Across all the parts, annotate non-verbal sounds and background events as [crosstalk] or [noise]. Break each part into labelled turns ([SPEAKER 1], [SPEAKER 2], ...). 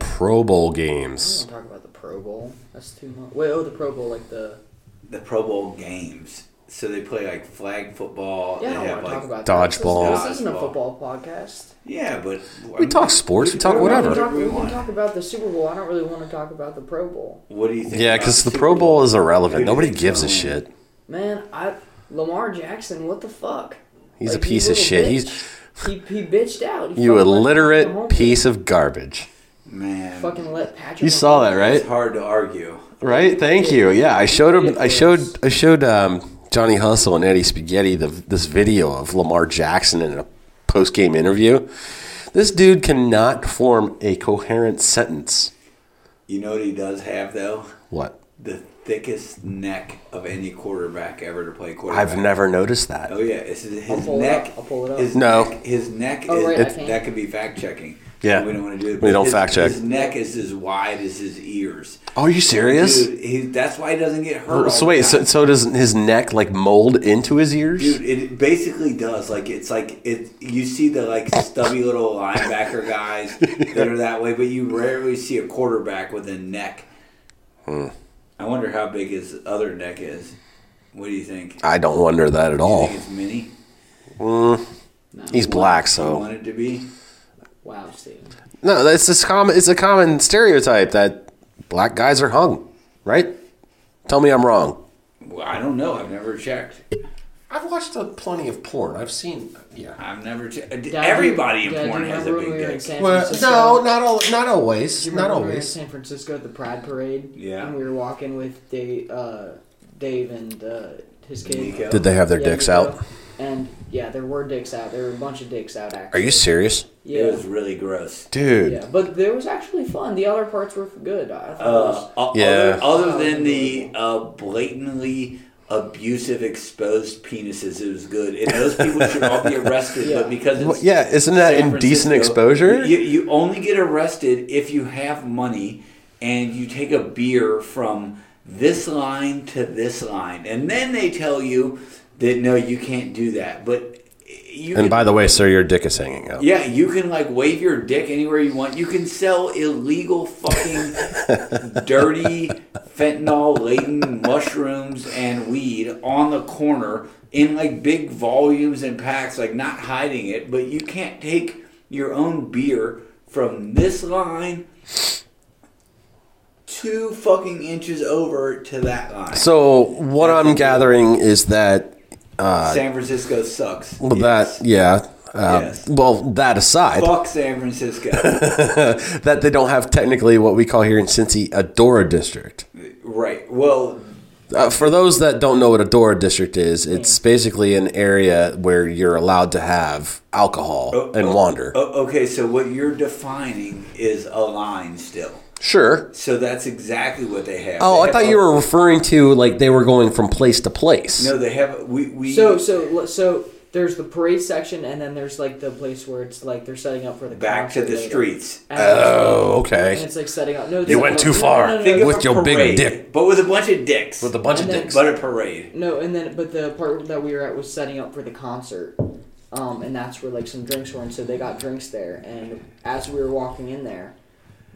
[SPEAKER 1] Pro Bowl
[SPEAKER 2] don't
[SPEAKER 1] games.
[SPEAKER 2] talk about the Pro Bowl. That's too much. Wait, oh, the Pro Bowl, like the.
[SPEAKER 3] the Pro Bowl games. So they play like flag football.
[SPEAKER 2] Yeah, I
[SPEAKER 3] they
[SPEAKER 2] don't want
[SPEAKER 3] have
[SPEAKER 2] to
[SPEAKER 3] like
[SPEAKER 2] talk about
[SPEAKER 1] dodgeball.
[SPEAKER 2] This, is, this isn't a
[SPEAKER 3] Dodgeball.
[SPEAKER 2] football podcast.
[SPEAKER 3] yeah, but
[SPEAKER 1] We talk sports. We talk
[SPEAKER 2] We can
[SPEAKER 1] whatever.
[SPEAKER 2] talk, we can talk about the Super Bowl. I don't really want to talk about the Pro Bowl.
[SPEAKER 3] What do you think?
[SPEAKER 1] Yeah,
[SPEAKER 3] about
[SPEAKER 1] because the
[SPEAKER 3] Super
[SPEAKER 1] Pro Bowl is
[SPEAKER 3] Who
[SPEAKER 1] irrelevant.
[SPEAKER 3] do you
[SPEAKER 1] Nobody
[SPEAKER 3] think
[SPEAKER 1] gives a
[SPEAKER 3] is gonna
[SPEAKER 1] shit.
[SPEAKER 2] Man, I Lamar Jackson, what the fuck?
[SPEAKER 1] He's a
[SPEAKER 2] Like, you
[SPEAKER 1] piece of
[SPEAKER 2] little
[SPEAKER 1] shit.
[SPEAKER 2] bitch.
[SPEAKER 1] He's
[SPEAKER 2] he, he bitched out. He
[SPEAKER 1] you
[SPEAKER 2] fucking let Patrick
[SPEAKER 1] illiterate
[SPEAKER 2] Mahomes-
[SPEAKER 1] piece of garbage.
[SPEAKER 3] Man,
[SPEAKER 2] Fucking let Patrick.
[SPEAKER 1] You saw
[SPEAKER 2] Mahomes-
[SPEAKER 1] that, right?
[SPEAKER 3] it's hard to argue.
[SPEAKER 1] Right? Thank you. Yeah, I showed him. I showed. I showed um, Johnny Hustle and Eddie Spaghetti the, this video of Lamar Jackson in a post game interview. This dude cannot form a coherent sentence.
[SPEAKER 3] You know what he does have though?
[SPEAKER 1] What?
[SPEAKER 3] The thickest neck of any quarterback ever to play quarterback.
[SPEAKER 1] I've never noticed that.
[SPEAKER 3] Oh yeah, it's his, his
[SPEAKER 2] I'll pull it
[SPEAKER 3] neck.
[SPEAKER 2] up. I'll pull it up.
[SPEAKER 3] His
[SPEAKER 1] No.
[SPEAKER 3] neck, his neck.
[SPEAKER 2] Oh,
[SPEAKER 3] is,
[SPEAKER 2] right, I
[SPEAKER 3] it's-
[SPEAKER 2] can't.
[SPEAKER 3] that could be fact checking.
[SPEAKER 1] Yeah.
[SPEAKER 3] we don't want to do it.
[SPEAKER 1] We
[SPEAKER 3] but
[SPEAKER 1] don't
[SPEAKER 3] his-
[SPEAKER 1] fact check.
[SPEAKER 3] His neck is as wide as his ears.
[SPEAKER 1] Are you serious? Oh,
[SPEAKER 3] Dude, he, that's why he doesn't get hurt. all
[SPEAKER 1] so
[SPEAKER 3] the
[SPEAKER 1] wait,
[SPEAKER 3] time.
[SPEAKER 1] so, so does his neck like mold into his ears?
[SPEAKER 3] Dude, it basically does. Like it's like it. You see the like stubby little linebacker guys that are that way, but you rarely see a quarterback with a neck.
[SPEAKER 1] Hmm.
[SPEAKER 3] I wonder how big his other neck is. What do you think?
[SPEAKER 1] I don't wonder that at
[SPEAKER 3] You
[SPEAKER 1] all.
[SPEAKER 3] think it's mini?
[SPEAKER 2] No.
[SPEAKER 1] He's black,
[SPEAKER 3] You
[SPEAKER 1] so
[SPEAKER 3] want it to be?
[SPEAKER 2] Wow, Steve.
[SPEAKER 1] no. That's this common. It's a common stereotype that black guys are hung, right? Tell me I'm wrong.
[SPEAKER 3] Well, I don't know. I've never checked.
[SPEAKER 1] I've watched a, plenty of porn. I've seen. Yeah.
[SPEAKER 3] I've never checked.
[SPEAKER 2] Dad,
[SPEAKER 3] Everybody
[SPEAKER 2] do you-
[SPEAKER 3] in
[SPEAKER 2] Dad, do
[SPEAKER 3] porn
[SPEAKER 2] you
[SPEAKER 3] has a
[SPEAKER 2] remember
[SPEAKER 3] big
[SPEAKER 2] when we were in
[SPEAKER 3] dick.
[SPEAKER 2] San
[SPEAKER 1] Well,
[SPEAKER 2] Francisco?
[SPEAKER 1] no, not all, not always,
[SPEAKER 2] Do you
[SPEAKER 1] not
[SPEAKER 2] remember when we were in
[SPEAKER 1] always.
[SPEAKER 2] San Francisco at the Pride Parade.
[SPEAKER 3] Yeah.
[SPEAKER 2] And we were walking with Dave, uh, Dave and uh, his kid.
[SPEAKER 3] Nico.
[SPEAKER 1] Did they have their
[SPEAKER 2] Yeah,
[SPEAKER 1] dicks
[SPEAKER 2] Nico.
[SPEAKER 1] out?
[SPEAKER 2] And yeah, there were dicks out. There were a bunch of dicks out.
[SPEAKER 1] Are
[SPEAKER 2] Actually.
[SPEAKER 1] you serious,
[SPEAKER 2] Yeah.
[SPEAKER 3] It was really gross.
[SPEAKER 1] dude?
[SPEAKER 2] yeah, but there was actually fun. The other parts were good. I thought it was-
[SPEAKER 3] Uh, o-
[SPEAKER 1] Yeah.
[SPEAKER 3] Other, other than the uh, blatantly abusive exposed penises, it was good, and those people should all be arrested. But because it's
[SPEAKER 1] Well, yeah, isn't that
[SPEAKER 3] San
[SPEAKER 1] indecent
[SPEAKER 3] Francisco,
[SPEAKER 1] exposure?
[SPEAKER 3] You, you only get arrested if you have money and you take a beer from this line to this line, and then they tell you that no, you can't do that. But you
[SPEAKER 1] And
[SPEAKER 3] can-
[SPEAKER 1] by the way, sir, your dick is hanging out.
[SPEAKER 3] yeah, you can like wave your dick anywhere you want. You can sell illegal fucking dirty fentanyl laden mushrooms and weed on the corner in like big volumes and packs, like not hiding it, but you can't take your own beer from this line two fucking inches over to that line.
[SPEAKER 1] So what I'm gathering is that
[SPEAKER 3] San Francisco sucks.
[SPEAKER 1] Well,
[SPEAKER 3] Yes.
[SPEAKER 1] that yeah. Uh,
[SPEAKER 3] Yes.
[SPEAKER 1] Well, that aside,
[SPEAKER 3] Fuck San Francisco.
[SPEAKER 1] that they don't have technically what we call here in Cincy a Dora district.
[SPEAKER 3] right. Well,
[SPEAKER 1] Uh, for those that don't know what a Dora district is,
[SPEAKER 2] Hmm.
[SPEAKER 1] it's basically an area where you're allowed to have alcohol
[SPEAKER 3] Oh,
[SPEAKER 1] and wander.
[SPEAKER 3] O- okay, so what you're defining is a line still.
[SPEAKER 1] Sure.
[SPEAKER 3] So that's exactly what they have.
[SPEAKER 1] Oh,
[SPEAKER 3] They
[SPEAKER 1] I thought
[SPEAKER 3] have
[SPEAKER 1] you
[SPEAKER 3] a-
[SPEAKER 1] were referring to like they were going from place to place.
[SPEAKER 3] No, they have. We we.
[SPEAKER 2] So so so there's the parade section, and then there's like the place where it's like they're setting up for the
[SPEAKER 3] back to
[SPEAKER 2] concert
[SPEAKER 3] the
[SPEAKER 2] later.
[SPEAKER 3] streets.
[SPEAKER 2] And it's, like-
[SPEAKER 1] Oh,
[SPEAKER 2] And
[SPEAKER 1] okay.
[SPEAKER 2] it's like setting up. No, it's
[SPEAKER 1] You
[SPEAKER 2] like-
[SPEAKER 1] went
[SPEAKER 2] no,
[SPEAKER 1] too
[SPEAKER 2] no,
[SPEAKER 1] far.
[SPEAKER 2] No, no, no,
[SPEAKER 3] Think of
[SPEAKER 1] With
[SPEAKER 3] a
[SPEAKER 1] your big
[SPEAKER 3] parade,
[SPEAKER 1] dick.
[SPEAKER 3] but with a bunch of dicks.
[SPEAKER 1] With a bunch of
[SPEAKER 2] And then-
[SPEAKER 1] dicks. [laughs]
[SPEAKER 3] but a parade.
[SPEAKER 2] No, and then but the part that we were at was setting up for the concert, um, and that's where like some drinks were, and so they got drinks there. And as we were walking in there,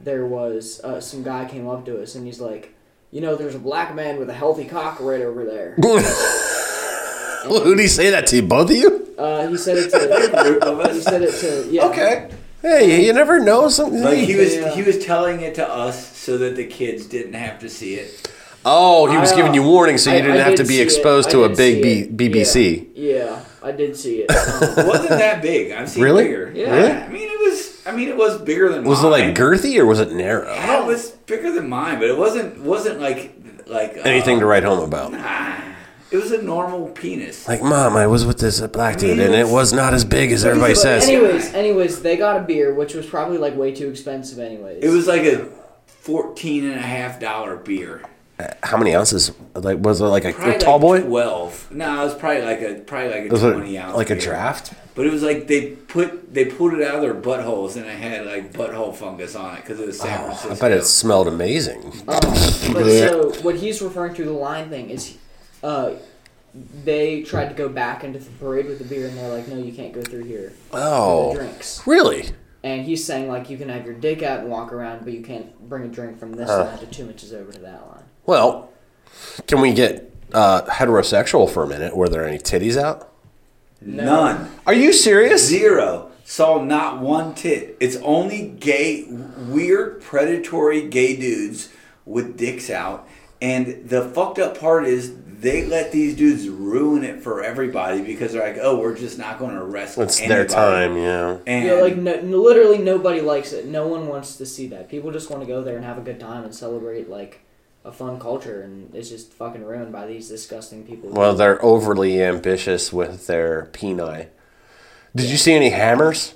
[SPEAKER 2] there was uh, some guy came up to us, and he's like, "You know, there's a black man with a healthy cock right over there."
[SPEAKER 1] Who did he say that to? Both of you?
[SPEAKER 2] Uh, he said it to.
[SPEAKER 3] Group of
[SPEAKER 2] He
[SPEAKER 3] us.
[SPEAKER 2] said it to. Yeah.
[SPEAKER 1] Okay. Hey, you never know something.
[SPEAKER 3] Like he was
[SPEAKER 2] Yeah.
[SPEAKER 3] he was telling it to us so that the kids didn't have to see it.
[SPEAKER 1] Oh, he was
[SPEAKER 2] I, uh,
[SPEAKER 1] giving you warning so you
[SPEAKER 2] I-
[SPEAKER 1] didn't
[SPEAKER 2] I
[SPEAKER 1] have
[SPEAKER 2] did
[SPEAKER 1] to be
[SPEAKER 2] see it.
[SPEAKER 1] exposed
[SPEAKER 2] I
[SPEAKER 1] to a
[SPEAKER 2] did
[SPEAKER 1] big
[SPEAKER 2] see it.
[SPEAKER 1] B- BBC.
[SPEAKER 2] Yeah. Yeah, I did see
[SPEAKER 1] [laughs]
[SPEAKER 2] it. Um,
[SPEAKER 3] It wasn't that big. I've seen
[SPEAKER 1] Really?
[SPEAKER 3] bigger.
[SPEAKER 2] Yeah.
[SPEAKER 1] Really?
[SPEAKER 3] I mean, it was. I mean, it was bigger than.
[SPEAKER 1] Was it
[SPEAKER 3] mine.
[SPEAKER 1] like girthy or was it narrow?
[SPEAKER 3] Yeah, it was bigger than mine, but it wasn't wasn't like like uh,
[SPEAKER 1] Anything to write home about?
[SPEAKER 3] It was a normal penis.
[SPEAKER 1] Like, mom, I was with this uh, black dude and it was not as big as everybody
[SPEAKER 3] But
[SPEAKER 1] says.
[SPEAKER 3] anyway-
[SPEAKER 2] anyways, anyways, they got a beer, which was probably like way too expensive. Anyways,
[SPEAKER 3] It was like a fourteen and a half dollar beer.
[SPEAKER 1] How many ounces? Like, was it like a,
[SPEAKER 3] Probably
[SPEAKER 1] a tall
[SPEAKER 3] like
[SPEAKER 1] boy?
[SPEAKER 3] Twelve. No, it was probably like a probably like a
[SPEAKER 1] Was it
[SPEAKER 3] twenty ounce.
[SPEAKER 1] like a
[SPEAKER 3] beer.
[SPEAKER 1] draft?
[SPEAKER 3] But it was like they put they pulled it out of their buttholes and it had like butthole fungus on it because it was San
[SPEAKER 1] Oh,
[SPEAKER 3] Francisco.
[SPEAKER 1] I bet it smelled amazing.
[SPEAKER 2] Um, but so what he's referring to the line thing is, uh, they tried to go back into the parade with the beer, and they're like, "No, you can't go through here." for the
[SPEAKER 1] Oh,
[SPEAKER 2] drinks.
[SPEAKER 1] really?
[SPEAKER 2] and he's saying like you can have your dick out and walk around, but you can't bring a drink from this line to two inches over to that line.
[SPEAKER 1] Well, can we get uh, heterosexual for a minute? Were there any titties out?
[SPEAKER 3] None.
[SPEAKER 1] Are you serious?
[SPEAKER 3] Zero. Saw not one tit. It's only gay, weird, predatory gay dudes with dicks out. And the fucked up part is they let these dudes ruin it for everybody because they're like, oh, we're just not going to arrest
[SPEAKER 1] It's their
[SPEAKER 3] anybody."
[SPEAKER 1] time, yeah.
[SPEAKER 3] And
[SPEAKER 2] Yeah, like no, no- literally nobody likes it. No one wants to see that. People just want to go there and have a good time and celebrate like a fun culture, and it's just fucking ruined by these disgusting people.
[SPEAKER 1] Well, they're overly ambitious with their peni. Did you see any hammers?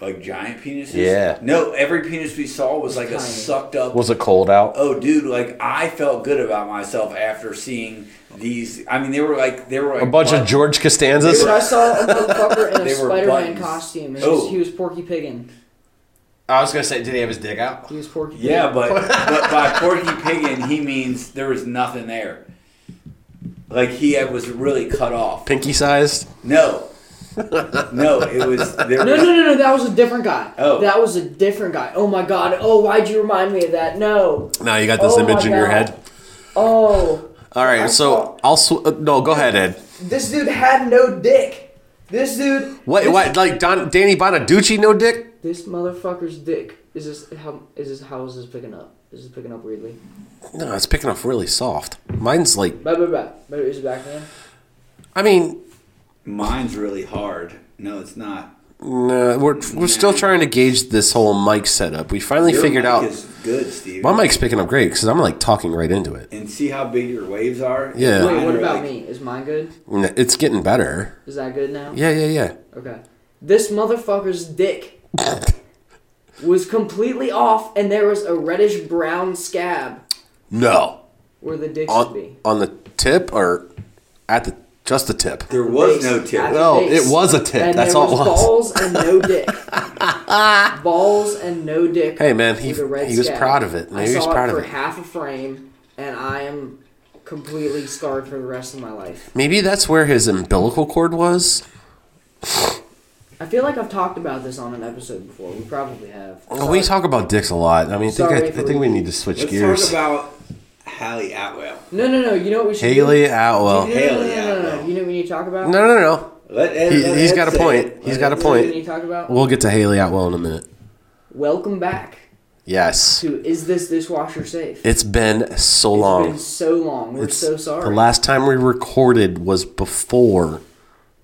[SPEAKER 3] like giant penises.
[SPEAKER 1] Yeah.
[SPEAKER 3] No, every penis we saw was like a
[SPEAKER 2] Tiny.
[SPEAKER 3] sucked up
[SPEAKER 1] Was it cold out?
[SPEAKER 3] oh dude like i felt good about myself after seeing these i mean they were like they were like
[SPEAKER 1] A bunch of George
[SPEAKER 2] Dude,
[SPEAKER 1] Costanzas?
[SPEAKER 2] I saw a motherfucker in a
[SPEAKER 3] [laughs] They were
[SPEAKER 2] Spider-Man
[SPEAKER 3] buttons.
[SPEAKER 2] costume. And
[SPEAKER 3] Oh.
[SPEAKER 2] he was Porky Piggin.
[SPEAKER 1] I was going to say, did he have his dick out?
[SPEAKER 2] He was Porky.
[SPEAKER 3] yeah
[SPEAKER 2] Piggin.
[SPEAKER 1] [laughs]
[SPEAKER 3] but, but by porky piggin he means there was nothing there like he had, was really cut off
[SPEAKER 1] Pinky sized?
[SPEAKER 3] no no it was there
[SPEAKER 2] No,
[SPEAKER 3] was,
[SPEAKER 2] no, no, no. That was a different guy.
[SPEAKER 3] Oh.
[SPEAKER 2] That was a different guy. Oh my god. Oh, why'd you remind me of that? No.
[SPEAKER 1] Now you got this
[SPEAKER 2] Oh
[SPEAKER 1] image
[SPEAKER 2] my
[SPEAKER 1] in your
[SPEAKER 2] God.
[SPEAKER 1] head.
[SPEAKER 2] Oh.
[SPEAKER 1] All right,
[SPEAKER 2] I
[SPEAKER 1] so
[SPEAKER 2] saw-
[SPEAKER 1] I'll. Sw- uh, no, go ahead, Ed.
[SPEAKER 2] This dude had no dick. This dude.
[SPEAKER 1] What?
[SPEAKER 2] This,
[SPEAKER 1] What? Like Don, Danny Bonaducci, no dick?
[SPEAKER 2] This motherfucker's dick. Is this how? Is this how is this picking up? Is this picking up weirdly?
[SPEAKER 1] No, it's picking up really soft. Mine's like,
[SPEAKER 2] Blah blah blah. But is it back man?
[SPEAKER 1] I mean,
[SPEAKER 3] mine's really hard no it's not
[SPEAKER 1] no, we're we're still trying to gauge this whole mic setup. We finally
[SPEAKER 3] Your
[SPEAKER 1] figured
[SPEAKER 3] mic
[SPEAKER 1] out
[SPEAKER 3] is good steve
[SPEAKER 1] my mic's picking up great because I'm like talking right into it.
[SPEAKER 3] and see how big your waves are
[SPEAKER 1] Yeah.
[SPEAKER 2] Wait,
[SPEAKER 3] Mine
[SPEAKER 2] what
[SPEAKER 3] are,
[SPEAKER 2] about
[SPEAKER 3] like-
[SPEAKER 2] me? Is mine good?
[SPEAKER 1] N- It's getting better.
[SPEAKER 2] Is that good now?
[SPEAKER 1] Yeah, yeah, yeah.
[SPEAKER 2] Okay. This
[SPEAKER 1] [laughs]
[SPEAKER 2] motherfucker's dick was completely off, and there was a reddish brown scab
[SPEAKER 1] No,
[SPEAKER 2] where the dick should
[SPEAKER 1] on
[SPEAKER 2] be.
[SPEAKER 1] on the tip or at the just the tip.
[SPEAKER 3] there was
[SPEAKER 2] Base.
[SPEAKER 3] no
[SPEAKER 2] At
[SPEAKER 3] tip
[SPEAKER 2] the
[SPEAKER 1] No,
[SPEAKER 2] base.
[SPEAKER 1] it was a tip.
[SPEAKER 2] And
[SPEAKER 1] That's
[SPEAKER 2] there
[SPEAKER 1] all it was.
[SPEAKER 2] Balls and
[SPEAKER 1] [laughs]
[SPEAKER 2] no dick. balls and no dick.
[SPEAKER 1] Hey, man, he-
[SPEAKER 2] with a red
[SPEAKER 1] he was
[SPEAKER 2] scab.
[SPEAKER 1] proud of it.
[SPEAKER 2] I
[SPEAKER 1] Maybe he
[SPEAKER 2] saw
[SPEAKER 1] was proud
[SPEAKER 2] it
[SPEAKER 1] of
[SPEAKER 2] for
[SPEAKER 1] it.
[SPEAKER 2] half a frame, and I am completely scarred for the rest of my life.
[SPEAKER 1] Maybe that's where his umbilical cord was.
[SPEAKER 2] I feel like I've talked about this on an episode before. We probably have.
[SPEAKER 1] Well, we talk about dicks a lot. I mean, I think, I,
[SPEAKER 2] Sorry
[SPEAKER 1] I
[SPEAKER 2] for-
[SPEAKER 1] think we need to switch
[SPEAKER 3] let's
[SPEAKER 1] gears.
[SPEAKER 3] talk about hallie atwell
[SPEAKER 2] No, no, no. You know what we should do?
[SPEAKER 1] Haley Atwell.
[SPEAKER 2] No, no, no, no,
[SPEAKER 3] Haley
[SPEAKER 2] no, no,
[SPEAKER 3] Atwell.
[SPEAKER 2] You know what we need to talk about?
[SPEAKER 1] No, no, no.
[SPEAKER 3] Let Ed,
[SPEAKER 1] He-
[SPEAKER 3] let
[SPEAKER 1] he's
[SPEAKER 3] Ed
[SPEAKER 1] got a
[SPEAKER 3] say
[SPEAKER 1] point.
[SPEAKER 3] it.
[SPEAKER 1] He's
[SPEAKER 3] Let
[SPEAKER 1] got
[SPEAKER 3] Ed
[SPEAKER 1] a
[SPEAKER 2] You
[SPEAKER 3] say
[SPEAKER 2] know what
[SPEAKER 1] point.
[SPEAKER 2] we need to talk about?
[SPEAKER 1] We'll get to Haley Atwell in a minute.
[SPEAKER 2] Welcome back
[SPEAKER 1] Yes.
[SPEAKER 2] to Is This Dishwasher Safe?
[SPEAKER 1] It's been so long.
[SPEAKER 2] It's been so long. We're
[SPEAKER 1] It's-
[SPEAKER 2] so sorry.
[SPEAKER 1] The last time we recorded was before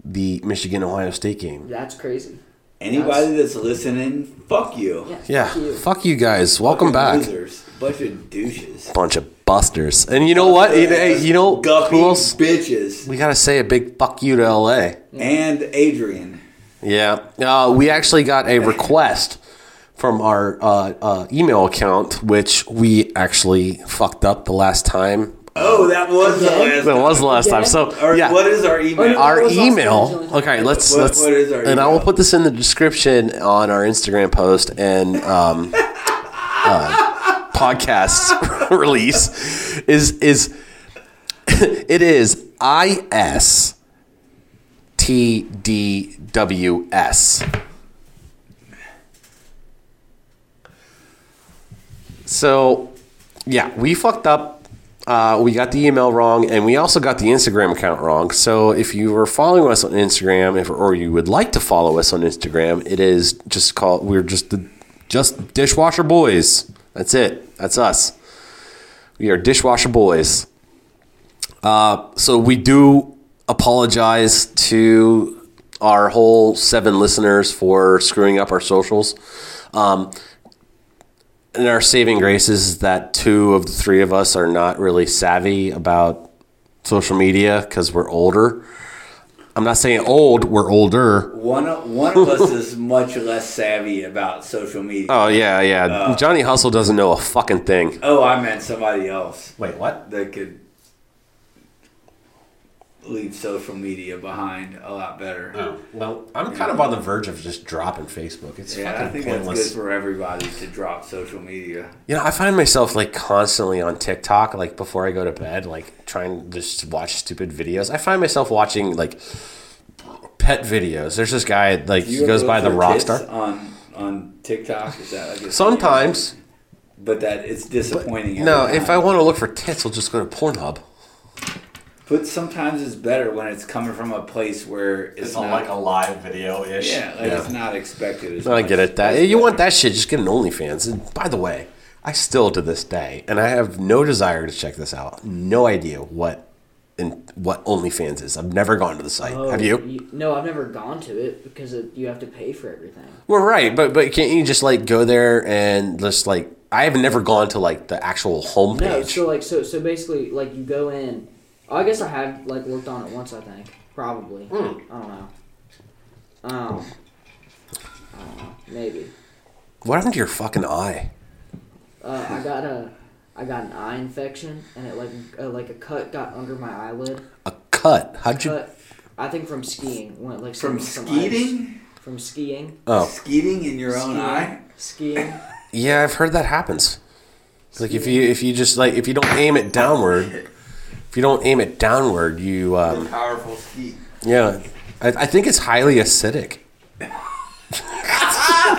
[SPEAKER 1] the Michigan Ohio State game.
[SPEAKER 2] That's crazy.
[SPEAKER 3] Anybody that's listening, fuck you.
[SPEAKER 2] Yeah.
[SPEAKER 1] Yeah.
[SPEAKER 2] fuck you.
[SPEAKER 1] Fuck you guys. Welcome
[SPEAKER 3] Fucking
[SPEAKER 1] back.
[SPEAKER 3] Losers. Bunch of douches.
[SPEAKER 1] Bunch of busters. And you know what? You know, hey, you know
[SPEAKER 3] Guppy
[SPEAKER 1] who else?
[SPEAKER 3] bitches.
[SPEAKER 1] We got to say a big fuck you to LA.
[SPEAKER 3] And Adrian.
[SPEAKER 1] Yeah. Uh, we actually got a request from our uh, uh, email account, which we actually fucked up the last time.
[SPEAKER 3] Oh, that was the
[SPEAKER 2] Yeah.
[SPEAKER 3] last.
[SPEAKER 1] That was the last time. So,
[SPEAKER 3] Or
[SPEAKER 1] yeah.
[SPEAKER 3] What is our email?
[SPEAKER 2] no. That
[SPEAKER 1] our
[SPEAKER 2] was also
[SPEAKER 1] email.
[SPEAKER 2] originally-
[SPEAKER 1] Okay, let's
[SPEAKER 3] What-
[SPEAKER 1] let's
[SPEAKER 3] what is our
[SPEAKER 1] and I will
[SPEAKER 3] email?
[SPEAKER 1] put this in the description on our Instagram post and
[SPEAKER 3] [laughs]
[SPEAKER 1] um, uh, podcast [laughs] release is is [laughs] it is i s t d w s. So, yeah, we fucked up. Uh, we got the email wrong, and we also got the Instagram account wrong. So, if you were following us on Instagram, if or you would like to follow us on Instagram, it is just called. We're just the just dishwasher boys. That's it. That's us. We are dishwasher boys. Uh, so we do apologize to our whole seven listeners for screwing up our socials. Um, and our saving grace is that two of the three of us are not really savvy about social media because we're older. I'm not saying old, we're older.
[SPEAKER 3] One of, one of us is much less savvy about social media.
[SPEAKER 1] Oh, yeah, yeah. Johnny Hustle doesn't know a fucking thing.
[SPEAKER 3] Oh, I meant somebody else
[SPEAKER 1] Wait, what?
[SPEAKER 3] that could leave social media behind a lot better.
[SPEAKER 1] Oh. Well, I'm kind of on the verge of just dropping Facebook. It's
[SPEAKER 3] Yeah, I think that's good for everybody to drop social media.
[SPEAKER 1] You know, I find myself like constantly on TikTok, like before I go to bed, like trying to just watch stupid videos. I find myself watching like pet videos. There's this guy like
[SPEAKER 3] You
[SPEAKER 1] he goes
[SPEAKER 3] go
[SPEAKER 1] by the
[SPEAKER 3] for
[SPEAKER 1] rock
[SPEAKER 3] tits
[SPEAKER 1] star.
[SPEAKER 3] on on TikTok. Is that like a-
[SPEAKER 1] Sometimes
[SPEAKER 3] But that it's disappointing. every
[SPEAKER 1] no,
[SPEAKER 3] time.
[SPEAKER 1] if I want to look for tits, I'll just go to Pornhub.
[SPEAKER 3] but sometimes it's better when it's coming from a place where it's,
[SPEAKER 4] It's
[SPEAKER 3] not
[SPEAKER 4] on like a live video ish.
[SPEAKER 3] yeah, like
[SPEAKER 1] Yeah.
[SPEAKER 3] it's not expected. As
[SPEAKER 1] No, I
[SPEAKER 3] much.
[SPEAKER 1] get it. That
[SPEAKER 3] That's
[SPEAKER 1] you want
[SPEAKER 3] better.
[SPEAKER 1] that shit, just get an OnlyFans. And by the way, I still to this day, and I have no desire to check this out. No idea what and what OnlyFans is. I've never gone to the site.
[SPEAKER 2] Oh,
[SPEAKER 1] have you?
[SPEAKER 2] No, I've never gone to it because it, you have to pay for everything.
[SPEAKER 1] Well, right, but but can't you just like go there and just like I have never gone to like the actual homepage.
[SPEAKER 2] No, so like so so basically like you go in. I guess I have like worked on it once. I think probably.
[SPEAKER 1] Hmm.
[SPEAKER 2] I don't know. Um, I don't know. Maybe.
[SPEAKER 1] what happened to your fucking eye?
[SPEAKER 2] Uh, I got a I got an eye infection and it like uh, like a cut got under my eyelid.
[SPEAKER 1] A cut? How'd you?
[SPEAKER 2] Cut. I think from skiing when like
[SPEAKER 3] from
[SPEAKER 2] some, some ice-
[SPEAKER 3] skeeting,
[SPEAKER 2] from skiing.
[SPEAKER 1] Oh,
[SPEAKER 3] skeeting in your own
[SPEAKER 2] Skiing.
[SPEAKER 3] eye.
[SPEAKER 2] Skiing.
[SPEAKER 1] yeah, I've heard that happens. It's like if you if you just like if you don't aim it downward, if you don't aim it downward, you um,
[SPEAKER 4] Powerful ski.
[SPEAKER 1] Yeah, I, I think it's highly acidic.
[SPEAKER 3] [laughs]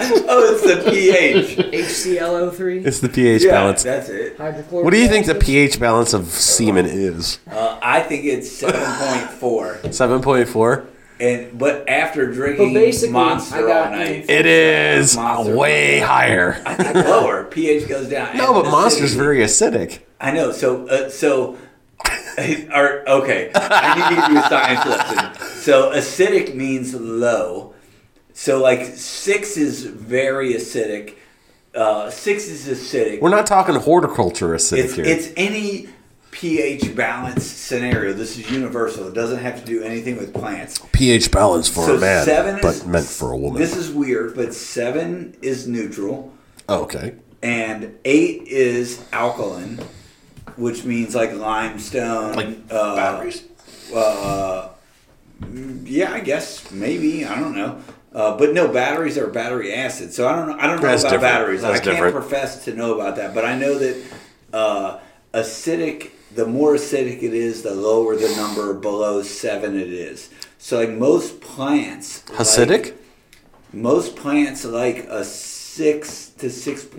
[SPEAKER 3] Oh, it's the
[SPEAKER 1] [laughs]
[SPEAKER 3] pH.
[SPEAKER 2] HClO3.
[SPEAKER 1] It's the pH
[SPEAKER 3] yeah,
[SPEAKER 1] balance.
[SPEAKER 3] that's it.
[SPEAKER 2] Hydrochloric.
[SPEAKER 1] What do you think the
[SPEAKER 2] acid.
[SPEAKER 1] pH balance of semen is?
[SPEAKER 3] Uh, I think it's seven point four.
[SPEAKER 1] Seven point four.
[SPEAKER 3] And but after
[SPEAKER 2] But
[SPEAKER 3] drinking
[SPEAKER 2] basically,
[SPEAKER 3] Monster
[SPEAKER 2] I got
[SPEAKER 3] all night,
[SPEAKER 1] It is
[SPEAKER 3] Monster.
[SPEAKER 1] way higher.
[SPEAKER 3] I think lower pH goes down.
[SPEAKER 1] No, but
[SPEAKER 3] Acidity-
[SPEAKER 1] Monster's very acidic.
[SPEAKER 3] I know. So uh, so. [laughs] Are, okay, I need to give you a science lesson. So acidic means low. So like six is very acidic. Uh, six is acidic.
[SPEAKER 1] We're not talking horticulture acidic
[SPEAKER 3] it's,
[SPEAKER 1] here.
[SPEAKER 3] it's any pH balance scenario. This is universal. It doesn't have to do anything with plants.
[SPEAKER 1] pH balance for
[SPEAKER 3] so
[SPEAKER 1] a man,
[SPEAKER 3] seven
[SPEAKER 1] but
[SPEAKER 3] is,
[SPEAKER 1] meant for a woman.
[SPEAKER 3] This is weird, but seven is neutral
[SPEAKER 1] oh, okay.
[SPEAKER 3] and eight is alkaline, which means like limestone,
[SPEAKER 1] Like
[SPEAKER 3] uh,
[SPEAKER 1] batteries?
[SPEAKER 3] Uh, mm, yeah, I guess maybe I don't know, uh, but no, batteries are battery acid. So I don't know. I don't know
[SPEAKER 1] That's
[SPEAKER 3] about
[SPEAKER 1] different.
[SPEAKER 3] batteries.
[SPEAKER 1] That's
[SPEAKER 3] I can't
[SPEAKER 1] different.
[SPEAKER 3] profess to know about that, but I know that uh, acidic. The more acidic it is, the lower the number below seven it is. So like most plants, uh, like-
[SPEAKER 1] Acidic?
[SPEAKER 3] most plants like a 6 to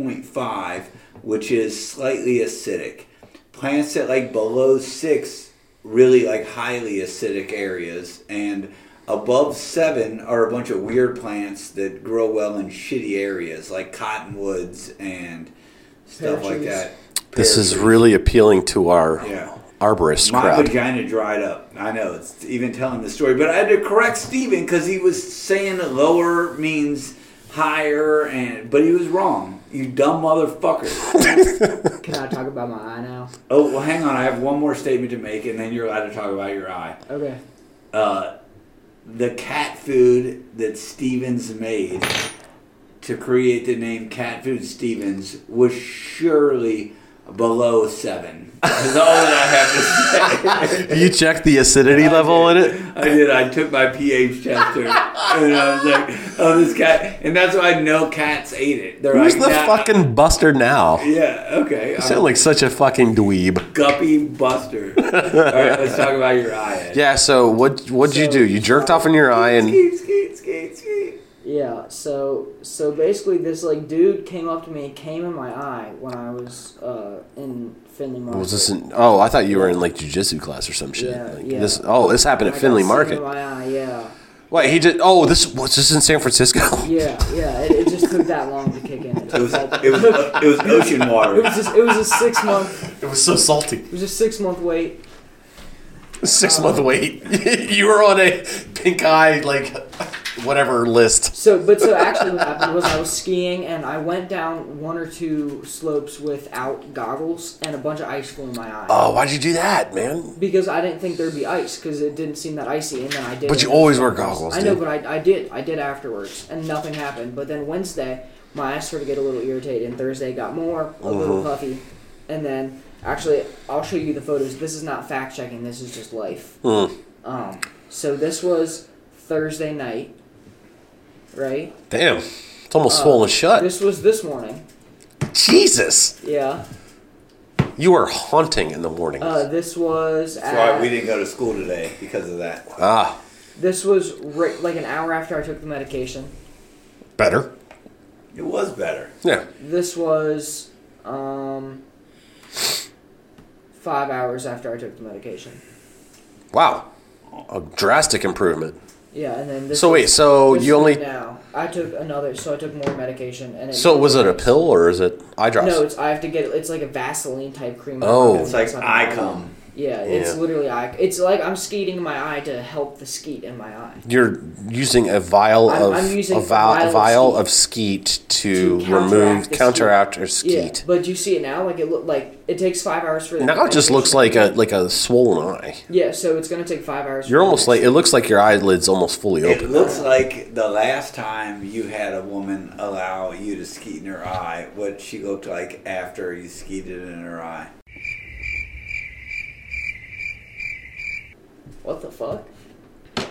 [SPEAKER 3] 6.5, which is slightly acidic. Plants that like below 6 really like highly acidic areas and above 7 are a bunch of weird plants that grow well in shitty areas like cottonwoods and stuff
[SPEAKER 2] Pear
[SPEAKER 3] like
[SPEAKER 2] trees.
[SPEAKER 3] that.
[SPEAKER 1] this
[SPEAKER 3] Pear
[SPEAKER 1] is
[SPEAKER 3] trees.
[SPEAKER 1] really appealing to our
[SPEAKER 3] Yeah.
[SPEAKER 1] arborist
[SPEAKER 3] My
[SPEAKER 1] crowd.
[SPEAKER 3] vagina dried up. I know it's even telling the story, but I had to correct Steven because he was saying that lower means higher, and but he was wrong. You dumb motherfucker.
[SPEAKER 2] Can I talk about my eye now?
[SPEAKER 3] oh well, hang on. I have one more statement to make, and then you're allowed to talk about your eye.
[SPEAKER 2] Okay.
[SPEAKER 3] Uh, the cat food that Stevens made to create the name Cat Food Stevens was surely below seven. That's all that I have to say.
[SPEAKER 1] you check the acidity level in it?
[SPEAKER 3] I did. I took my pH tester, and I was like, "Oh, this cat," and that's why no cats ate it. They're
[SPEAKER 1] Who's
[SPEAKER 3] like,
[SPEAKER 1] the
[SPEAKER 3] "Nah."
[SPEAKER 1] fucking buster now? You
[SPEAKER 3] Yeah. Okay. I'm
[SPEAKER 1] sound like such a fucking dweeb. [laughs]
[SPEAKER 3] Guppy Buster. All right, let's talk about your eye. Ed.
[SPEAKER 1] Yeah. So what? What'd you
[SPEAKER 2] So-
[SPEAKER 1] do? You jerked off in your eye and
[SPEAKER 3] Skeet, skeet, skeet, skeet.
[SPEAKER 2] Yeah. So so basically, this like dude came up to me, came in my eye when I was uh in Finley Market.
[SPEAKER 1] was this? In, oh, I thought you were in like jujitsu class or some shit.
[SPEAKER 2] Yeah,
[SPEAKER 1] like,
[SPEAKER 2] yeah.
[SPEAKER 1] This. Oh, this happened
[SPEAKER 2] I
[SPEAKER 1] at
[SPEAKER 2] got
[SPEAKER 1] Finley
[SPEAKER 2] something
[SPEAKER 1] Market.
[SPEAKER 2] In my eye. Yeah.
[SPEAKER 1] Wait, he just. Oh, this was this in San Francisco.
[SPEAKER 2] Yeah. Yeah. It, it just took that long to kick in. It,
[SPEAKER 3] It
[SPEAKER 2] took
[SPEAKER 3] was.
[SPEAKER 2] like-
[SPEAKER 3] It was. uh, [laughs] It was
[SPEAKER 2] [laughs]
[SPEAKER 3] ocean
[SPEAKER 2] It
[SPEAKER 3] water.
[SPEAKER 2] was just, it was a six
[SPEAKER 1] [laughs]
[SPEAKER 2] month
[SPEAKER 1] It was so salty.
[SPEAKER 2] it was a six month wait.
[SPEAKER 1] Six month wait. [laughs] you were on a pink eye like whatever list.
[SPEAKER 2] So but so actually what happened was I was skiing and I went down one or two slopes without goggles and a bunch of ice flew in my eye.
[SPEAKER 1] Oh, why'd you do that, man?
[SPEAKER 2] because I didn't think there'd be ice because it didn't seem that icy, and then I did.
[SPEAKER 1] But
[SPEAKER 2] it.
[SPEAKER 1] you always wear goggles,
[SPEAKER 2] I know,
[SPEAKER 1] dude.
[SPEAKER 2] but I, I did. I did afterwards, and nothing happened. But then Wednesday, my eyes started to get a little irritated, and Thursday got more, a little
[SPEAKER 1] Uh-huh.
[SPEAKER 2] puffy, and then actually, I'll show you the photos. This is not fact checking. This is just life. Um, so this was Thursday night, right?
[SPEAKER 1] Damn, it's almost swollen shut.
[SPEAKER 2] Uh, This was this morning.
[SPEAKER 1] Jesus,
[SPEAKER 2] Yeah.
[SPEAKER 1] you are haunting in the mornings.
[SPEAKER 2] Uh, this was
[SPEAKER 3] That's why
[SPEAKER 2] at
[SPEAKER 3] we didn't go to school today because of that.
[SPEAKER 1] ah,
[SPEAKER 2] This was right, like an hour after I took the medication.
[SPEAKER 1] Better.
[SPEAKER 3] It was better.
[SPEAKER 1] Yeah.
[SPEAKER 2] This was um, five hours after I took the medication.
[SPEAKER 1] Wow. A drastic improvement.
[SPEAKER 2] Yeah, and then this.
[SPEAKER 1] So wait, so
[SPEAKER 2] this
[SPEAKER 1] you
[SPEAKER 2] is
[SPEAKER 1] only
[SPEAKER 2] now I took another, so I took more medication, and it
[SPEAKER 1] so was it a pill or is it eye drops?
[SPEAKER 2] No, it's I have to get it's like a Vaseline type cream.
[SPEAKER 1] Oh.
[SPEAKER 3] It's like
[SPEAKER 2] not
[SPEAKER 3] I
[SPEAKER 2] an eye.
[SPEAKER 3] come.
[SPEAKER 2] Yeah, it's
[SPEAKER 1] Yeah.
[SPEAKER 2] literally I. It's like I'm skeeting in my eye to help the skeet in my eye.
[SPEAKER 1] You're using a vial
[SPEAKER 2] I'm-
[SPEAKER 1] of
[SPEAKER 2] I'm using
[SPEAKER 1] a vial,
[SPEAKER 2] a
[SPEAKER 1] vial
[SPEAKER 2] vial
[SPEAKER 1] of
[SPEAKER 2] of
[SPEAKER 1] skeet, to,
[SPEAKER 2] to counteract
[SPEAKER 1] remove
[SPEAKER 2] the
[SPEAKER 1] counteract or
[SPEAKER 2] Yeah,
[SPEAKER 1] skeet.
[SPEAKER 2] but do you see it now? Like it look like it takes five hours for the
[SPEAKER 1] Now it just
[SPEAKER 2] medication
[SPEAKER 1] looks
[SPEAKER 2] to
[SPEAKER 1] like a
[SPEAKER 2] work.
[SPEAKER 1] like a swollen eye.
[SPEAKER 2] Yeah, so it's gonna take five hours. for
[SPEAKER 1] You're
[SPEAKER 2] the
[SPEAKER 1] almost
[SPEAKER 2] next-
[SPEAKER 1] like it looks like your eyelids almost fully
[SPEAKER 3] It
[SPEAKER 1] open.
[SPEAKER 3] looks like the last time you had a woman allow you to skeet in her eye, what she looked like after you skeeted in her eye.
[SPEAKER 2] what the fuck?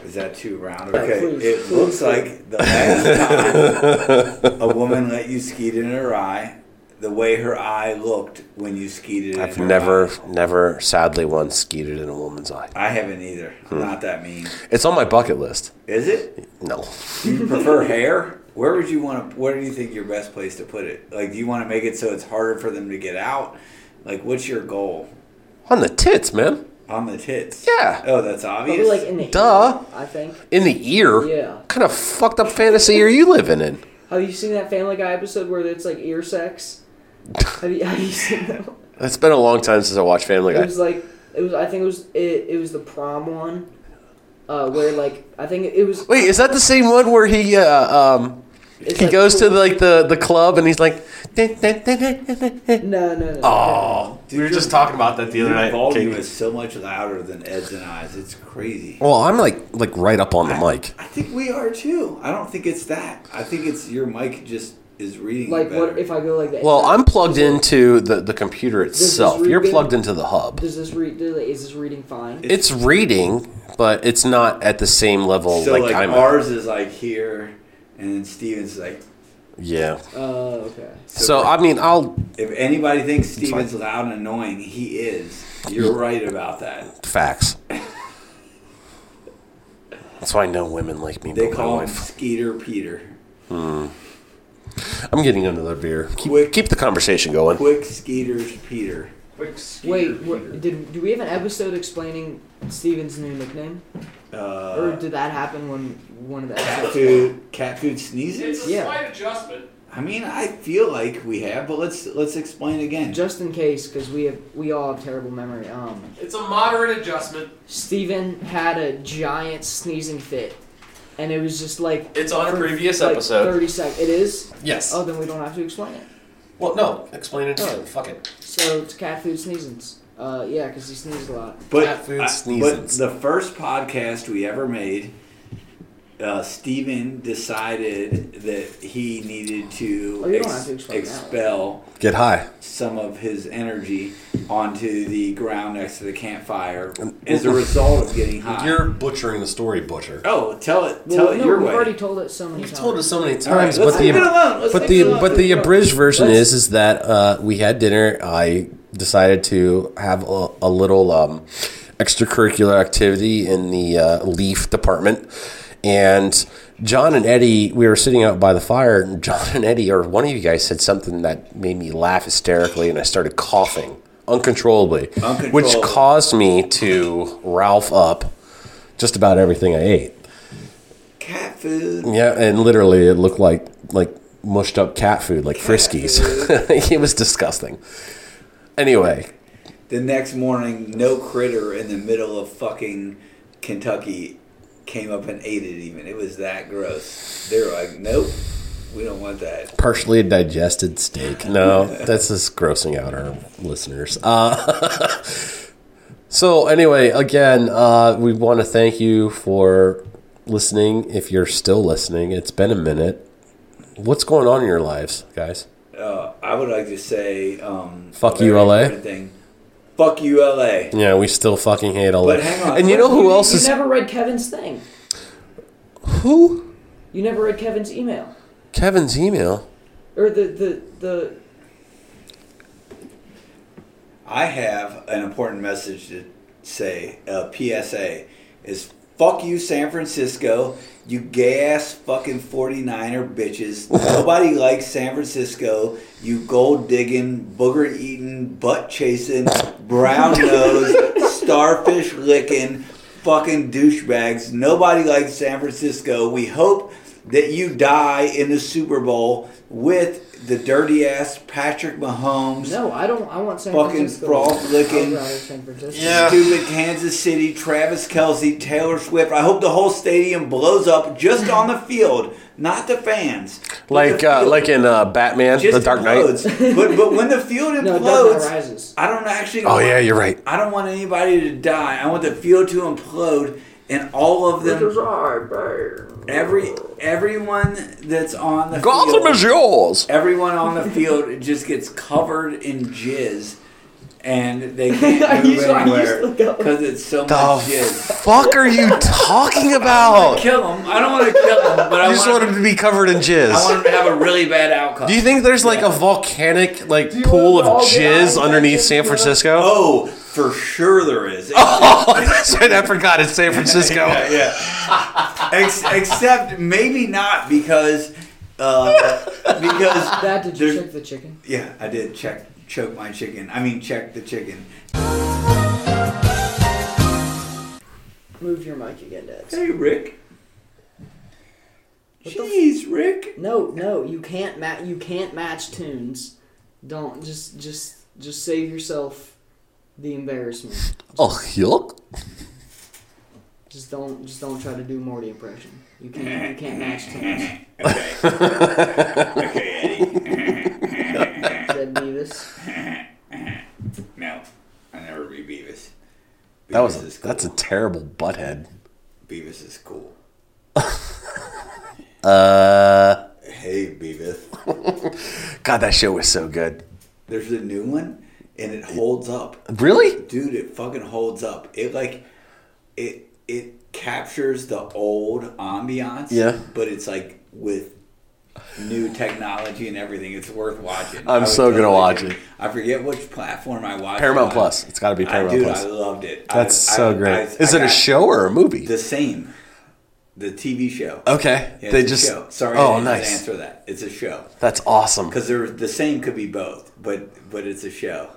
[SPEAKER 3] Is that too round?
[SPEAKER 2] Yeah,
[SPEAKER 3] Okay.
[SPEAKER 2] please,
[SPEAKER 3] it
[SPEAKER 2] please,
[SPEAKER 3] looks
[SPEAKER 2] please.
[SPEAKER 3] like the last time a woman let you skeet in her eye, the way her eye looked when you skeeted in
[SPEAKER 1] I've
[SPEAKER 3] her
[SPEAKER 1] never,
[SPEAKER 3] eye.
[SPEAKER 1] never, sadly, once skeeted in a woman's eye.
[SPEAKER 3] I haven't either.
[SPEAKER 1] Hmm.
[SPEAKER 3] I'm not that mean.
[SPEAKER 1] It's on my bucket list.
[SPEAKER 3] Is it?
[SPEAKER 1] No,
[SPEAKER 3] Do you prefer hair? Where would you want to? Where do you think your best place to put it? Like, do you want to make it so it's harder for them to get out? Like, what's your goal
[SPEAKER 1] on the tits, man.
[SPEAKER 3] on the tits?
[SPEAKER 1] Yeah.
[SPEAKER 3] Oh, that's
[SPEAKER 2] Probably
[SPEAKER 3] obvious.
[SPEAKER 2] like in the ear,
[SPEAKER 1] Duh.
[SPEAKER 2] I think.
[SPEAKER 1] In the ear.
[SPEAKER 2] Yeah.
[SPEAKER 1] What kind of fucked up fantasy are you living in?
[SPEAKER 2] Have you seen that Family Guy episode where it's like ear
[SPEAKER 1] [laughs]
[SPEAKER 2] sex? have you have you seen that? one?
[SPEAKER 1] It's been a long time since I watched Family
[SPEAKER 2] It
[SPEAKER 1] Guy.
[SPEAKER 2] was like it was. I think it was it. It was the prom one, uh, where like I think it was.
[SPEAKER 1] Wait, is that the same one where he uh, um
[SPEAKER 2] It's
[SPEAKER 1] he
[SPEAKER 2] like
[SPEAKER 1] goes to
[SPEAKER 2] cool.
[SPEAKER 1] like the the club and he's like,
[SPEAKER 2] No, no, no.
[SPEAKER 1] oh.
[SPEAKER 4] we were just talking about that the other
[SPEAKER 3] Your
[SPEAKER 4] night.
[SPEAKER 3] volume
[SPEAKER 4] Kate.
[SPEAKER 3] is so much louder than Ed's and I's. It's crazy.
[SPEAKER 1] Well, I'm like like right up on the mic.
[SPEAKER 3] I think we are too. I don't think it's that. I think it's your mic just is reading.
[SPEAKER 2] Like
[SPEAKER 3] better.
[SPEAKER 2] what if I go like that?
[SPEAKER 1] Well, I'm plugged into the the computer
[SPEAKER 2] is
[SPEAKER 1] itself. You're
[SPEAKER 2] reading-
[SPEAKER 1] plugged into the hub.
[SPEAKER 2] Does this read? Is this reading fine?
[SPEAKER 1] It's reading, but it's not at the same level
[SPEAKER 3] so
[SPEAKER 1] Oh, like,
[SPEAKER 3] like,
[SPEAKER 1] I'm. at.
[SPEAKER 3] ours is like here, and then Steven's like.
[SPEAKER 1] Yeah.
[SPEAKER 2] Oh, okay.
[SPEAKER 1] So I mean, I'll
[SPEAKER 3] If anybody thinks
[SPEAKER 1] fine.
[SPEAKER 3] Steven's loud and annoying, he is. You're right about that.
[SPEAKER 1] facts. That's why no women like me.
[SPEAKER 3] They
[SPEAKER 1] but my
[SPEAKER 3] call him
[SPEAKER 1] wife.
[SPEAKER 3] Skeeter Peter.
[SPEAKER 1] I'm getting another beer. Keep,
[SPEAKER 3] Quick.
[SPEAKER 1] keep the conversation going.
[SPEAKER 3] Quick Skeeter's Peter.
[SPEAKER 4] Quick skeeter,
[SPEAKER 2] Wait, what,
[SPEAKER 4] Peter.
[SPEAKER 2] did do we have an episode explaining Steven's new nickname, or
[SPEAKER 3] Uh,
[SPEAKER 2] did that happen when one of the episodes?
[SPEAKER 3] to cat food sneezes.
[SPEAKER 5] It's a
[SPEAKER 2] Yeah.
[SPEAKER 5] slight adjustment.
[SPEAKER 3] I mean, I feel like we have, but let's let's explain again.
[SPEAKER 2] Just in case, because we have we all have terrible memory. Um,
[SPEAKER 5] It's a moderate adjustment.
[SPEAKER 2] Steven had a giant sneezing fit, and it was just like
[SPEAKER 5] It's on a
[SPEAKER 2] for,
[SPEAKER 5] previous
[SPEAKER 2] like,
[SPEAKER 5] episode.
[SPEAKER 2] Thirty seconds. It is.
[SPEAKER 1] Yes.
[SPEAKER 2] Oh, then we don't have to explain it.
[SPEAKER 1] Well, no. Explain it.
[SPEAKER 2] again.
[SPEAKER 1] Fuck it.
[SPEAKER 2] So it's cat food sneezes. Uh, yeah, because he sneezes a lot.
[SPEAKER 3] but,
[SPEAKER 1] cat food
[SPEAKER 3] I-
[SPEAKER 1] sneezes.
[SPEAKER 3] But the first podcast we ever made, uh, Steven decided that he needed to,
[SPEAKER 2] Oh, you don't
[SPEAKER 3] ex-
[SPEAKER 2] have to explain that.
[SPEAKER 3] expel.
[SPEAKER 1] Get high.
[SPEAKER 3] some of his energy onto the ground next to the campfire as a result of getting high.
[SPEAKER 1] You're butchering the story, butcher.
[SPEAKER 3] oh, tell it,
[SPEAKER 2] Well,
[SPEAKER 3] tell it
[SPEAKER 2] no,
[SPEAKER 3] your
[SPEAKER 2] we've
[SPEAKER 3] way.
[SPEAKER 2] already told it so many
[SPEAKER 1] You've
[SPEAKER 2] times.
[SPEAKER 1] told us so many
[SPEAKER 3] All right,
[SPEAKER 1] times,
[SPEAKER 3] let's
[SPEAKER 1] but the
[SPEAKER 3] leave it alone. Let's
[SPEAKER 1] but
[SPEAKER 3] leave
[SPEAKER 1] the
[SPEAKER 3] it alone.
[SPEAKER 1] but the
[SPEAKER 3] Let's-
[SPEAKER 1] abridged version
[SPEAKER 3] let's-
[SPEAKER 1] is is that uh, we had dinner. I decided to have a, a little um, extracurricular activity in the uh, leaf department, and John and Eddie. We were sitting out by the fire, and John and Eddie, or one of you guys, said something that made me laugh hysterically, and I started coughing uncontrollably, which
[SPEAKER 3] Uncontrollable.
[SPEAKER 1] caused me to Ralph up just about everything I ate.
[SPEAKER 3] cat food.
[SPEAKER 1] Yeah, and literally it looked like like mushed up cat food, like Friskies. [laughs] it was disgusting. Anyway,
[SPEAKER 3] The next morning, no critter in the middle of fucking Kentucky came up and ate it. Even it was that gross. They were like, nope, we don't want that.
[SPEAKER 1] partially digested steak.
[SPEAKER 3] [laughs]
[SPEAKER 1] No, that's just grossing out our listeners. Uh, [laughs] so anyway, again, uh, we want to thank you for listening. If you're still listening, it's been a minute. What's going on in your lives, guys?
[SPEAKER 3] Uh, I would like to say, um,
[SPEAKER 1] Fuck
[SPEAKER 3] a
[SPEAKER 1] you,
[SPEAKER 3] very
[SPEAKER 1] LA.
[SPEAKER 3] important Thing. Fuck you, LA.
[SPEAKER 1] Yeah, we still fucking hate all
[SPEAKER 3] But
[SPEAKER 1] that.
[SPEAKER 3] hang on,
[SPEAKER 1] and you
[SPEAKER 3] but
[SPEAKER 1] know who
[SPEAKER 2] You-
[SPEAKER 1] else
[SPEAKER 2] you
[SPEAKER 1] is
[SPEAKER 2] never read Kevin's thing.
[SPEAKER 1] who?
[SPEAKER 2] You never read Kevin's email
[SPEAKER 1] Kevin's email.
[SPEAKER 2] or the the the.
[SPEAKER 3] I have an important message to say. uh, A PSA is Fuck you, San Francisco. You gay ass fucking 49er bitches. Nobody likes San Francisco. You gold digging, booger eating, butt chasing, brown nose, starfish licking, fucking douchebags. Nobody likes San Francisco. We hope that you die in the Super Bowl with the dirty ass Patrick Mahomes
[SPEAKER 2] No, I don't. I want San
[SPEAKER 3] Fucking
[SPEAKER 2] Francisco.
[SPEAKER 3] frog licking.
[SPEAKER 2] I'd rather San Francisco.
[SPEAKER 4] Yeah.
[SPEAKER 3] Stupid Kansas City, Travis Kelsey, Taylor Swift. I hope the whole stadium blows up just on the field, not the fans. But
[SPEAKER 1] Like
[SPEAKER 3] the
[SPEAKER 1] uh,
[SPEAKER 3] field
[SPEAKER 1] like in uh, Batman,
[SPEAKER 3] just
[SPEAKER 1] The Dark Knight.
[SPEAKER 3] implodes. but but when the field
[SPEAKER 2] No, it does
[SPEAKER 3] implodes,
[SPEAKER 2] not rises.
[SPEAKER 3] I don't actually.
[SPEAKER 1] Oh
[SPEAKER 3] want-
[SPEAKER 1] yeah, you're right.
[SPEAKER 3] I don't want anybody to die. I want the field to implode and all of them. Every everyone that's on the
[SPEAKER 1] Gotham
[SPEAKER 3] field,
[SPEAKER 1] is yours.
[SPEAKER 3] everyone on the field just gets covered in jizz. And
[SPEAKER 2] [laughs]
[SPEAKER 3] they
[SPEAKER 2] I
[SPEAKER 3] can't move
[SPEAKER 2] used to- I used to
[SPEAKER 3] anywhere
[SPEAKER 2] look up-
[SPEAKER 3] because it's so much
[SPEAKER 1] The
[SPEAKER 3] jizz.
[SPEAKER 1] fuck are you talking
[SPEAKER 3] I
[SPEAKER 1] about? You
[SPEAKER 3] kill him. I don't want to kill him, but I
[SPEAKER 1] just
[SPEAKER 3] want
[SPEAKER 1] want him
[SPEAKER 3] him.
[SPEAKER 1] to be covered in
[SPEAKER 3] I want
[SPEAKER 1] jizz.
[SPEAKER 3] him to have a really bad outcome.
[SPEAKER 1] Do you think there's like a volcanic like
[SPEAKER 2] you
[SPEAKER 1] pool
[SPEAKER 2] want
[SPEAKER 1] of
[SPEAKER 2] all the eyes
[SPEAKER 1] jizz
[SPEAKER 2] that
[SPEAKER 1] underneath
[SPEAKER 2] just
[SPEAKER 1] San
[SPEAKER 2] go-
[SPEAKER 1] Francisco?
[SPEAKER 3] oh, for sure there is.
[SPEAKER 1] Oh, [laughs] shit, I forgot it's San Francisco.
[SPEAKER 3] [laughs] yeah, yeah. [laughs] Ex- except maybe not because uh, because
[SPEAKER 2] Dad, did you
[SPEAKER 3] there's-
[SPEAKER 2] check the chicken?
[SPEAKER 3] yeah, I did check choke my chicken. I mean check the chicken.
[SPEAKER 2] Move your mic again, Dad.
[SPEAKER 3] Hey Rick.
[SPEAKER 2] the f-
[SPEAKER 3] Jeez, Rick.
[SPEAKER 2] No, no, you can't match. You can't match tunes. Don't just, just, just save yourself the embarrassment.
[SPEAKER 1] Oh, yuck.
[SPEAKER 2] Just don't, just don't try to do Morty impression. You can't, you can't match tunes.
[SPEAKER 3] [laughs] Okay, Eddie.
[SPEAKER 2] Dead Beavis.
[SPEAKER 3] no, I never be Beavis.
[SPEAKER 1] That was
[SPEAKER 3] Beavis is
[SPEAKER 1] a,
[SPEAKER 3] cool.
[SPEAKER 1] that's a terrible butthead.
[SPEAKER 3] Beavis is cool.
[SPEAKER 1] [laughs] Uh,
[SPEAKER 3] Hey Beavis.
[SPEAKER 1] God, that show was so good.
[SPEAKER 3] There's a new one, and it holds up,
[SPEAKER 1] Really?
[SPEAKER 3] dude. It fucking holds up. It like, it it captures the old ambiance.
[SPEAKER 1] Yeah.
[SPEAKER 3] But it's like with new technology and everything. It's worth watching.
[SPEAKER 1] I'm
[SPEAKER 3] I would
[SPEAKER 1] so gonna
[SPEAKER 3] totally
[SPEAKER 1] watch
[SPEAKER 3] do
[SPEAKER 1] it.
[SPEAKER 3] I forget which platform I watched.
[SPEAKER 1] Paramount
[SPEAKER 3] it on.
[SPEAKER 1] Plus. It's got to be
[SPEAKER 3] I-
[SPEAKER 1] Paramount
[SPEAKER 3] dude,
[SPEAKER 1] Plus.
[SPEAKER 3] I loved it. I-
[SPEAKER 1] That's
[SPEAKER 3] I-
[SPEAKER 1] so
[SPEAKER 3] I-
[SPEAKER 1] great.
[SPEAKER 3] I-
[SPEAKER 1] Is
[SPEAKER 3] I
[SPEAKER 1] it a
[SPEAKER 3] got
[SPEAKER 1] show or a movie?
[SPEAKER 3] The same. The TV show.
[SPEAKER 1] okay,
[SPEAKER 3] Yeah,
[SPEAKER 1] they
[SPEAKER 3] it's a
[SPEAKER 1] just
[SPEAKER 3] show. sorry. I
[SPEAKER 1] Oh,
[SPEAKER 3] didn't
[SPEAKER 1] nice.
[SPEAKER 3] Answer that. It's a show
[SPEAKER 1] That's awesome.
[SPEAKER 3] because they're the same could be both, but but it's a show.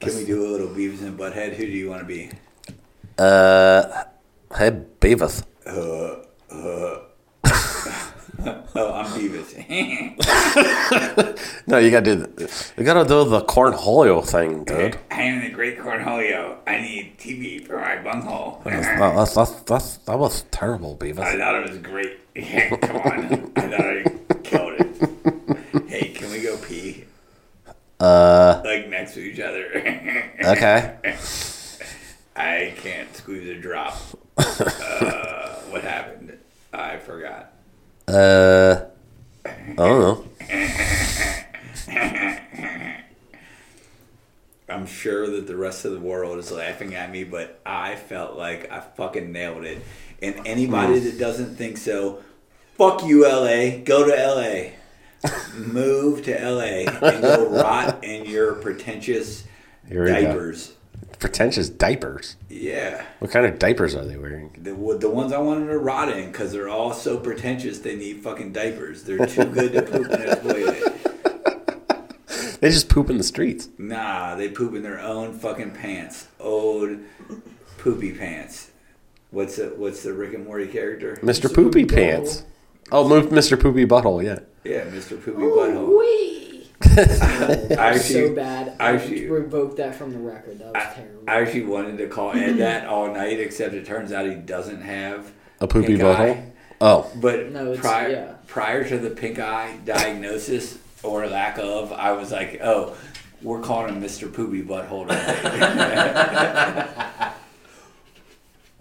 [SPEAKER 3] Can we do a little Beavis and Butthead? Who do you want to be?
[SPEAKER 1] Uh, hey, Beavis.
[SPEAKER 3] Oh, I'm Beavis. [laughs]
[SPEAKER 1] No, you gotta do the, you gotta do the cornholio thing, dude.
[SPEAKER 3] I am the Great Cornholio. I need TV for my bunghole.
[SPEAKER 1] That, that's, that's, that's, that was terrible,
[SPEAKER 3] I
[SPEAKER 1] Beavis.
[SPEAKER 3] thought it was great. [laughs] Come on, I thought I killed it. Hey, can we go pee? Uh, like next to each other. [laughs]
[SPEAKER 1] Okay.
[SPEAKER 3] I can't squeeze a drop. Uh, what happened? I forgot.
[SPEAKER 1] Uh, I don't know.
[SPEAKER 3] I'm sure that the rest of the world is laughing at me, but I felt like I fucking nailed it. And anybody
[SPEAKER 1] Hmm.
[SPEAKER 3] that doesn't think so, fuck you, LA. Go to
[SPEAKER 1] [laughs]
[SPEAKER 3] LA. Move to LA and go rot in your pretentious
[SPEAKER 1] Here we go.
[SPEAKER 3] diapers.
[SPEAKER 1] Pretentious diapers.
[SPEAKER 3] Yeah.
[SPEAKER 1] What kind of diapers are they wearing?
[SPEAKER 3] The, w- the ones I wanted to rot in because they're all so pretentious they need fucking diapers. They're too good to poop in a toilet.
[SPEAKER 1] They just poop in the streets.
[SPEAKER 3] Nah, they poop in their own fucking pants. Old poopy pants. What's the what's the Rick and Morty character?
[SPEAKER 1] Mr. Poopy Pants. Oh, Mo- Mr. Poopy Butthole. Yeah.
[SPEAKER 3] Yeah, Mr. Poopy Butthole.
[SPEAKER 2] Wee.
[SPEAKER 3] I actually,
[SPEAKER 2] so bad.
[SPEAKER 3] I
[SPEAKER 2] I
[SPEAKER 3] see.
[SPEAKER 2] revoked that from the record. That was terrible.
[SPEAKER 3] I actually wanted to call
[SPEAKER 2] [clears throat]
[SPEAKER 3] Ed that all night, except it turns out he doesn't have
[SPEAKER 1] A poopy
[SPEAKER 3] pink eye.
[SPEAKER 1] butthole. Oh,
[SPEAKER 3] But
[SPEAKER 2] No, it's-
[SPEAKER 3] prior
[SPEAKER 2] yeah.
[SPEAKER 3] prior to the pink eye diagnosis or lack of, I was like, oh, we're calling him Mr. Poopy Butthole.
[SPEAKER 2] [laughs]
[SPEAKER 3] today.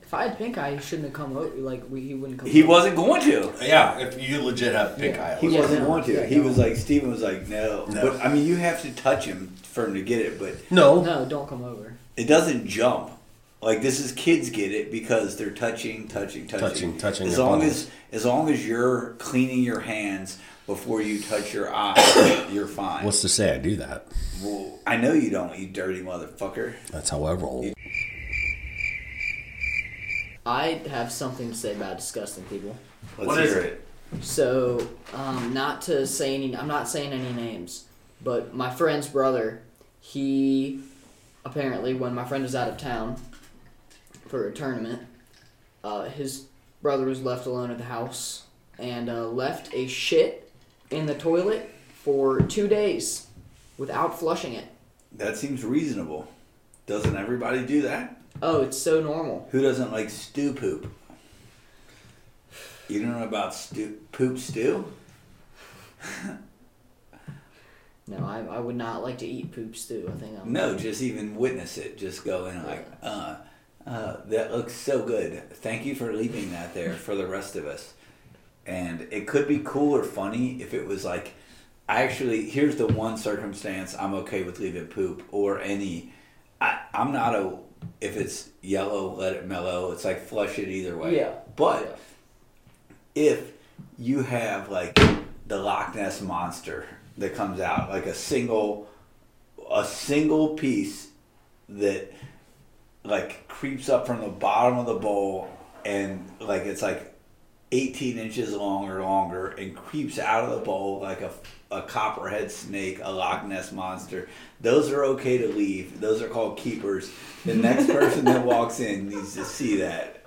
[SPEAKER 2] if I had pink eye, he shouldn't have come over. Like we, he wouldn't come.
[SPEAKER 3] he
[SPEAKER 2] over.
[SPEAKER 3] wasn't going to.
[SPEAKER 4] Yeah, if you legit have pink
[SPEAKER 2] Yeah.
[SPEAKER 4] eye.
[SPEAKER 3] He
[SPEAKER 2] Yeah,
[SPEAKER 3] wasn't
[SPEAKER 2] no,
[SPEAKER 3] want to.
[SPEAKER 2] yeah,
[SPEAKER 3] he
[SPEAKER 2] no.
[SPEAKER 3] was like Steven was like no.
[SPEAKER 4] No.
[SPEAKER 3] But I mean, you have to touch him for him to get it, but
[SPEAKER 4] No.
[SPEAKER 2] No, don't come over.
[SPEAKER 3] it doesn't jump. Like this is kids get it because they're touching, touching, touching,
[SPEAKER 4] Touching, touching
[SPEAKER 3] As
[SPEAKER 4] their
[SPEAKER 3] long
[SPEAKER 4] buttholes.
[SPEAKER 3] as as long as you're cleaning your hands before you touch your eye, [coughs] you're fine.
[SPEAKER 4] What's to say I do that?
[SPEAKER 3] Well, I know you don't, you dirty motherfucker.
[SPEAKER 4] That's how I roll.
[SPEAKER 2] I have something to say about disgusting people.
[SPEAKER 4] Let's
[SPEAKER 5] What is
[SPEAKER 4] hear
[SPEAKER 5] it?
[SPEAKER 4] it.
[SPEAKER 2] So, um, not to say any, I'm not saying any names, but my friend's brother, he apparently, when my friend was out of town for a tournament, uh, his brother was left alone at the house and uh, left a shit in the toilet for two days without flushing it.
[SPEAKER 3] That seems reasonable. Doesn't everybody do that?
[SPEAKER 2] Oh, it's so normal.
[SPEAKER 3] Who doesn't like stew poop? You don't know about stew poop stew?
[SPEAKER 2] No, I, I would not like to eat poop stew. I think I'm.
[SPEAKER 3] No, just even witness it. Just go in like, uh, uh, that looks so good. Thank you for leaving that there for the rest of us. And it could be cool or funny if it was like, actually, here's the one circumstance I'm okay with leaving poop or any. I, I'm not a. If it's yellow, let it mellow. It's like flush it either way.
[SPEAKER 2] Yeah.
[SPEAKER 3] But
[SPEAKER 2] Yeah.
[SPEAKER 3] if you have like the Loch Ness monster that comes out, like a single, a single piece that like creeps up from the bottom of the bowl and like it's like 18 inches long or longer and creeps out of the bowl like a, a copperhead snake, a Loch Ness monster. Those are okay to leave. Those are called keepers. The next person that walks in needs to see that.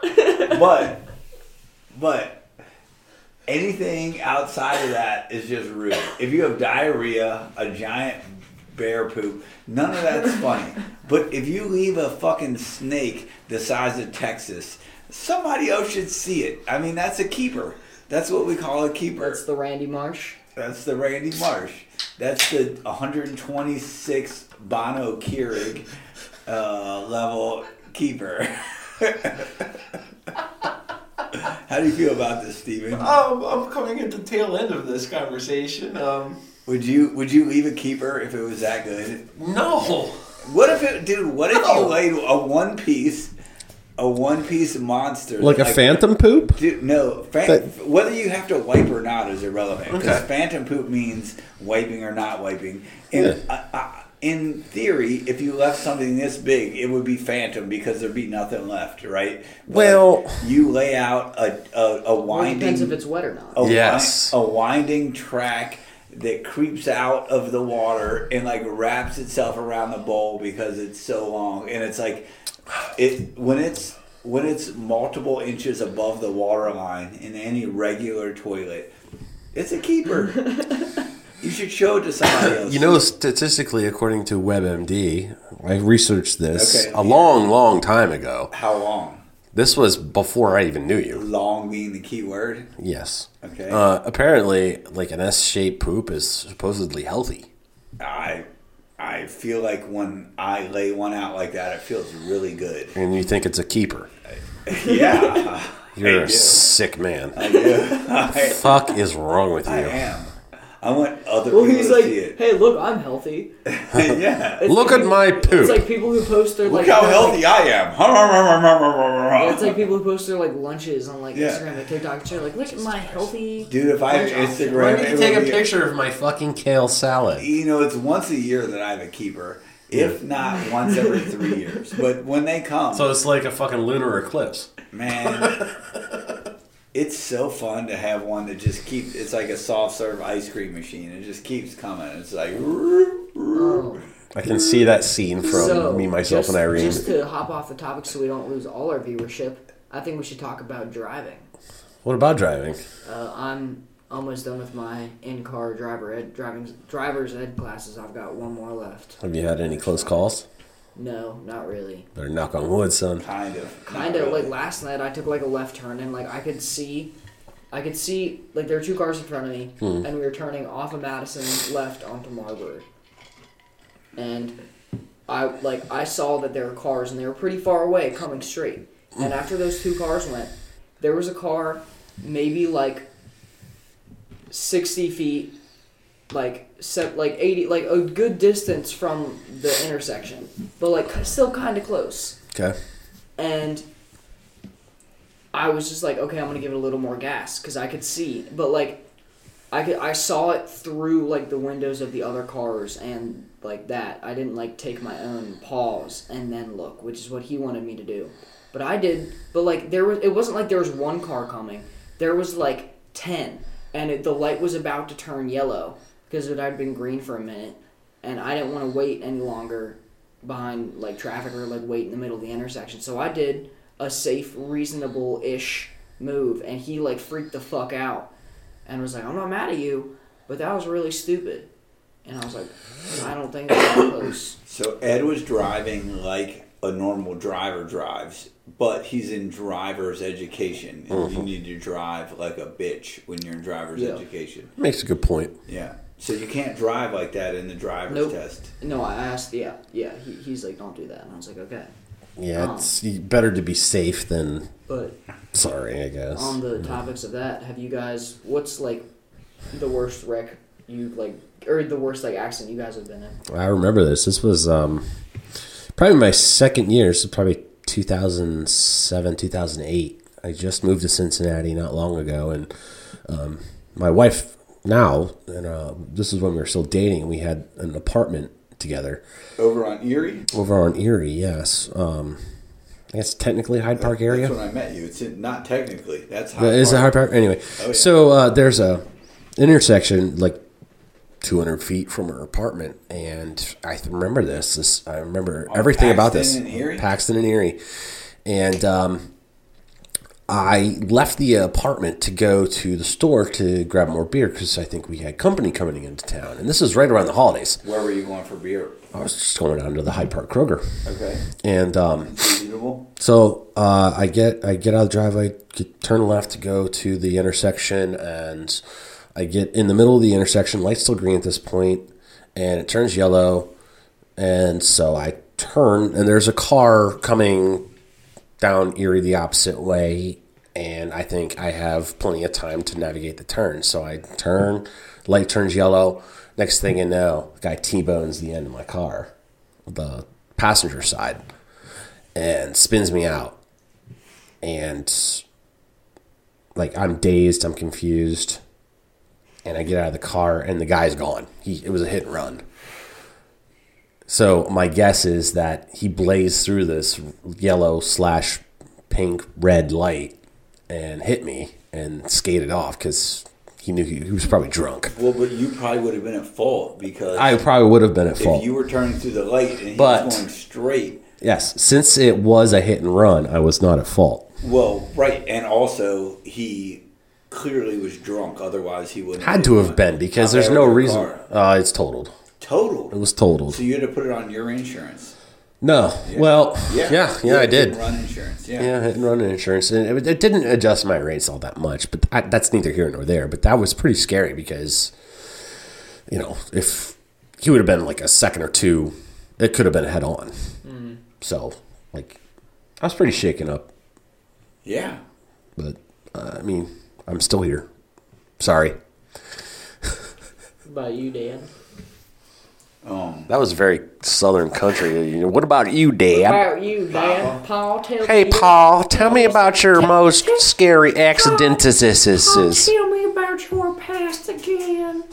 [SPEAKER 3] But, but anything outside of that is just rude. If you have diarrhea, a giant bear poop, none of that's funny. But if you leave a fucking snake the size of Texas, somebody else should see it. I mean, that's a keeper. That's what we call a keeper.
[SPEAKER 2] That's the Randy Marsh.
[SPEAKER 3] That's the Randy Marsh. That's the 126 Bono Keurig uh, level keeper. [laughs] How do you feel about this, Steven?
[SPEAKER 6] Oh.
[SPEAKER 4] Um, I'm coming at the tail end of this conversation. Um,
[SPEAKER 3] Would you would you leave a keeper if it was that good?
[SPEAKER 4] no.
[SPEAKER 3] What if it, dude? What if you
[SPEAKER 4] No.
[SPEAKER 3] laid a one piece, a one piece monster
[SPEAKER 1] Like a phantom poop?
[SPEAKER 3] Dude, no, fan,
[SPEAKER 1] That-
[SPEAKER 3] whether you have to wipe or not is irrelevant because phantom poop means wiping or not wiping. And uh, uh, in theory, if you left something this big, it would be phantom because there'd be nothing left, right? But
[SPEAKER 1] Well-
[SPEAKER 3] you lay out a a, a
[SPEAKER 2] Well, it
[SPEAKER 3] winding.
[SPEAKER 2] depends if it's wet or not.
[SPEAKER 3] a wi-
[SPEAKER 1] Yes.
[SPEAKER 3] a winding track that creeps out of the water and like wraps itself around the bowl because it's so long and it's like it when it's when it's multiple inches above the water line in any regular toilet it's a
[SPEAKER 1] [laughs]
[SPEAKER 3] keeper you should show it to somebody else
[SPEAKER 1] You know, statistically, according to WebMD, I researched this
[SPEAKER 3] Okay.
[SPEAKER 1] a long, long time ago.
[SPEAKER 3] how long
[SPEAKER 1] This was before I even knew you.
[SPEAKER 3] long being the key word
[SPEAKER 1] Yes.
[SPEAKER 3] Okay.
[SPEAKER 1] Uh, apparently, like an S-shaped poop is supposedly healthy.
[SPEAKER 3] i i feel like when i lay one out like that it feels really good [laughs]
[SPEAKER 1] and you think it's a keeper.
[SPEAKER 3] yeah
[SPEAKER 1] You're a
[SPEAKER 3] do.
[SPEAKER 1] sick man.
[SPEAKER 3] [laughs] I,
[SPEAKER 1] Fuck is wrong with
[SPEAKER 3] I
[SPEAKER 1] you.
[SPEAKER 3] am. I want other
[SPEAKER 2] Well,
[SPEAKER 3] people
[SPEAKER 2] he's
[SPEAKER 3] to
[SPEAKER 2] like,
[SPEAKER 3] see
[SPEAKER 2] [laughs]
[SPEAKER 3] it.
[SPEAKER 2] hey, look, I'm healthy.
[SPEAKER 3] [laughs] yeah. Look,
[SPEAKER 1] Look at my
[SPEAKER 2] It's like
[SPEAKER 1] poop.
[SPEAKER 2] people who post their like.
[SPEAKER 3] how
[SPEAKER 2] their,
[SPEAKER 3] healthy I am. Hum, hum, hum, hum, hum, hum, hum,
[SPEAKER 2] Like,
[SPEAKER 3] [laughs] hum.
[SPEAKER 2] it's like people who post their like lunches on like
[SPEAKER 3] Yeah.
[SPEAKER 2] Instagram and TikTok. And shit, like, look at my healthy.
[SPEAKER 3] Dude, if I had Instagram, it would be-
[SPEAKER 1] of my fucking kale salad.
[SPEAKER 3] You know, it's once a year that I have a keeper, if not once every three years. But when they come,
[SPEAKER 1] it's like a fucking lunar eclipse.
[SPEAKER 3] man, it's so fun to have one that just keeps. It's like a soft serve ice cream machine. It just keeps coming. It's like.
[SPEAKER 2] Oh.
[SPEAKER 1] I can see that scene from
[SPEAKER 2] so,
[SPEAKER 1] Me, Myself,
[SPEAKER 2] just,
[SPEAKER 1] and Irene.
[SPEAKER 2] Just to hop off the topic so we don't lose all our viewership, I think we should talk about driving.
[SPEAKER 1] What about driving?
[SPEAKER 2] Uh, I'm almost done with my in-car driver ed driving driver's ed classes. I've got one more left.
[SPEAKER 1] Have you had any close calls?
[SPEAKER 2] No, not really.
[SPEAKER 1] Better knock on wood, son.
[SPEAKER 3] Kind of. not
[SPEAKER 2] kind of
[SPEAKER 3] really.
[SPEAKER 2] like last night i took like a left turn and like i could see i could see like there were two cars in front of me and we were turning off of madison left onto marbury and i like i saw that there were cars and they were pretty far away coming straight and after those two cars went there was a car maybe like 60 feet like set like 80 like a good distance from the intersection but like still kind of close
[SPEAKER 1] Okay.
[SPEAKER 2] and I was just like, okay, I'm gonna give it a little more gas because I could see, but like, I could I saw it through like the windows of the other cars and like that. I didn't like take my own pause and then look, which is what he wanted me to do. But I did. But like there was, it wasn't like there was one car coming. There was like ten, and it, the light was about to turn yellow because it had been green for a minute, and I didn't want to wait any longer behind like traffic or like wait in the middle of the intersection. So I did a safe, reasonable ish move, and he like freaked the fuck out and was like, "I'm not mad at you, but that was really stupid." And I was like, "I don't think that's that close."
[SPEAKER 3] So Ed was driving like a normal driver drives, but he's in driver's education. And You
[SPEAKER 1] Mm-hmm.
[SPEAKER 3] need to drive like a bitch when you're in driver's
[SPEAKER 2] Yeah.
[SPEAKER 3] education.
[SPEAKER 1] Makes a good point.
[SPEAKER 3] Yeah. So you can't drive like that in the driver's
[SPEAKER 2] Nope.
[SPEAKER 3] test.
[SPEAKER 2] No, I asked. Yeah, yeah. He, he's like, "Don't do that," and I was like, "Okay."
[SPEAKER 1] Yeah, it's better to be safe than
[SPEAKER 2] But
[SPEAKER 1] sorry, I guess.
[SPEAKER 2] on the topics of that, have you guys? What's like the worst wreck you like, or the worst like accident you guys have been in?
[SPEAKER 1] I remember this. This was um, probably my second year, so probably 2007, 2008. I just moved to Cincinnati not long ago, and um, my wife now, and uh, this is when we were still dating, we had an apartment together
[SPEAKER 3] Over on Erie?
[SPEAKER 1] over on Erie, yes. Um, I guess technically Hyde Park area.
[SPEAKER 3] That's when I met you. It's in, not technically. That's how.
[SPEAKER 1] But Uh, Is it Hyde Park? Anyway,
[SPEAKER 3] Oh, yeah.
[SPEAKER 1] so uh, there's a intersection like 200 feet from her apartment, and I th- remember this. This I remember
[SPEAKER 3] On
[SPEAKER 1] everything about this.
[SPEAKER 3] Oh, Paxton and Erie?
[SPEAKER 1] Paxton and Erie, and um, I left the apartment to go to the store to grab more beer because I think we had company coming into town, and this is right around the holidays.
[SPEAKER 3] Where were you going for beer?
[SPEAKER 1] I was just going down to the Hyde Park Kroger,
[SPEAKER 3] Okay.
[SPEAKER 1] and um,
[SPEAKER 3] Reasonable.
[SPEAKER 1] so uh, I get I get out of the driveway, get, turn left to go to the intersection, and I get in the middle of the intersection. Light's still green at this point, and it turns yellow, and so I turn, and there's a car coming down Erie the opposite way, and I think I have plenty of time to navigate the turn. So I turn, light turns yellow. Next thing you know, the guy T-bones the end of my car, the passenger side and spins me out. And like I'm dazed, I'm confused, and I get out of the car and the guy's gone. He it was a hit and run. So my guess is that he blazed through this yellow slash pink red light and hit me and skated off because he knew he, he was probably drunk.
[SPEAKER 3] Well, but you probably would have been at fault because
[SPEAKER 1] I probably would have been at
[SPEAKER 3] if
[SPEAKER 1] fault.
[SPEAKER 3] you were turning through the light and he
[SPEAKER 1] But-
[SPEAKER 3] was going straight.
[SPEAKER 1] yes, since it was a hit and run, I was not at fault.
[SPEAKER 3] Well, right, and also he clearly was drunk. Otherwise, he wouldn't
[SPEAKER 1] Had to have been because there's no reason.
[SPEAKER 3] Total.
[SPEAKER 1] Uh, it's totaled. It was totaled.
[SPEAKER 3] So you had to put it on your insurance.
[SPEAKER 1] No. Well, yeah, yeah,
[SPEAKER 3] You
[SPEAKER 1] I
[SPEAKER 3] had to
[SPEAKER 1] did.
[SPEAKER 3] Run insurance. Yeah.
[SPEAKER 1] Yeah, hit and run insurance. And it, it didn't adjust my rates all that much, but I, that's neither here nor there. But that was pretty scary because, you know, if he would have been like a second or two, it could have been head on. Mm-hmm. So, like, I was pretty shaken up,
[SPEAKER 3] Yeah.
[SPEAKER 1] but uh, I mean, I'm still here. Sorry.
[SPEAKER 2] What about you, Dan?
[SPEAKER 3] Um,
[SPEAKER 1] That was very southern country. You know, What about you,
[SPEAKER 2] What
[SPEAKER 1] Dad?
[SPEAKER 2] about you, Dan? Paul, tell
[SPEAKER 1] Hey,
[SPEAKER 2] me.
[SPEAKER 1] Paul, tell me about your most scary accidentuses.
[SPEAKER 2] Tell me about your past again.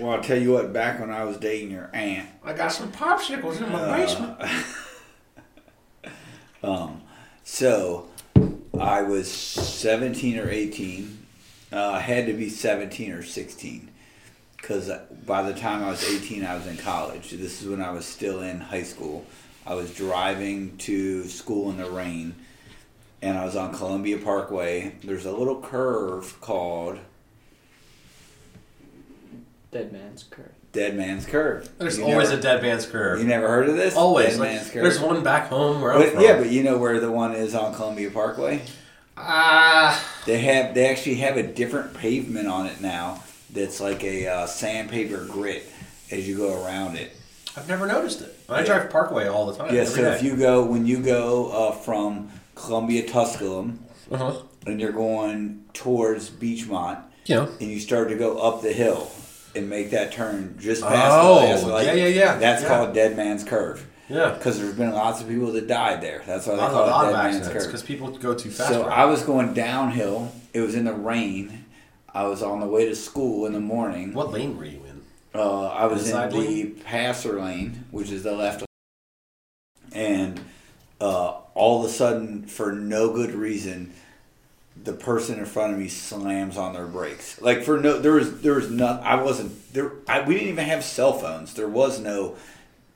[SPEAKER 3] well, I'll tell you what. Back when I was dating your aunt,
[SPEAKER 4] I got some popsicles in my basement.
[SPEAKER 3] so I was seventeen or eighteen. Uh, I had to be seventeen or sixteen because by the time I was eighteen, I was in college. This is when I was still in high school. I was driving to school in the rain. and I was on Columbia Parkway. There's a little curve called
[SPEAKER 2] Dead man's curse.
[SPEAKER 3] Dead Man's Curve.
[SPEAKER 5] There's
[SPEAKER 3] You
[SPEAKER 5] always
[SPEAKER 3] never,
[SPEAKER 5] a dead man's curve.
[SPEAKER 3] You never heard of this?
[SPEAKER 5] always.
[SPEAKER 3] Dead
[SPEAKER 5] Like,
[SPEAKER 3] Man's Curve.
[SPEAKER 5] there's one back home where I'm
[SPEAKER 3] But-
[SPEAKER 5] from.
[SPEAKER 3] yeah, but you know where the one is on Columbia Parkway?
[SPEAKER 5] Ah,
[SPEAKER 3] They have they actually have a different pavement on it now that's like a uh, sandpaper grit as you go around it.
[SPEAKER 5] I've never noticed it. I drive Parkway all the time.
[SPEAKER 3] Yeah,
[SPEAKER 5] every
[SPEAKER 3] so if
[SPEAKER 5] day.
[SPEAKER 3] you go when you go uh, from Columbia Tusculum
[SPEAKER 5] Uh-huh.
[SPEAKER 3] and you're going towards Beachmont
[SPEAKER 1] You know,
[SPEAKER 3] and you start to go up the hill and make that turn just past
[SPEAKER 5] Oh,
[SPEAKER 3] the last light.
[SPEAKER 5] yeah, yeah, yeah,
[SPEAKER 3] That's
[SPEAKER 5] yeah.
[SPEAKER 3] called Dead Man's Curve.
[SPEAKER 5] Yeah.
[SPEAKER 3] Because there's been lots of people that died there. That's why
[SPEAKER 5] A
[SPEAKER 3] they
[SPEAKER 5] lot, a
[SPEAKER 3] call
[SPEAKER 5] lot
[SPEAKER 3] it
[SPEAKER 5] of
[SPEAKER 3] Dead Man's
[SPEAKER 5] accidents because
[SPEAKER 3] Curve.
[SPEAKER 5] people go too fast.
[SPEAKER 3] So
[SPEAKER 5] for it.
[SPEAKER 3] I was going downhill. It was in the rain. I was on the way to school in the morning.
[SPEAKER 5] what lane were you in?
[SPEAKER 3] Uh, I was in
[SPEAKER 5] Inside
[SPEAKER 3] the passer lane, which is the left, and uh, all of a sudden, for no good reason, the person in front of me slams on their brakes. Like for no, there was there was not. I wasn't there. I, we didn't even have cell phones. There was no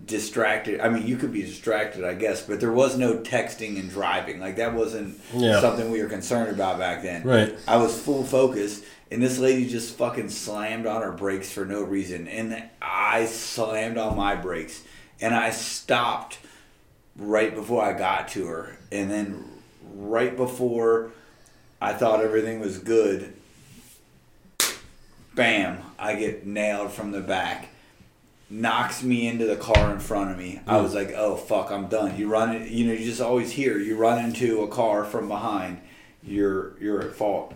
[SPEAKER 3] distracted. I mean, you could be distracted, I guess, but there was no texting and driving. Like that wasn't
[SPEAKER 5] Yeah.
[SPEAKER 3] something we were concerned about back then.
[SPEAKER 5] Right.
[SPEAKER 3] I was full focus, and this lady just fucking slammed on her brakes for no reason, and I slammed on my brakes, and I stopped right before I got to her, and then right before I thought everything was good, bam, I get nailed from the back. Knocks me into the car in front of me. I was like, "Oh fuck, I'm done." You run, it, you know, you just always hear you run into a car from behind. You're you're at fault,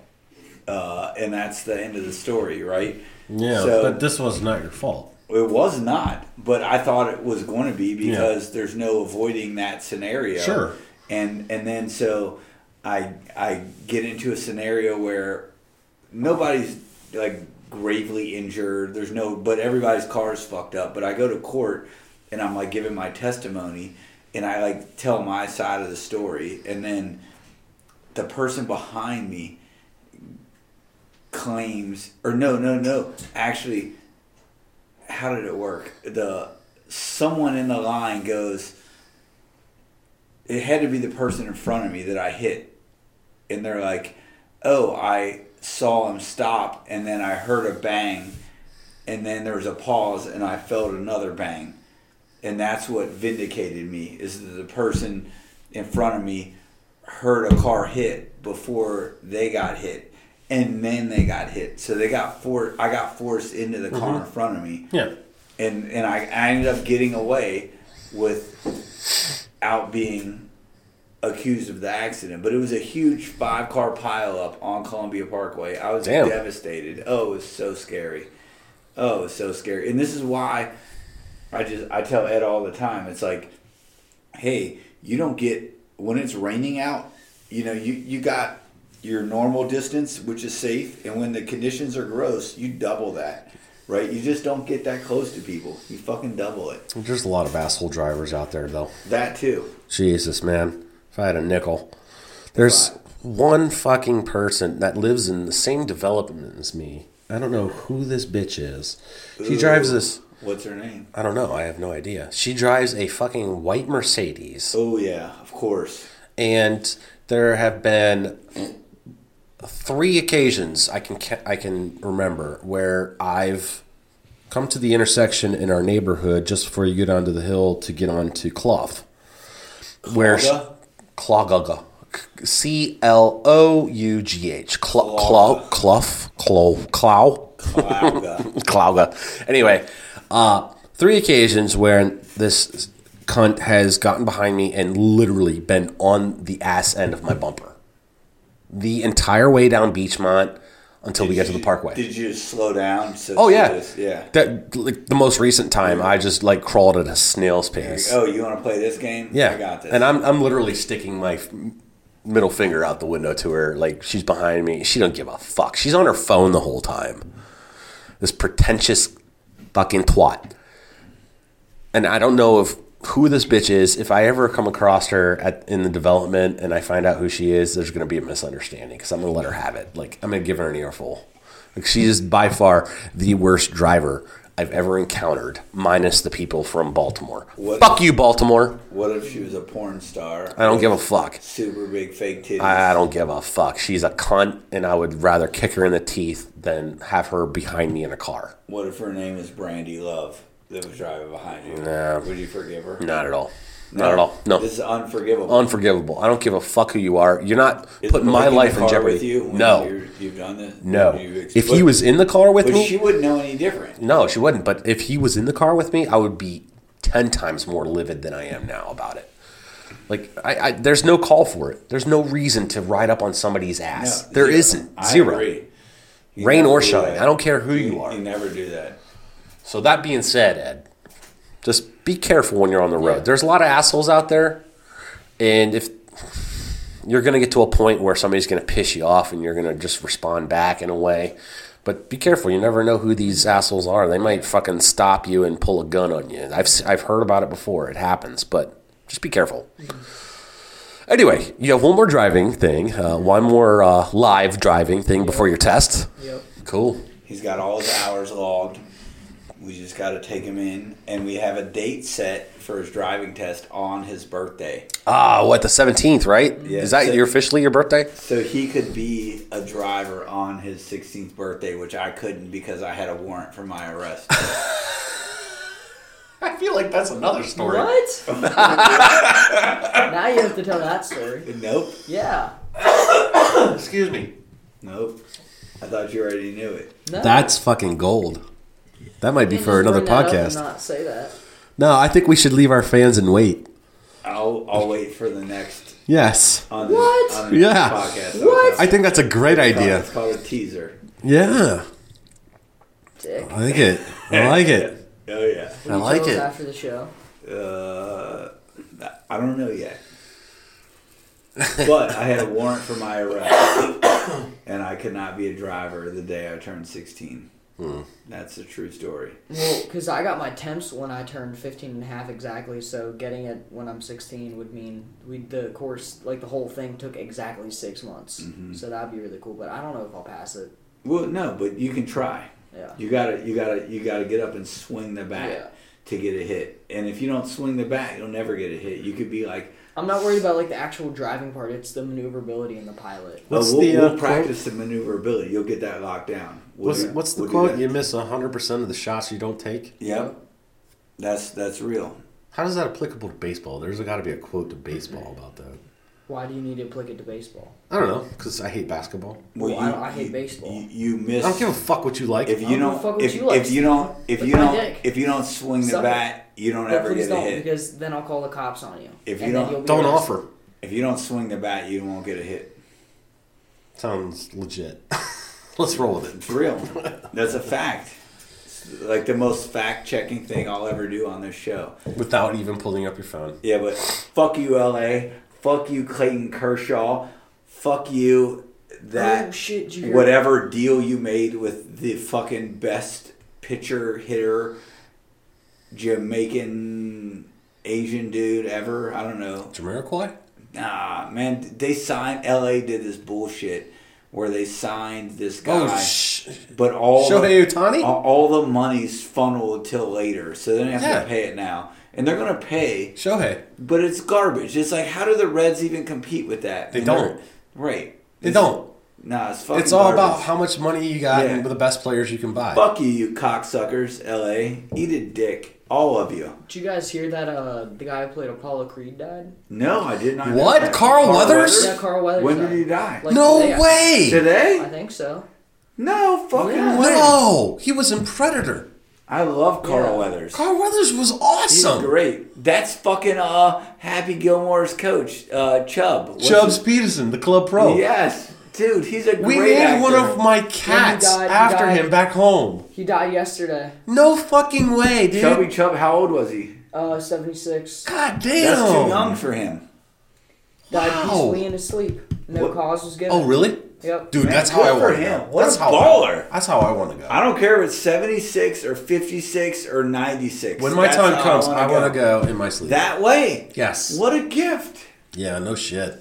[SPEAKER 3] uh, and that's the end of the story, right?
[SPEAKER 5] Yeah,
[SPEAKER 3] So-
[SPEAKER 5] but this was not your fault.
[SPEAKER 3] It was not, but I thought it was going to be because there's no avoiding that scenario.
[SPEAKER 5] Sure.
[SPEAKER 3] And and then so I I get into a scenario where nobody's like gravely injured. There's no, but everybody's car's fucked up. But I go to court and I'm like giving my testimony and I like tell my side of the story and then the person behind me claims or no no no actually how did it work the someone in the line goes it had to be the person in front of me that i hit and they're like oh i saw him stop and then i heard a bang and then there was a pause and i felt another bang and that's what vindicated me is that the person in front of me heard a car hit before they got hit and then they got hit so they got for i got forced into the car in front of me
[SPEAKER 5] Yeah.
[SPEAKER 3] and and I, I ended up getting away without being accused of the accident. But it was a huge five car pileup on Columbia Parkway. I was
[SPEAKER 1] Damn.
[SPEAKER 3] devastated. Oh, it was so scary. Oh, it was so scary. And this is why I just I tell Ed all the time. It's like, hey, you don't get when it's raining out. You know, you you got your normal distance, which is safe, and when the conditions are gross, you double that. Right? You just don't get that close to people. You fucking double it.
[SPEAKER 1] There's a lot of asshole drivers out there, though.
[SPEAKER 3] That too.
[SPEAKER 1] Jesus, man. If I had a nickel. There's one fucking person that lives in the same development as me. I don't know who this bitch is. She drives this.
[SPEAKER 3] What's her name?
[SPEAKER 1] I don't know. I have no idea. She drives a fucking white Mercedes.
[SPEAKER 3] Oh yeah, of course.
[SPEAKER 1] and there have been three occasions I can ca- I can remember where I've come to the intersection in our neighborhood just before you go down to the hill to get onto Clough, where she-
[SPEAKER 3] Clogga?
[SPEAKER 1] Clogga. C L O U G H Clough Clough Clough Clough Clough [laughs]
[SPEAKER 3] Oh, Wow.
[SPEAKER 1] Klauga. Anyway, uh, three occasions where this cunt has gotten behind me and literally been on the ass end of my bumper. The entire way down Beachmont until we get to the parkway.
[SPEAKER 3] Did you just slow down? So
[SPEAKER 1] oh,
[SPEAKER 3] she
[SPEAKER 1] yeah.
[SPEAKER 3] just- yeah.
[SPEAKER 1] That, like, the most recent time, I just like crawled at a snail's pace.
[SPEAKER 3] Oh, you want to play this game?
[SPEAKER 1] Yeah.
[SPEAKER 3] I got this.
[SPEAKER 1] And I'm, I'm literally sticking my f- middle finger out the window to her. Like, she's behind me. She don't give a fuck. She's on her phone the whole time. This pretentious fucking twat. And I don't know if who this bitch is. If I ever come across her at, in the development and I find out who she is, there's going to be a misunderstanding because I'm going to let her have it. Like, I'm going to give her an earful. Like, she is by far the worst driver I've ever encountered, minus the people from Baltimore.
[SPEAKER 3] What-
[SPEAKER 1] Fuck you, Baltimore.
[SPEAKER 3] what if she was a porn star?
[SPEAKER 1] I don't give a fuck.
[SPEAKER 3] Super big fake titties.
[SPEAKER 1] I I don't give a fuck. She's a cunt, and I would rather kick her in the teeth than have her behind me in a car.
[SPEAKER 3] What if her name is Brandy Love that was driving behind you?
[SPEAKER 1] Nah.
[SPEAKER 3] Would you forgive her?
[SPEAKER 1] Not at all. Not at all. No.
[SPEAKER 3] This is unforgivable.
[SPEAKER 1] Unforgivable. I don't give a fuck who you are. You're not
[SPEAKER 3] Is
[SPEAKER 1] putting
[SPEAKER 3] Blake
[SPEAKER 1] my
[SPEAKER 3] the
[SPEAKER 1] life in
[SPEAKER 3] car
[SPEAKER 1] jeopardy.
[SPEAKER 3] With you when
[SPEAKER 1] no.
[SPEAKER 3] you're- You've done this?
[SPEAKER 1] No.
[SPEAKER 3] You ex-
[SPEAKER 1] If
[SPEAKER 3] but-
[SPEAKER 1] he was in the car with
[SPEAKER 3] But
[SPEAKER 1] me,
[SPEAKER 3] she wouldn't know any different.
[SPEAKER 1] no, she wouldn't. But if he was in the car with me, I would be ten times more livid than I am now about it. Like, I, I there's no call for it. There's no reason to ride up on somebody's ass.
[SPEAKER 3] No,
[SPEAKER 1] There
[SPEAKER 3] zero.
[SPEAKER 1] not
[SPEAKER 3] I
[SPEAKER 1] zero.
[SPEAKER 3] agree. You
[SPEAKER 1] Rain
[SPEAKER 3] never
[SPEAKER 1] or
[SPEAKER 3] do
[SPEAKER 1] shine,
[SPEAKER 3] that.
[SPEAKER 1] I don't care who you are.
[SPEAKER 3] You never do that.
[SPEAKER 1] So that being said, Ed, just be careful when you're on the road. There's a lot of assholes out there, and if you're going to get to a point where somebody's going to piss you off and you're going to just respond back in a way, but be careful. You never know who these assholes are. They might fucking stop you and pull a gun on you. I've s- I've heard about it before. It happens, but just be careful. Anyway, you have one more driving thing, uh, one more uh, live driving thing before your test.
[SPEAKER 2] Yep.
[SPEAKER 1] Cool.
[SPEAKER 3] He's got all his hours logged. We just got to take him in, and we have a date set for his driving test on his birthday,
[SPEAKER 1] Ah, what the seventeenth, right?
[SPEAKER 3] Yeah.
[SPEAKER 1] Is that your officially your birthday?
[SPEAKER 3] so he could be a driver on his 16th birthday, which I couldn't because I had a warrant for
[SPEAKER 2] [laughs]
[SPEAKER 3] my arrest.
[SPEAKER 5] I feel like that's another story.
[SPEAKER 1] [laughs]
[SPEAKER 2] What? now you have to tell that story.
[SPEAKER 3] nope,
[SPEAKER 2] Yeah.
[SPEAKER 5] Excuse me.
[SPEAKER 3] nope. I thought you already knew it.
[SPEAKER 2] No.
[SPEAKER 1] That's fucking gold. That might be
[SPEAKER 2] You
[SPEAKER 1] for
[SPEAKER 2] just
[SPEAKER 1] another
[SPEAKER 2] bring that up and uh,
[SPEAKER 1] podcast.
[SPEAKER 2] Not say that.
[SPEAKER 1] No, I think we should leave our fans and wait.
[SPEAKER 3] I'll I'll wait for the next
[SPEAKER 1] Yes.
[SPEAKER 3] on the,
[SPEAKER 2] What?
[SPEAKER 3] On the
[SPEAKER 1] Yeah.
[SPEAKER 3] next podcast.
[SPEAKER 2] What?
[SPEAKER 3] Okay.
[SPEAKER 1] I think that's a great idea.
[SPEAKER 3] It's called a teaser.
[SPEAKER 1] Yeah.
[SPEAKER 2] Dick.
[SPEAKER 1] I like it. I like it.
[SPEAKER 3] Oh yeah.
[SPEAKER 1] I like
[SPEAKER 2] Tell us
[SPEAKER 1] it.
[SPEAKER 2] After the show.
[SPEAKER 3] Uh, I don't know yet. but I had a warrant for my arrest, and I could not be a driver the day I turned 16.
[SPEAKER 1] Hmm.
[SPEAKER 3] That's the true story.
[SPEAKER 2] Well, because I got my temps when I turned 15 and a half exactly, so getting it when I'm 16 would mean we the course, like the whole thing, took exactly six months. So that'd be really cool, but I don't know if I'll pass it.
[SPEAKER 3] Well, no, but you can try.
[SPEAKER 2] Yeah.
[SPEAKER 3] You gotta, you gotta, you gotta get up and swing the bat
[SPEAKER 2] Yeah.
[SPEAKER 3] to get a hit. And if you don't swing the bat, you'll never get a hit. You could be like, oh,
[SPEAKER 2] I'm not worried about like the actual driving part. It's the maneuverability in the pilot.
[SPEAKER 3] oh,
[SPEAKER 5] What's
[SPEAKER 3] we'll,
[SPEAKER 5] the, uh,
[SPEAKER 3] we'll practice the maneuverability. You'll get that locked down. We'll
[SPEAKER 5] What's,
[SPEAKER 3] do-
[SPEAKER 5] what's the
[SPEAKER 3] we'll do
[SPEAKER 5] quote?
[SPEAKER 3] that.
[SPEAKER 5] You miss 100% of the shots you don't take?
[SPEAKER 3] Yep. That's that's real.
[SPEAKER 5] How is that applicable to baseball? There's got to be a quote to baseball about that.
[SPEAKER 2] Why do you need to apply it to baseball?
[SPEAKER 5] I don't know, because I hate basketball.
[SPEAKER 2] Well, I don't- I hate baseball.
[SPEAKER 3] You, you
[SPEAKER 5] I
[SPEAKER 3] miss.
[SPEAKER 5] don't give a fuck what you like.
[SPEAKER 3] if
[SPEAKER 2] I
[SPEAKER 3] you
[SPEAKER 2] don't
[SPEAKER 3] don't,
[SPEAKER 2] fuck what
[SPEAKER 3] if,
[SPEAKER 2] you like,
[SPEAKER 3] if you don't, if
[SPEAKER 2] Suck
[SPEAKER 3] you
[SPEAKER 2] my
[SPEAKER 3] don't,
[SPEAKER 2] dick.
[SPEAKER 3] if you don't swing the
[SPEAKER 2] Suck it.
[SPEAKER 3] bat, you don't ever
[SPEAKER 2] But please
[SPEAKER 3] get a
[SPEAKER 2] don't,
[SPEAKER 3] hit.
[SPEAKER 2] because then I'll call the cops on you.
[SPEAKER 3] If you
[SPEAKER 2] And then
[SPEAKER 3] don't-
[SPEAKER 2] you'll be
[SPEAKER 5] don't
[SPEAKER 2] arrested.
[SPEAKER 5] offer.
[SPEAKER 3] If you don't swing the bat, you won't get a hit.
[SPEAKER 5] Sounds legit. [laughs] Let's roll with it. [laughs]
[SPEAKER 3] It's real. That's a fact. It's like the most fact-checking thing I'll ever do on this show.
[SPEAKER 5] Without even pulling up your phone.
[SPEAKER 3] Yeah, but fuck you, LA. Fuck you, Clayton Kershaw. Fuck you, that
[SPEAKER 2] Oh, shit, did you hear-
[SPEAKER 3] whatever deal you made with the fucking best pitcher hitter Jamaican Asian dude ever. I don't know.
[SPEAKER 5] Jamiroquai?
[SPEAKER 3] Nah, man, they signed. LA did this bullshit where they signed this guy.
[SPEAKER 5] Oh, sh-
[SPEAKER 3] But all
[SPEAKER 5] Shohei
[SPEAKER 3] the,
[SPEAKER 5] Ohtani?
[SPEAKER 3] all- all the money's funneled till later, so they don't have
[SPEAKER 5] Yeah.
[SPEAKER 3] to pay it now, and they're gonna pay.
[SPEAKER 5] Shohei.
[SPEAKER 3] But it's garbage. It's like, how do the Reds even compete with that?
[SPEAKER 5] They
[SPEAKER 3] And they're-
[SPEAKER 5] don't.
[SPEAKER 3] Right.
[SPEAKER 5] They
[SPEAKER 3] It's-
[SPEAKER 5] don't.
[SPEAKER 3] Nah, it's fucking.
[SPEAKER 5] It's all
[SPEAKER 3] garbage.
[SPEAKER 5] about how much money you got
[SPEAKER 3] Yeah.
[SPEAKER 5] and the best players you can buy.
[SPEAKER 3] Fuck you, you cocksuckers, LA. Eat a dick, all of you.
[SPEAKER 2] Did you guys hear that uh, the guy who played Apollo Creed died?
[SPEAKER 3] No, I did not. know
[SPEAKER 5] What?
[SPEAKER 3] that.
[SPEAKER 5] Carl Weathers?
[SPEAKER 2] Yeah, Carl Weathers
[SPEAKER 3] When did
[SPEAKER 2] died.
[SPEAKER 3] he die?
[SPEAKER 2] Like,
[SPEAKER 5] no
[SPEAKER 2] today, I-
[SPEAKER 5] way!
[SPEAKER 2] I
[SPEAKER 3] Today?
[SPEAKER 2] think so.
[SPEAKER 3] No, fucking
[SPEAKER 2] Yeah.
[SPEAKER 3] way.
[SPEAKER 5] No! He was in Predator.
[SPEAKER 3] I love Carl
[SPEAKER 2] Yeah.
[SPEAKER 3] Weathers.
[SPEAKER 5] Carl Weathers was
[SPEAKER 3] He's
[SPEAKER 5] awesome.
[SPEAKER 3] great. That's fucking uh Happy Gilmore's coach, uh Chubb. What's
[SPEAKER 5] Chubbs
[SPEAKER 3] his-
[SPEAKER 5] Peterson, the club pro.
[SPEAKER 3] Yes, dude, he's a great
[SPEAKER 5] We named
[SPEAKER 3] actor.
[SPEAKER 5] one of my cats
[SPEAKER 2] died, he
[SPEAKER 5] after
[SPEAKER 2] died.
[SPEAKER 5] him back home.
[SPEAKER 2] He died yesterday.
[SPEAKER 5] No fucking way, dude.
[SPEAKER 3] Chubby Chubb. How old was he?
[SPEAKER 2] Uh, 76.
[SPEAKER 5] God damn.
[SPEAKER 3] That's too young for him.
[SPEAKER 2] Died
[SPEAKER 5] Wow.
[SPEAKER 2] peacefully in his sleep. No
[SPEAKER 3] What-
[SPEAKER 2] cause was given.
[SPEAKER 5] Oh really?
[SPEAKER 2] Yep.
[SPEAKER 5] Dude, that's how
[SPEAKER 3] good
[SPEAKER 5] I
[SPEAKER 3] for
[SPEAKER 5] want to
[SPEAKER 3] him.
[SPEAKER 5] go.
[SPEAKER 3] What
[SPEAKER 5] that's
[SPEAKER 3] a
[SPEAKER 5] how
[SPEAKER 3] baller.
[SPEAKER 5] that's how I want to go.
[SPEAKER 3] I don't care if it's seventy six or fifty six or ninety six.
[SPEAKER 5] When my time comes, I want to go. in my sleep.
[SPEAKER 3] that way.
[SPEAKER 5] yes.
[SPEAKER 3] What a gift.
[SPEAKER 5] Yeah. No shit.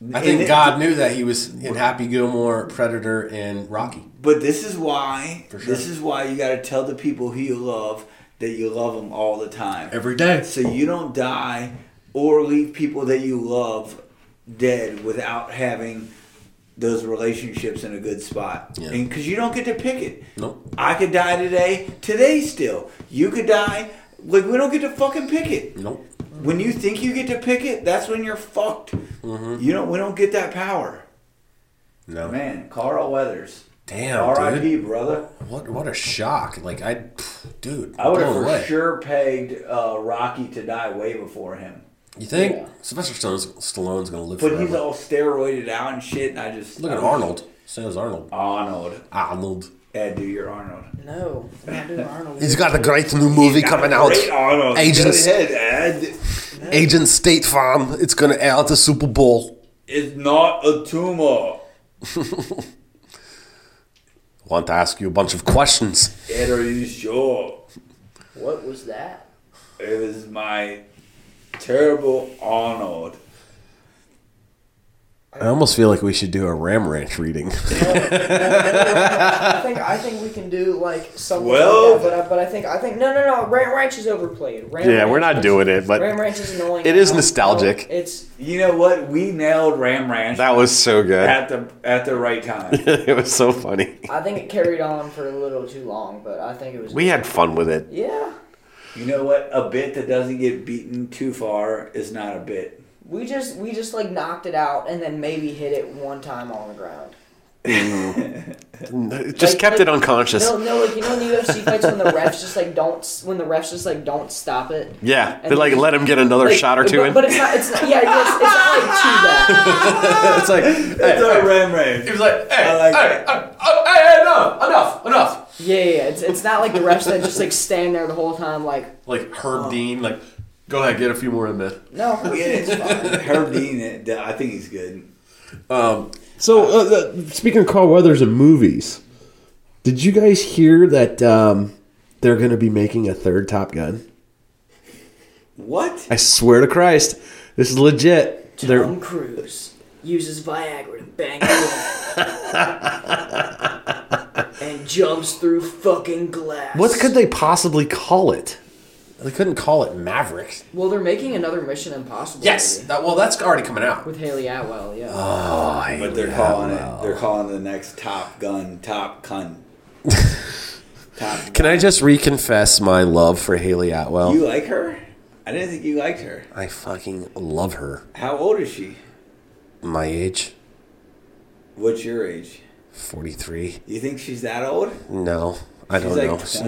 [SPEAKER 5] I
[SPEAKER 3] And
[SPEAKER 5] think
[SPEAKER 3] it-
[SPEAKER 5] God knew that he was in Happy Gilmore, Predator, and Rocky.
[SPEAKER 3] But this is why.
[SPEAKER 5] For sure.
[SPEAKER 3] This is why you got to tell the people who you love that you love them all the time.
[SPEAKER 5] Every day.
[SPEAKER 3] so you don't die or leave people that you love dead without having those relationships in a good spot
[SPEAKER 5] Yeah.
[SPEAKER 3] and because you don't get to pick it
[SPEAKER 5] Nope.
[SPEAKER 3] i could die today today still you could die like we don't get to fucking pick it
[SPEAKER 5] Nope.
[SPEAKER 3] when you think you get to pick it that's when you're fucked you don't we don't get that power
[SPEAKER 5] No.
[SPEAKER 3] man carl weathers
[SPEAKER 5] Damn, dude.
[SPEAKER 3] rip brother
[SPEAKER 5] What what a shock. Like I, pff, dude.
[SPEAKER 3] i would have
[SPEAKER 5] blown
[SPEAKER 3] for
[SPEAKER 5] away.
[SPEAKER 3] sure pegged uh, rocky to die way before him
[SPEAKER 5] You think
[SPEAKER 2] Yeah.
[SPEAKER 5] Sylvester Stone's, Stallone's gonna live
[SPEAKER 3] but
[SPEAKER 5] forever?
[SPEAKER 3] he's all steroided out and shit and i just
[SPEAKER 5] Look at
[SPEAKER 3] I-
[SPEAKER 5] Arnold. Same as Arnold.
[SPEAKER 3] Arnold.
[SPEAKER 5] Arnold.
[SPEAKER 3] Yeah, do your Arnold.
[SPEAKER 2] No. I'm not doing Arnold.
[SPEAKER 1] He's got a great new movie coming out.
[SPEAKER 3] Great Arnold.
[SPEAKER 1] Agents.
[SPEAKER 3] Go ahead, Ed.
[SPEAKER 1] Agent State Farm. It's gonna air at the Super Bowl.
[SPEAKER 3] It's not a tumor.
[SPEAKER 1] Want to ask you a bunch of questions.
[SPEAKER 3] Ed, are you sure?
[SPEAKER 2] What
[SPEAKER 1] [laughs]
[SPEAKER 2] was that?
[SPEAKER 3] It is my terrible Arnold.
[SPEAKER 1] I almost feel like we should do a Ram Ranch reading.
[SPEAKER 2] I think I think we can do like something.
[SPEAKER 3] Well-
[SPEAKER 2] like that, but I, but I think I think no no no Ram Ranch is overplayed. Ram
[SPEAKER 1] yeah,
[SPEAKER 2] Ranch
[SPEAKER 1] we're not
[SPEAKER 2] is-
[SPEAKER 1] doing it,
[SPEAKER 2] Ram
[SPEAKER 1] but
[SPEAKER 2] Ranch is annoying.
[SPEAKER 1] It is
[SPEAKER 2] Um,
[SPEAKER 1] nostalgic.
[SPEAKER 2] It's
[SPEAKER 3] You know what? We nailed Ram
[SPEAKER 1] [laughs]
[SPEAKER 3] Ranch
[SPEAKER 1] that was so good.
[SPEAKER 3] at the at the
[SPEAKER 1] [laughs]
[SPEAKER 3] right time.
[SPEAKER 1] it was so funny.
[SPEAKER 2] I think it carried on for a little too long, but I think it was.
[SPEAKER 1] We had fun with it.
[SPEAKER 2] yeah,
[SPEAKER 3] You know what? A bit that doesn't get beaten too far is not a bit.
[SPEAKER 2] we just we just like knocked it out and then maybe hit it one time on the ground.
[SPEAKER 1] It just
[SPEAKER 2] Like-
[SPEAKER 1] kept it
[SPEAKER 2] like-
[SPEAKER 1] unconscious.
[SPEAKER 2] No no like you know in the UFC fights when the refs just like don't s- when the refs just like don't stop it.
[SPEAKER 1] yeah,
[SPEAKER 2] And
[SPEAKER 1] they like
[SPEAKER 2] then-
[SPEAKER 1] let him get another
[SPEAKER 2] Like,
[SPEAKER 1] shot or two
[SPEAKER 2] but,
[SPEAKER 1] in.
[SPEAKER 2] But it's not. It's not, yeah. It's, it's not like too bad.
[SPEAKER 3] [laughs]
[SPEAKER 1] it's
[SPEAKER 2] [laughs]
[SPEAKER 1] like
[SPEAKER 3] That's our Ram Ranch.
[SPEAKER 4] He was like, hey,
[SPEAKER 3] I like
[SPEAKER 4] hey, uh, uh, hey, hey, no, enough, enough.
[SPEAKER 2] Yeah, yeah. yeah. It's, it's not like the refs that just like stand there the whole time like
[SPEAKER 1] like Herb Dean, like go ahead, get a few more in there.
[SPEAKER 2] no.
[SPEAKER 3] [laughs] It's fine. Herb Dean, I think he's good.
[SPEAKER 1] Um,
[SPEAKER 5] So, uh, the, speaking of Carl Weathers and movies, did you guys hear that um, they're going to be making a third Top Gun?
[SPEAKER 3] What?
[SPEAKER 5] I swear to Christ, this is legit. They're,
[SPEAKER 2] Tom Cruise uses Viagra to bang a
[SPEAKER 1] [laughs]
[SPEAKER 2] woman. and jumps through fucking glass.
[SPEAKER 5] what could they possibly call it?
[SPEAKER 1] they couldn't call it Mavericks.
[SPEAKER 2] Well, they're making another Mission Impossible.
[SPEAKER 1] Yes,
[SPEAKER 2] movie
[SPEAKER 1] that, well, that's already coming out.
[SPEAKER 2] with Haley Atwell. Yeah.
[SPEAKER 1] Oh,
[SPEAKER 3] But they're calling it. They're calling the next Top Gun,
[SPEAKER 1] [laughs]
[SPEAKER 3] Top Cun. top.
[SPEAKER 1] Can I just reconfess my love for Haley Atwell?
[SPEAKER 3] You like her? I didn't think you liked her.
[SPEAKER 1] I fucking love her.
[SPEAKER 3] How old is she?
[SPEAKER 1] My age,
[SPEAKER 3] What's your age?
[SPEAKER 1] forty three.
[SPEAKER 3] You think she's that old?
[SPEAKER 1] No, I don't
[SPEAKER 3] like
[SPEAKER 1] know. She's just-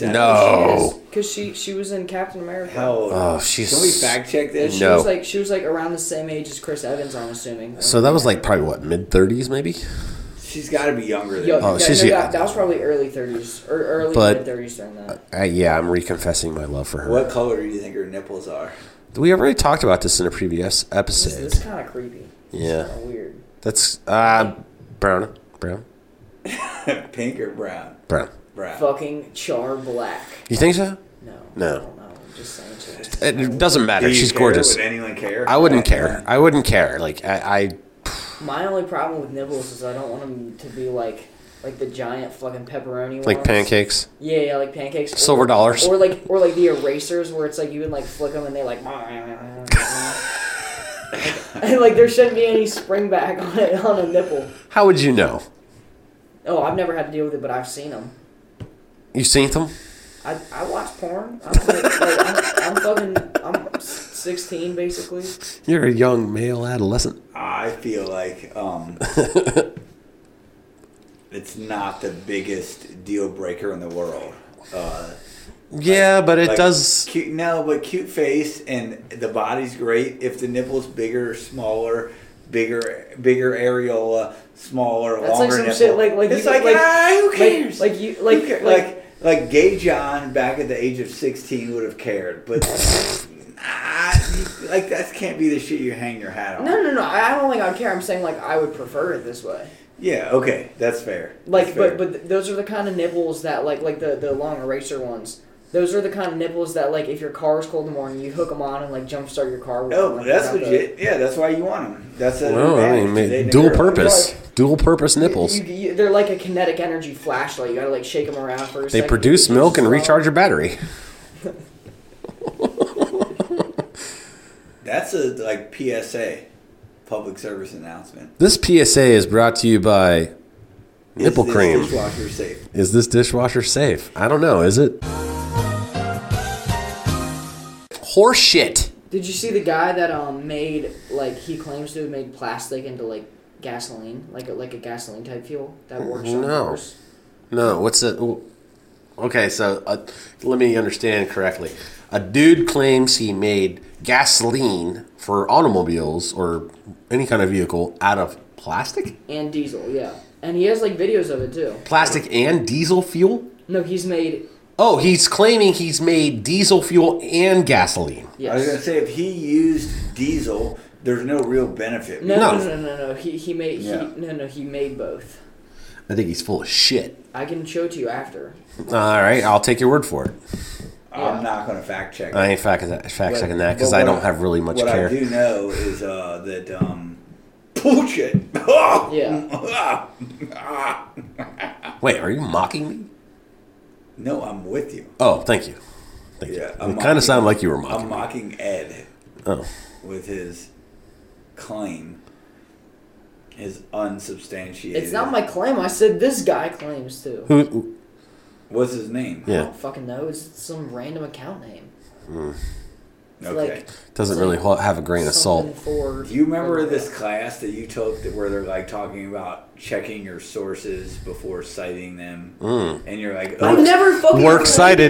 [SPEAKER 3] 27.
[SPEAKER 1] no.
[SPEAKER 2] Because she she was in Captain America.
[SPEAKER 3] How old?
[SPEAKER 1] Oh, she's.
[SPEAKER 3] Can we fact check this?
[SPEAKER 2] She
[SPEAKER 1] No.
[SPEAKER 2] was like she was like around the same age as Chris Evans. I'm assuming.
[SPEAKER 1] So that was like probably what mid thirties maybe.
[SPEAKER 3] She's got to be younger than.
[SPEAKER 2] Yo,
[SPEAKER 1] Oh,
[SPEAKER 2] that,
[SPEAKER 1] she's-
[SPEAKER 2] no,
[SPEAKER 1] yeah.
[SPEAKER 2] that, that was probably early 30s or early
[SPEAKER 1] But-
[SPEAKER 2] mid 30s during that.
[SPEAKER 1] Uh, yeah, I'm reconfessing my love for her.
[SPEAKER 3] What color do you think her nipples are? [laughs]
[SPEAKER 1] We already talked about this in a previous
[SPEAKER 2] This,
[SPEAKER 1] episode.
[SPEAKER 2] this is kind of creepy.
[SPEAKER 1] Yeah.
[SPEAKER 2] Kinda weird.
[SPEAKER 1] That's uh, brown, brown,
[SPEAKER 3] Pink or brown?
[SPEAKER 1] brown.
[SPEAKER 3] Brown.
[SPEAKER 2] Fucking char black.
[SPEAKER 1] You think so?
[SPEAKER 2] No.
[SPEAKER 1] No.
[SPEAKER 2] I don't know. I'm just saying. shit.
[SPEAKER 1] It doesn't
[SPEAKER 3] Do
[SPEAKER 1] matter.
[SPEAKER 3] you
[SPEAKER 1] She's
[SPEAKER 3] care?
[SPEAKER 1] gorgeous.
[SPEAKER 3] Would anyone care?
[SPEAKER 1] I wouldn't care. I wouldn't care. Like I, I
[SPEAKER 2] My only problem with nibbles is I don't want them to be like like the giant fucking pepperoni ones.
[SPEAKER 1] like pancakes,
[SPEAKER 2] Yeah, yeah, like pancakes. Or-
[SPEAKER 1] silver dollars.
[SPEAKER 2] Or like or like the erasers where it's like you would like flick them and they like. [laughs] and like there shouldn't be any spring back on it on a nipple.
[SPEAKER 1] How would you know?
[SPEAKER 2] Oh, I've never had to deal with it, but I've seen them.
[SPEAKER 1] You seen them?
[SPEAKER 2] I, I watch porn. I'm, like, like, I'm, I'm fucking. I'm s- 16 basically.
[SPEAKER 1] You're a young male adolescent.
[SPEAKER 3] I feel like
[SPEAKER 1] [laughs]
[SPEAKER 3] um, it's not the biggest deal breaker in the world. Uh,
[SPEAKER 1] Yeah, but it
[SPEAKER 3] like,
[SPEAKER 1] does.
[SPEAKER 3] Cute, no, but cute face and the body's great. If the nipple's bigger, smaller, bigger, bigger areola, smaller,
[SPEAKER 2] That's like
[SPEAKER 3] longer
[SPEAKER 2] some
[SPEAKER 3] nipple.
[SPEAKER 2] shit like- like
[SPEAKER 3] it's
[SPEAKER 2] you-
[SPEAKER 3] like,
[SPEAKER 2] like-
[SPEAKER 3] ah, who
[SPEAKER 2] like-
[SPEAKER 3] cares?
[SPEAKER 2] like you- like-
[SPEAKER 3] Who ca-
[SPEAKER 2] like-
[SPEAKER 3] like like gay John back at the age of sixteen would have
[SPEAKER 2] [laughs]
[SPEAKER 3] cared, but. ah, you- Like that can't be the shit you hang your hat on.
[SPEAKER 2] No, no, no. I I don't think I'd care. I'm saying like I would prefer it this way.
[SPEAKER 3] Yeah, okay, that's fair.
[SPEAKER 2] Like,
[SPEAKER 3] That's fair.
[SPEAKER 2] but but th- those are the kind of nibbles that like like the the long eraser ones. Those are the kind of nibbles that like if your car is cold in the morning, you hook them on and like jumpstart your car. With them,
[SPEAKER 3] no,
[SPEAKER 2] like,
[SPEAKER 3] Oh, that's
[SPEAKER 2] without the-
[SPEAKER 3] legit. Yeah, that's why you want them. That's a
[SPEAKER 1] Well, I mean,
[SPEAKER 3] advantage. They
[SPEAKER 1] ma- dual
[SPEAKER 3] never-
[SPEAKER 1] purpose, dual purpose nipples.
[SPEAKER 2] You, you- they're like a kinetic energy flashlight. You gotta like shake them around for a
[SPEAKER 1] They
[SPEAKER 2] second.
[SPEAKER 1] produce
[SPEAKER 2] Just
[SPEAKER 1] milk and
[SPEAKER 2] slow.
[SPEAKER 1] recharge your battery.
[SPEAKER 3] That's a like PSA, public service announcement.
[SPEAKER 1] This PSA is brought to you by nipple
[SPEAKER 3] Is this
[SPEAKER 1] cream.
[SPEAKER 3] Dishwasher safe.
[SPEAKER 1] Is this dishwasher safe? I don't know. Is it? Horse shit.
[SPEAKER 2] Did you see the guy that um made like he claims to have made plastic into like gasoline, like a, like a gasoline type fuel that works on
[SPEAKER 1] No.
[SPEAKER 2] cars?
[SPEAKER 1] No, what's it? Okay, so uh, let me understand correctly. A dude claims he made gasoline for automobiles or any kind of vehicle out of plastic,
[SPEAKER 2] and diesel, yeah. And he has like videos of it too.
[SPEAKER 1] plastic and diesel fuel.
[SPEAKER 2] No, he's made
[SPEAKER 1] Oh, he's claiming he's made diesel fuel and gasoline.
[SPEAKER 2] yes.
[SPEAKER 3] I was gonna say if he used diesel, there's no real benefit.
[SPEAKER 2] No, no,
[SPEAKER 1] No.
[SPEAKER 2] no, no, no. He he made
[SPEAKER 3] Yeah.
[SPEAKER 2] he no no he made both.
[SPEAKER 1] I think he's full of shit.
[SPEAKER 2] I can show it to you after.
[SPEAKER 1] All right, I'll take your word for it.
[SPEAKER 3] I'm not gonna fact check.
[SPEAKER 1] I ain't fact fact checking that
[SPEAKER 3] But-
[SPEAKER 1] because
[SPEAKER 3] but
[SPEAKER 1] I
[SPEAKER 3] what
[SPEAKER 1] don't have really much
[SPEAKER 3] what
[SPEAKER 1] care.
[SPEAKER 3] I do know is uh, that um, bullshit. [laughs] Oh,
[SPEAKER 2] Yeah.
[SPEAKER 1] Wait, are you mocking me?
[SPEAKER 3] no, I'm with you.
[SPEAKER 1] Oh, thank you. Thank
[SPEAKER 3] Yeah,
[SPEAKER 1] you.
[SPEAKER 3] I'm
[SPEAKER 1] It kind
[SPEAKER 3] mocking-
[SPEAKER 1] of sounded like you were mocking.
[SPEAKER 3] I'm mocking Ed
[SPEAKER 1] oh,
[SPEAKER 3] with his claim, his unsubstantiated.
[SPEAKER 2] It's not my claim. I said this guy claims to.
[SPEAKER 1] who? who-
[SPEAKER 3] What's his name?
[SPEAKER 2] I
[SPEAKER 1] Yeah,
[SPEAKER 2] don't fucking know. It's some random account name.
[SPEAKER 3] Okay.
[SPEAKER 2] Like,
[SPEAKER 1] doesn't really ho- have a grain of
[SPEAKER 2] something
[SPEAKER 1] salt.
[SPEAKER 2] For,
[SPEAKER 3] Do you remember
[SPEAKER 2] for-
[SPEAKER 3] this class that you took that where they're like talking about checking your sources before citing them,
[SPEAKER 1] Hmm.
[SPEAKER 3] and you're like,
[SPEAKER 2] I've never fucking.
[SPEAKER 1] Work
[SPEAKER 2] claimed it.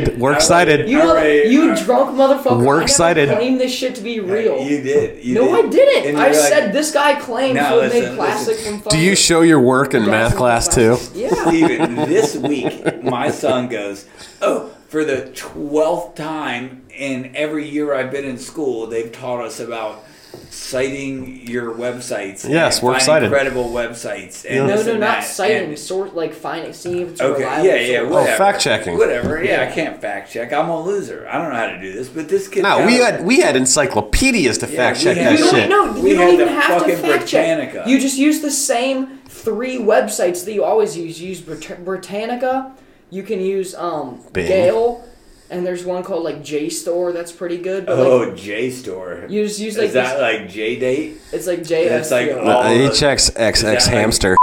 [SPEAKER 1] cited. Work
[SPEAKER 3] I-
[SPEAKER 1] cited.
[SPEAKER 2] You, mother-
[SPEAKER 3] Alright,
[SPEAKER 2] you
[SPEAKER 3] alright.
[SPEAKER 2] drunk motherfucker.
[SPEAKER 1] Work
[SPEAKER 2] I never
[SPEAKER 1] cited.
[SPEAKER 2] Claimed this shit to be real.
[SPEAKER 3] You did. You
[SPEAKER 2] no,
[SPEAKER 3] did.
[SPEAKER 2] I didn't.
[SPEAKER 3] And
[SPEAKER 2] I
[SPEAKER 3] you're like,
[SPEAKER 2] said this guy claimed
[SPEAKER 3] Now,
[SPEAKER 2] homemade
[SPEAKER 3] listen,
[SPEAKER 2] plastic
[SPEAKER 3] listen.
[SPEAKER 2] from
[SPEAKER 1] Do
[SPEAKER 2] fucking
[SPEAKER 1] you show your work in math
[SPEAKER 2] Jackson
[SPEAKER 1] class too?
[SPEAKER 2] Plastic.
[SPEAKER 3] [laughs]
[SPEAKER 2] Yeah.
[SPEAKER 3] Steven, this week, my son goes, Oh, for the 12th time in every year I've been in school, they've taught us about citing your websites.
[SPEAKER 1] Yes,
[SPEAKER 3] and
[SPEAKER 1] we're
[SPEAKER 3] finding
[SPEAKER 1] cited.
[SPEAKER 3] Credible websites. And
[SPEAKER 2] No,
[SPEAKER 3] this
[SPEAKER 2] no,
[SPEAKER 3] and
[SPEAKER 2] not
[SPEAKER 3] that.
[SPEAKER 2] citing.
[SPEAKER 3] And-
[SPEAKER 2] sort like finding, seeing if it's
[SPEAKER 3] Okay,
[SPEAKER 2] reliable.
[SPEAKER 3] yeah, yeah.
[SPEAKER 2] source.
[SPEAKER 3] Whatever.
[SPEAKER 1] Oh, fact checking.
[SPEAKER 3] Whatever. Yeah, I can't fact check. I'm a loser. I don't know how to do this, but this kid.
[SPEAKER 1] No,
[SPEAKER 3] got
[SPEAKER 1] we
[SPEAKER 3] it.
[SPEAKER 1] had we had encyclopedias to
[SPEAKER 3] Yeah,
[SPEAKER 1] fact
[SPEAKER 3] we
[SPEAKER 1] check
[SPEAKER 3] had-
[SPEAKER 1] that
[SPEAKER 2] You don't,
[SPEAKER 1] shit.
[SPEAKER 2] No,
[SPEAKER 3] We
[SPEAKER 2] you don't
[SPEAKER 3] had
[SPEAKER 2] even
[SPEAKER 3] the
[SPEAKER 2] have to
[SPEAKER 3] fucking
[SPEAKER 2] fact
[SPEAKER 3] Britannica.
[SPEAKER 2] check. You just use the same three websites that you always use. You use Brit- Britannica. You can use um
[SPEAKER 1] Bing.
[SPEAKER 2] Gale, and there's one called like JSTOR that's pretty good. But
[SPEAKER 3] Oh,
[SPEAKER 2] like,
[SPEAKER 3] JSTOR.
[SPEAKER 2] you just use
[SPEAKER 3] Is
[SPEAKER 2] like
[SPEAKER 3] that
[SPEAKER 2] this,
[SPEAKER 3] like J date?
[SPEAKER 2] it's like JS.
[SPEAKER 3] that's like all-
[SPEAKER 1] Uh, he checks
[SPEAKER 3] Is
[SPEAKER 1] XX
[SPEAKER 3] that like-
[SPEAKER 1] hamster.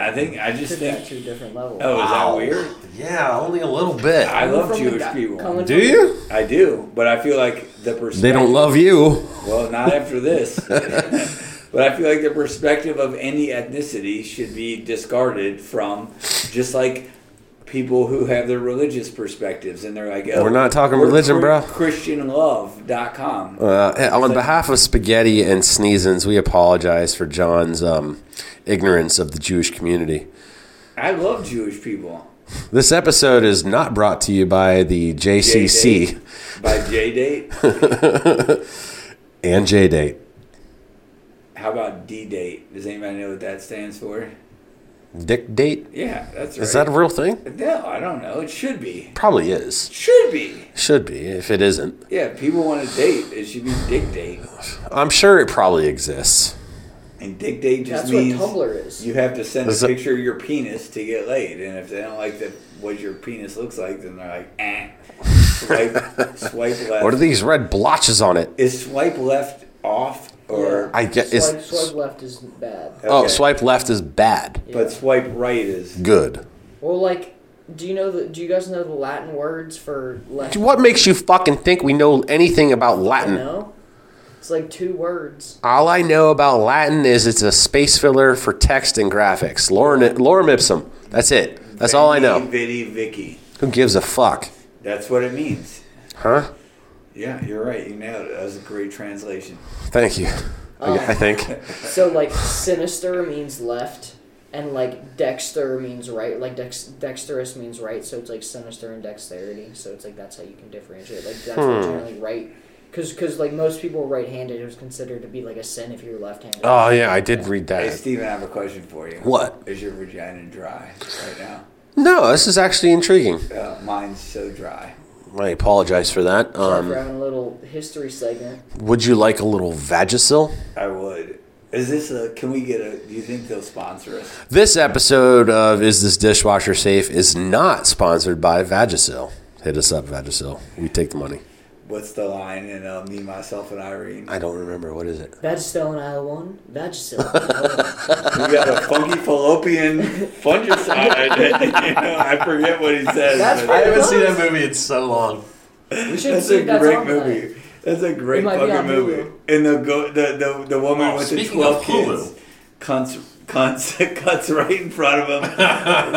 [SPEAKER 3] I think I just
[SPEAKER 2] could be at
[SPEAKER 3] think.
[SPEAKER 2] two different levels.
[SPEAKER 3] Oh, is that
[SPEAKER 1] Wow.
[SPEAKER 3] weird?
[SPEAKER 1] Yeah, only a little bit.
[SPEAKER 3] I
[SPEAKER 2] Coming
[SPEAKER 3] love
[SPEAKER 2] from the
[SPEAKER 3] Jewish
[SPEAKER 2] guy-
[SPEAKER 3] people.
[SPEAKER 2] coming
[SPEAKER 1] Do
[SPEAKER 2] from-
[SPEAKER 1] you?
[SPEAKER 3] I do, but I feel like the perspective.
[SPEAKER 1] They don't love you.
[SPEAKER 3] Well, not after this.
[SPEAKER 1] [laughs]
[SPEAKER 3] but I feel like the perspective of any ethnicity should be discarded from just like people who have their religious perspectives and they're like, oh,
[SPEAKER 1] We're not talking religion, bro.
[SPEAKER 3] ChristianLove.com.
[SPEAKER 1] Uh, on behalf of Spaghetti and Sneezins, we apologize for John's um, ignorance of the Jewish community.
[SPEAKER 3] I love Jewish people.
[SPEAKER 1] This episode is not brought to you by the JCC
[SPEAKER 3] J-Date. By J date.
[SPEAKER 1] and J Date.
[SPEAKER 3] How about D date? Does anybody know what that stands for?
[SPEAKER 1] Dick Date?
[SPEAKER 3] Yeah, that's right.
[SPEAKER 1] Is that a real thing?
[SPEAKER 3] no, I don't know. It should be.
[SPEAKER 1] Probably is.
[SPEAKER 3] Should be.
[SPEAKER 1] Should be, if it isn't.
[SPEAKER 3] Yeah, people want to date. It should be dick date.
[SPEAKER 1] I'm sure it probably exists.
[SPEAKER 3] And dick date just
[SPEAKER 2] That's what
[SPEAKER 3] means
[SPEAKER 2] Tumblr is.
[SPEAKER 3] You have to send
[SPEAKER 1] Is
[SPEAKER 3] a
[SPEAKER 1] it-
[SPEAKER 3] picture of your penis to get laid, and if they don't like the, what your penis looks like, then they're like, eh.
[SPEAKER 1] [laughs]
[SPEAKER 3] Swipe, swipe left.
[SPEAKER 1] What are these red blotches on it?
[SPEAKER 3] Is swipe left off or?
[SPEAKER 1] I get it's.
[SPEAKER 2] swipe, swipe left is bad.
[SPEAKER 1] Oh,
[SPEAKER 3] Okay.
[SPEAKER 1] swipe left is bad.
[SPEAKER 3] But swipe right is.
[SPEAKER 1] Good.
[SPEAKER 2] Well, like, do you know the? Do you guys know the Latin words for left?
[SPEAKER 1] What makes you fucking think we know anything about Latin?
[SPEAKER 2] No, it's like two words.
[SPEAKER 1] All I know about Latin is it's a space filler for text and graphics. Lorem, lorem ipsum. That's it. That's all I know.
[SPEAKER 3] Vitty Vicky.
[SPEAKER 1] Who gives a fuck?
[SPEAKER 3] That's what it means.
[SPEAKER 1] Huh?
[SPEAKER 3] Yeah, you're right. You nailed it. That was a great translation.
[SPEAKER 1] Thank you. I,
[SPEAKER 3] Uh,
[SPEAKER 1] I think.
[SPEAKER 3] [laughs]
[SPEAKER 2] So like, sinister means left, and like dexter means right. Like dex, dexterous means right. So it's like sinister and dexterity. So it's like that's how you can differentiate. Like that's
[SPEAKER 3] Hmm.
[SPEAKER 2] what generally right. Cause, Cause, like most people are right-handed, it was considered to be like a sin if you're left-handed.
[SPEAKER 1] Oh yeah, I did read
[SPEAKER 3] Hey,
[SPEAKER 1] that.
[SPEAKER 3] Steven, I have a question for you.
[SPEAKER 1] What?
[SPEAKER 3] Is your vagina dry right now?
[SPEAKER 1] No, this is actually intriguing.
[SPEAKER 3] Uh, mine's so dry.
[SPEAKER 1] I apologize for that.
[SPEAKER 2] Sorry for
[SPEAKER 1] Um,
[SPEAKER 2] having a little history segment.
[SPEAKER 1] would you like a little Vagisil?
[SPEAKER 3] I would. Is this a? Can we get a? Do you think they'll sponsor us?
[SPEAKER 1] This episode of Is This Dishwasher Safe is not sponsored by Vagisil. Hit us up, Vagisil. We take the money.
[SPEAKER 3] What's the line in uh, Me, Myself, and Irene?
[SPEAKER 1] I don't remember. What is it?
[SPEAKER 2] Vagistil and aisle one.
[SPEAKER 3] [laughs]
[SPEAKER 2] Vagistil. and aisle one.
[SPEAKER 3] We got a funky fallopian
[SPEAKER 6] [laughs]
[SPEAKER 3] fungicide. [laughs] you know, I forget what he says.
[SPEAKER 2] That's
[SPEAKER 3] but
[SPEAKER 2] right. haven't seen that
[SPEAKER 1] movie in so long.
[SPEAKER 2] We should
[SPEAKER 3] That's
[SPEAKER 2] see
[SPEAKER 3] a
[SPEAKER 2] if that's
[SPEAKER 3] great
[SPEAKER 2] on tonight.
[SPEAKER 3] movie. That's a great
[SPEAKER 2] It might be
[SPEAKER 3] fucking
[SPEAKER 2] on
[SPEAKER 3] movie.
[SPEAKER 2] Hulu.
[SPEAKER 3] And the go, the, the the woman
[SPEAKER 6] Oh,
[SPEAKER 3] with the
[SPEAKER 6] speaking of
[SPEAKER 3] twelve kids
[SPEAKER 6] Hulu.
[SPEAKER 3] cuts cuts [laughs] cuts right in front of him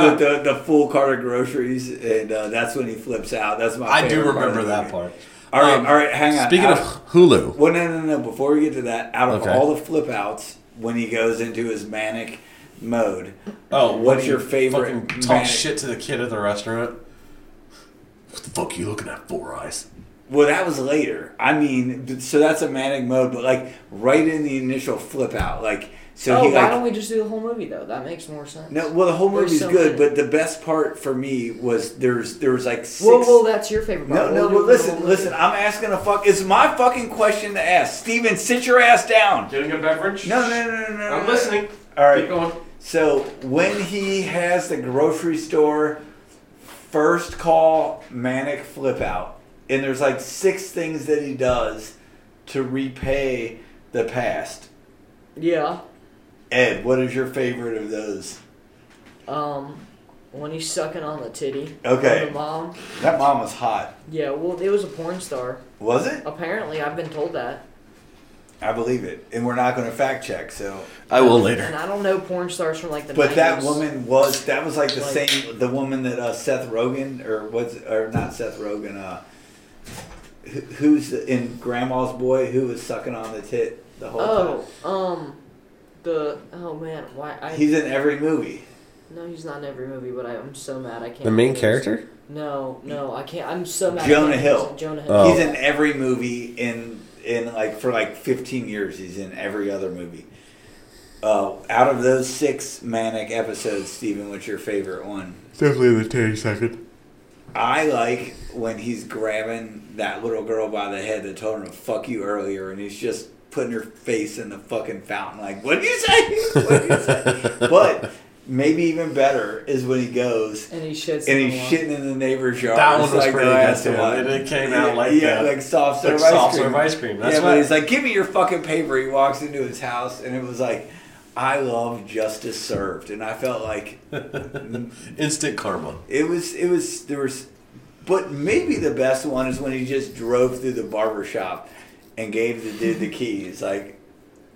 [SPEAKER 3] with the, the full cart of groceries, and uh, that's when he flips out. That's my.
[SPEAKER 6] I do
[SPEAKER 3] favorite part of
[SPEAKER 6] remember
[SPEAKER 3] the
[SPEAKER 6] that
[SPEAKER 3] movie.
[SPEAKER 6] part.
[SPEAKER 3] All right,
[SPEAKER 6] Um,
[SPEAKER 3] all right, hang on.
[SPEAKER 6] Speaking
[SPEAKER 3] Out-
[SPEAKER 6] of Hulu,
[SPEAKER 3] Well, no, no, no. Before we get to that, out of
[SPEAKER 6] Okay.
[SPEAKER 3] all the flip outs, when he goes into his manic mode,
[SPEAKER 6] oh,
[SPEAKER 3] What's
[SPEAKER 6] when
[SPEAKER 3] your
[SPEAKER 6] he
[SPEAKER 3] favorite
[SPEAKER 6] fucking Talk
[SPEAKER 3] manic-
[SPEAKER 6] shit to the kid at the restaurant. What the fuck are you looking at, Four Eyes?
[SPEAKER 3] well, that was later. I mean, th- so that's a manic mode, but like right in the initial flip out, like So
[SPEAKER 2] oh,
[SPEAKER 3] he
[SPEAKER 2] why
[SPEAKER 3] like
[SPEAKER 2] don't we just do the whole movie though? That makes more sense.
[SPEAKER 3] no. Well, the whole
[SPEAKER 2] There's
[SPEAKER 3] movie's
[SPEAKER 2] so
[SPEAKER 3] good,
[SPEAKER 2] many.
[SPEAKER 3] but the best part for me was there's there was like six.
[SPEAKER 2] Well, well, that's your favorite part. do
[SPEAKER 3] no, no. Well,
[SPEAKER 2] the whole
[SPEAKER 3] listen,
[SPEAKER 2] movie.
[SPEAKER 3] listen. I'm asking a fuck. It's my fucking question to ask. Steven, sit your ass down.
[SPEAKER 4] Getting a beverage?
[SPEAKER 3] No, no, no, no, no.
[SPEAKER 4] I'm
[SPEAKER 3] no.
[SPEAKER 4] listening.
[SPEAKER 3] All right.
[SPEAKER 4] Keep going.
[SPEAKER 3] So when he has the grocery store, first call manic flip out, and there's like six things that he does to repay the past.
[SPEAKER 2] Yeah.
[SPEAKER 3] Ed, what is your favorite of those?
[SPEAKER 2] Um, when he's sucking on the titty.
[SPEAKER 3] Okay.
[SPEAKER 2] of The mom.
[SPEAKER 3] That mom was hot.
[SPEAKER 2] Yeah. Well, it was a porn star.
[SPEAKER 3] Was it?
[SPEAKER 2] Apparently, I've been told that.
[SPEAKER 3] I believe it, and we're not going to fact check. So,
[SPEAKER 1] I will
[SPEAKER 2] And
[SPEAKER 1] later.
[SPEAKER 2] I don't know porn stars from like the.
[SPEAKER 3] but that
[SPEAKER 2] 90s.
[SPEAKER 3] woman was that was like the
[SPEAKER 2] Like-
[SPEAKER 3] same the woman that uh, Seth Rogen or was or not Seth Rogen uh, who- who's in Grandma's Boy who was sucking on the tit the whole
[SPEAKER 2] Oh, um, the oh man, why I
[SPEAKER 3] time. He's in every movie.
[SPEAKER 2] no, he's not in every movie, but I, I'm so mad I can't.
[SPEAKER 1] The main
[SPEAKER 2] remember his-
[SPEAKER 1] character?
[SPEAKER 2] No, no, I can't. I'm so mad. I
[SPEAKER 3] Jonah
[SPEAKER 2] can't
[SPEAKER 3] Hill.
[SPEAKER 2] remember his- Jonah Hill.
[SPEAKER 1] Oh.
[SPEAKER 3] He's in every movie in in like for like 15 years. He's in every other movie. Uh, out of those six manic episodes, Steven, what's your favorite one?
[SPEAKER 6] Definitely the Terry second.
[SPEAKER 3] I like when he's grabbing that little girl by the head that told him to fuck you earlier, and he's just putting her face in the fucking fountain, like, "What'd you say? [laughs] What'd you say?" but maybe even better is when he goes
[SPEAKER 2] And he shits.
[SPEAKER 3] and
[SPEAKER 2] in
[SPEAKER 3] he's
[SPEAKER 2] the lawn.
[SPEAKER 3] shitting in the neighbor's yard.
[SPEAKER 6] That one
[SPEAKER 3] It's
[SPEAKER 6] was
[SPEAKER 3] like
[SPEAKER 6] pretty
[SPEAKER 3] the
[SPEAKER 6] good,
[SPEAKER 3] last
[SPEAKER 6] too.
[SPEAKER 3] one.
[SPEAKER 6] And it came out like
[SPEAKER 3] yeah,
[SPEAKER 6] that.
[SPEAKER 3] like soft serve
[SPEAKER 6] Like
[SPEAKER 3] ice
[SPEAKER 6] soft
[SPEAKER 3] cream.
[SPEAKER 6] serve ice cream. That's
[SPEAKER 3] yeah,
[SPEAKER 6] what-
[SPEAKER 3] but he's like, give me your fucking paper. He walks into his house, and it was like, I love justice served, and I felt like
[SPEAKER 6] Instant karma.
[SPEAKER 3] it was it was there was, but maybe the best one is when he just drove through the barber shop and gave the
[SPEAKER 2] [laughs]
[SPEAKER 3] dude the keys. Like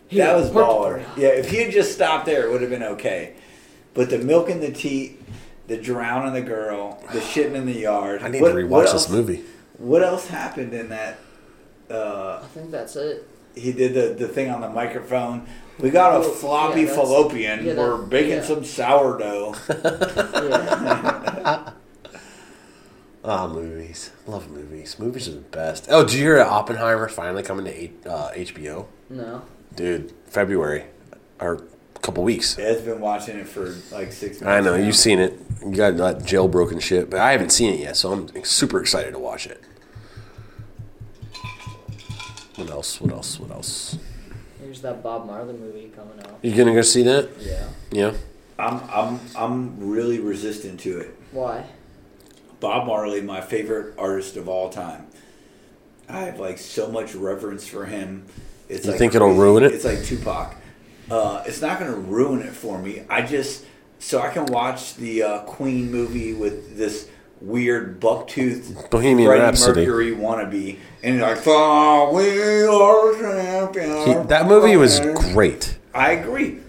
[SPEAKER 2] Here,
[SPEAKER 3] that was
[SPEAKER 2] work the
[SPEAKER 3] baller.
[SPEAKER 2] door.
[SPEAKER 3] Yeah, if he had just stopped there, it would have been okay. But the milk in the teat, the drowning the girl,
[SPEAKER 2] [sighs]
[SPEAKER 3] the shitting in the yard.
[SPEAKER 1] I need
[SPEAKER 3] What-
[SPEAKER 1] to rewatch
[SPEAKER 3] what
[SPEAKER 1] this
[SPEAKER 3] else-
[SPEAKER 1] movie.
[SPEAKER 3] What else happened in that? Uh,
[SPEAKER 2] I think that's it.
[SPEAKER 3] he did the, the thing on the microphone. We got a
[SPEAKER 2] Oh,
[SPEAKER 3] floppy
[SPEAKER 2] yeah, that's-
[SPEAKER 3] fallopian.
[SPEAKER 2] yeah, that-
[SPEAKER 3] We're baking
[SPEAKER 2] yeah.
[SPEAKER 3] some
[SPEAKER 2] [laughs]
[SPEAKER 3] sourdough.
[SPEAKER 2] Yeah. [laughs]
[SPEAKER 1] Ah, movies. Love movies. Movies are the best. Oh, did you hear Oppenheimer finally coming to eight- uh, HBO?
[SPEAKER 2] no.
[SPEAKER 1] Dude, February or a couple weeks.
[SPEAKER 3] Ed's been watching it for like six months.
[SPEAKER 1] I know
[SPEAKER 3] now.
[SPEAKER 1] you've seen it. You got that jailbroken shit, but I haven't seen it yet, so I'm super excited to watch it. What else? What else? What else?
[SPEAKER 2] Here's that Bob Marley movie coming out.
[SPEAKER 1] You gonna go see that?
[SPEAKER 2] Yeah.
[SPEAKER 1] Yeah.
[SPEAKER 3] I'm I'm I'm really resistant to it.
[SPEAKER 2] Why?
[SPEAKER 3] Bob Marley, my favorite artist of all time. I have like so much reverence for him. It's
[SPEAKER 1] You think it'll ruin it?
[SPEAKER 3] It's like Tupac. Uh, it's not going to ruin it for me. I just so I can watch the uh, Queen movie with this weird bucktooth
[SPEAKER 1] Bohemian
[SPEAKER 3] Freddie
[SPEAKER 1] Rhapsody.
[SPEAKER 3] Mercury wannabe, and like, "Oh, we are champions."
[SPEAKER 1] He, that movie was great.
[SPEAKER 3] I agree.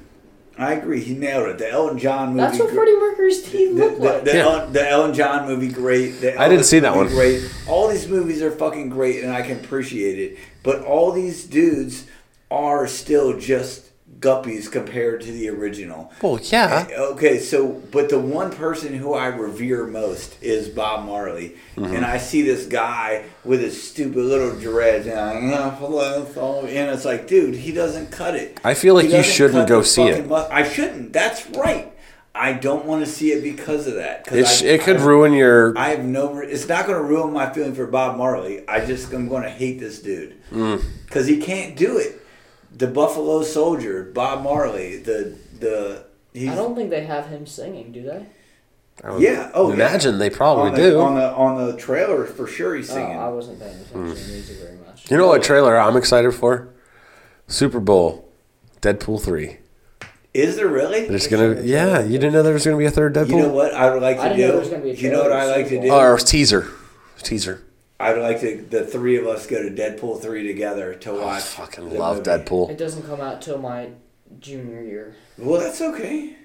[SPEAKER 3] I agree. He nailed it. The Elton John movie.
[SPEAKER 2] That's what
[SPEAKER 3] gr-
[SPEAKER 2] Freddie Mercury's teeth
[SPEAKER 3] the,
[SPEAKER 2] look
[SPEAKER 3] the,
[SPEAKER 2] like.
[SPEAKER 3] the,
[SPEAKER 1] Yeah.
[SPEAKER 3] Ellen, the Ellen John movie, great. The
[SPEAKER 1] I didn't
[SPEAKER 3] Elvis
[SPEAKER 1] see that
[SPEAKER 3] movie,
[SPEAKER 1] one.
[SPEAKER 3] Great. All these movies are fucking great, and I can appreciate it. But all these dudes are still just guppies compared to the original.
[SPEAKER 1] Well, yeah.
[SPEAKER 3] Okay, so but the one person who I revere most is Bob Marley,
[SPEAKER 1] Mm-hmm.
[SPEAKER 3] and I see this guy with his stupid little dreads, and I'm "Ah, gonna follow- follow," and it's like, dude, he doesn't cut it.
[SPEAKER 1] I feel like
[SPEAKER 3] He
[SPEAKER 1] you
[SPEAKER 3] doesn't
[SPEAKER 1] shouldn't
[SPEAKER 3] cut
[SPEAKER 1] go
[SPEAKER 3] the
[SPEAKER 1] see it.
[SPEAKER 3] fucking mu- I shouldn't. That's right. I don't want to see it because of that. 'cause
[SPEAKER 1] It, sh-
[SPEAKER 3] I-
[SPEAKER 1] it could
[SPEAKER 3] I-
[SPEAKER 1] ruin your.
[SPEAKER 3] I have no. re- It's not going to ruin my feeling for Bob Marley. I just am going to hate this dude
[SPEAKER 1] Mm.
[SPEAKER 3] because he can't do it. The Buffalo Soldier, Bob Marley, the the. He's,
[SPEAKER 2] I don't think they have him singing, do they?
[SPEAKER 1] I would
[SPEAKER 3] yeah, oh, yeah.
[SPEAKER 1] imagine they probably
[SPEAKER 3] on the,
[SPEAKER 1] do.
[SPEAKER 3] on the on the trailer for sure. He's
[SPEAKER 2] Oh,
[SPEAKER 3] singing.
[SPEAKER 2] I wasn't paying attention to music very much.
[SPEAKER 1] you know what trailer I'm excited for? Super Bowl, Deadpool three.
[SPEAKER 3] Is there really?
[SPEAKER 1] There's gonna. Yeah, you didn't know there was gonna be a third Deadpool.
[SPEAKER 3] you know what I would like
[SPEAKER 2] I
[SPEAKER 3] to
[SPEAKER 2] didn't know there
[SPEAKER 3] do?
[SPEAKER 2] was gonna be a
[SPEAKER 3] you know what
[SPEAKER 2] trailer
[SPEAKER 3] I
[SPEAKER 2] for
[SPEAKER 3] like
[SPEAKER 2] Super
[SPEAKER 3] to do?
[SPEAKER 2] Bowl.
[SPEAKER 1] Or teaser, teaser.
[SPEAKER 3] I'd like to the three of us go to Deadpool three together to watch.
[SPEAKER 1] Oh, fucking
[SPEAKER 3] the
[SPEAKER 1] love
[SPEAKER 3] movie.
[SPEAKER 1] Deadpool.
[SPEAKER 2] It doesn't come out till my junior year.
[SPEAKER 3] Well, that's okay.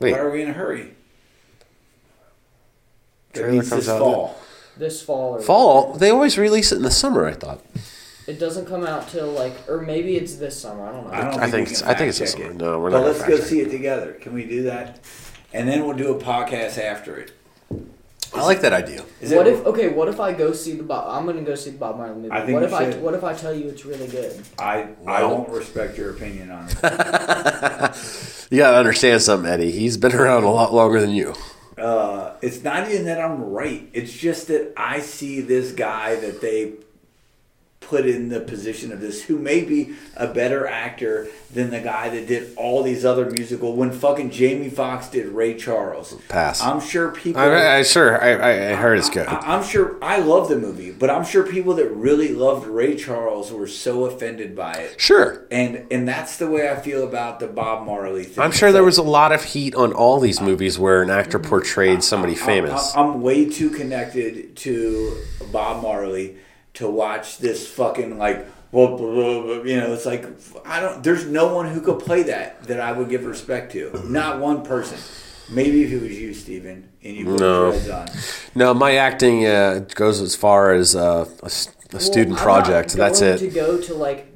[SPEAKER 1] Wait,
[SPEAKER 3] Why are we in a hurry?
[SPEAKER 1] Trailer
[SPEAKER 3] That means
[SPEAKER 1] comes
[SPEAKER 3] this
[SPEAKER 1] out
[SPEAKER 3] fall.
[SPEAKER 2] This fall or
[SPEAKER 1] fall. They always release it in the summer. I thought.
[SPEAKER 2] It doesn't come out till like, or maybe it's this summer. I don't know.
[SPEAKER 3] I don't
[SPEAKER 1] I
[SPEAKER 3] think,
[SPEAKER 1] think
[SPEAKER 3] we
[SPEAKER 1] it's-
[SPEAKER 3] can
[SPEAKER 1] I think it's
[SPEAKER 3] fact
[SPEAKER 1] this summer.
[SPEAKER 3] check it.
[SPEAKER 1] No, we're
[SPEAKER 3] But
[SPEAKER 1] not
[SPEAKER 3] let's
[SPEAKER 1] gonna
[SPEAKER 3] go
[SPEAKER 1] fact
[SPEAKER 3] see it together. Can we do that? And then we'll do a podcast after it.
[SPEAKER 1] I like that idea.
[SPEAKER 3] Is
[SPEAKER 2] what
[SPEAKER 3] it-
[SPEAKER 2] if okay? What if I go see the Bob? I'm gonna go see the Bob Marley movie.
[SPEAKER 3] I think
[SPEAKER 2] what
[SPEAKER 3] you
[SPEAKER 2] if I
[SPEAKER 3] should.
[SPEAKER 2] what if I tell you it's really good?
[SPEAKER 3] I I
[SPEAKER 1] Well-
[SPEAKER 3] won't respect your opinion on it.
[SPEAKER 1] You gotta understand something, Eddie. He's been around a lot longer than you.
[SPEAKER 3] uh, it's not even that I'm right. It's just that I see this guy that they put in the position of this, who may be a better actor than the guy that did all these other musical. When fucking Jamie Foxx did Ray Charles,
[SPEAKER 1] Pass.
[SPEAKER 3] I'm sure people.
[SPEAKER 1] I, I sure. I, I, I heard it's good.
[SPEAKER 3] I, am sure I love the movie, but I'm sure people that really loved Ray Charles were so offended by it.
[SPEAKER 1] Sure.
[SPEAKER 3] And and that's the way I feel about the Bob Marley thing.
[SPEAKER 1] I'm sure
[SPEAKER 3] It's
[SPEAKER 1] there
[SPEAKER 3] like-
[SPEAKER 1] was a lot of heat on all these movies where an actor portrayed somebody famous.
[SPEAKER 3] I, am way too connected to Bob Marley to watch this fucking like. blah, blah, blah, blah, You know, it's like I don't. There's no one who could play that that I would give respect to. Not one person. Maybe if it was you, Steven, and you put
[SPEAKER 1] No.
[SPEAKER 3] your dreads on.
[SPEAKER 1] No, my acting uh, goes as far as uh, a, s- a student
[SPEAKER 2] Well, I'm not
[SPEAKER 1] project. That's
[SPEAKER 2] going
[SPEAKER 1] it.
[SPEAKER 2] To go to like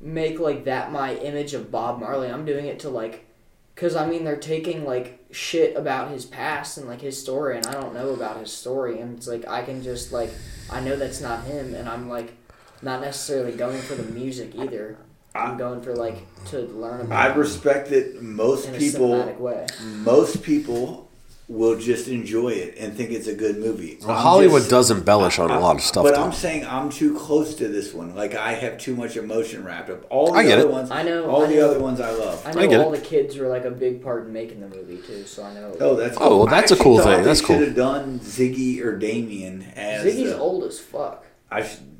[SPEAKER 2] make like that my image of Bob Marley. I'm doing it to like, cause I mean they're taking like shit about his past and like his story, and I don't know about his story, and it's like I can just like I know that's not him, and I'm like not necessarily going for the music either. I'm going for like to learn
[SPEAKER 3] I
[SPEAKER 2] about it
[SPEAKER 3] respect that most
[SPEAKER 2] in a cinematic
[SPEAKER 3] people,
[SPEAKER 2] way.
[SPEAKER 3] most people will just enjoy it and think it's a good movie.
[SPEAKER 1] Well,
[SPEAKER 3] I'm
[SPEAKER 1] Hollywood
[SPEAKER 3] just-
[SPEAKER 1] does embellish on a lot of stuff.
[SPEAKER 3] But
[SPEAKER 1] though.
[SPEAKER 3] I'm saying I'm too close to this one. Like I have too much emotion wrapped up. All the
[SPEAKER 1] I get
[SPEAKER 3] other
[SPEAKER 1] it.
[SPEAKER 3] ones,
[SPEAKER 2] I know,
[SPEAKER 3] All
[SPEAKER 2] I
[SPEAKER 3] the
[SPEAKER 2] know.
[SPEAKER 3] other ones I love.
[SPEAKER 2] I
[SPEAKER 1] I get
[SPEAKER 2] know all
[SPEAKER 1] it.
[SPEAKER 2] the kids were like a big part in making the movie too, so I know.
[SPEAKER 3] oh, that's
[SPEAKER 1] Oh, well,
[SPEAKER 3] I
[SPEAKER 1] that's a
[SPEAKER 3] actually
[SPEAKER 1] cool
[SPEAKER 3] thought
[SPEAKER 1] thing.
[SPEAKER 3] they
[SPEAKER 1] That's cool.
[SPEAKER 3] Should have done Ziggy or Damien as.
[SPEAKER 2] Ziggy's
[SPEAKER 3] the-
[SPEAKER 2] old as fuck.
[SPEAKER 3] I should,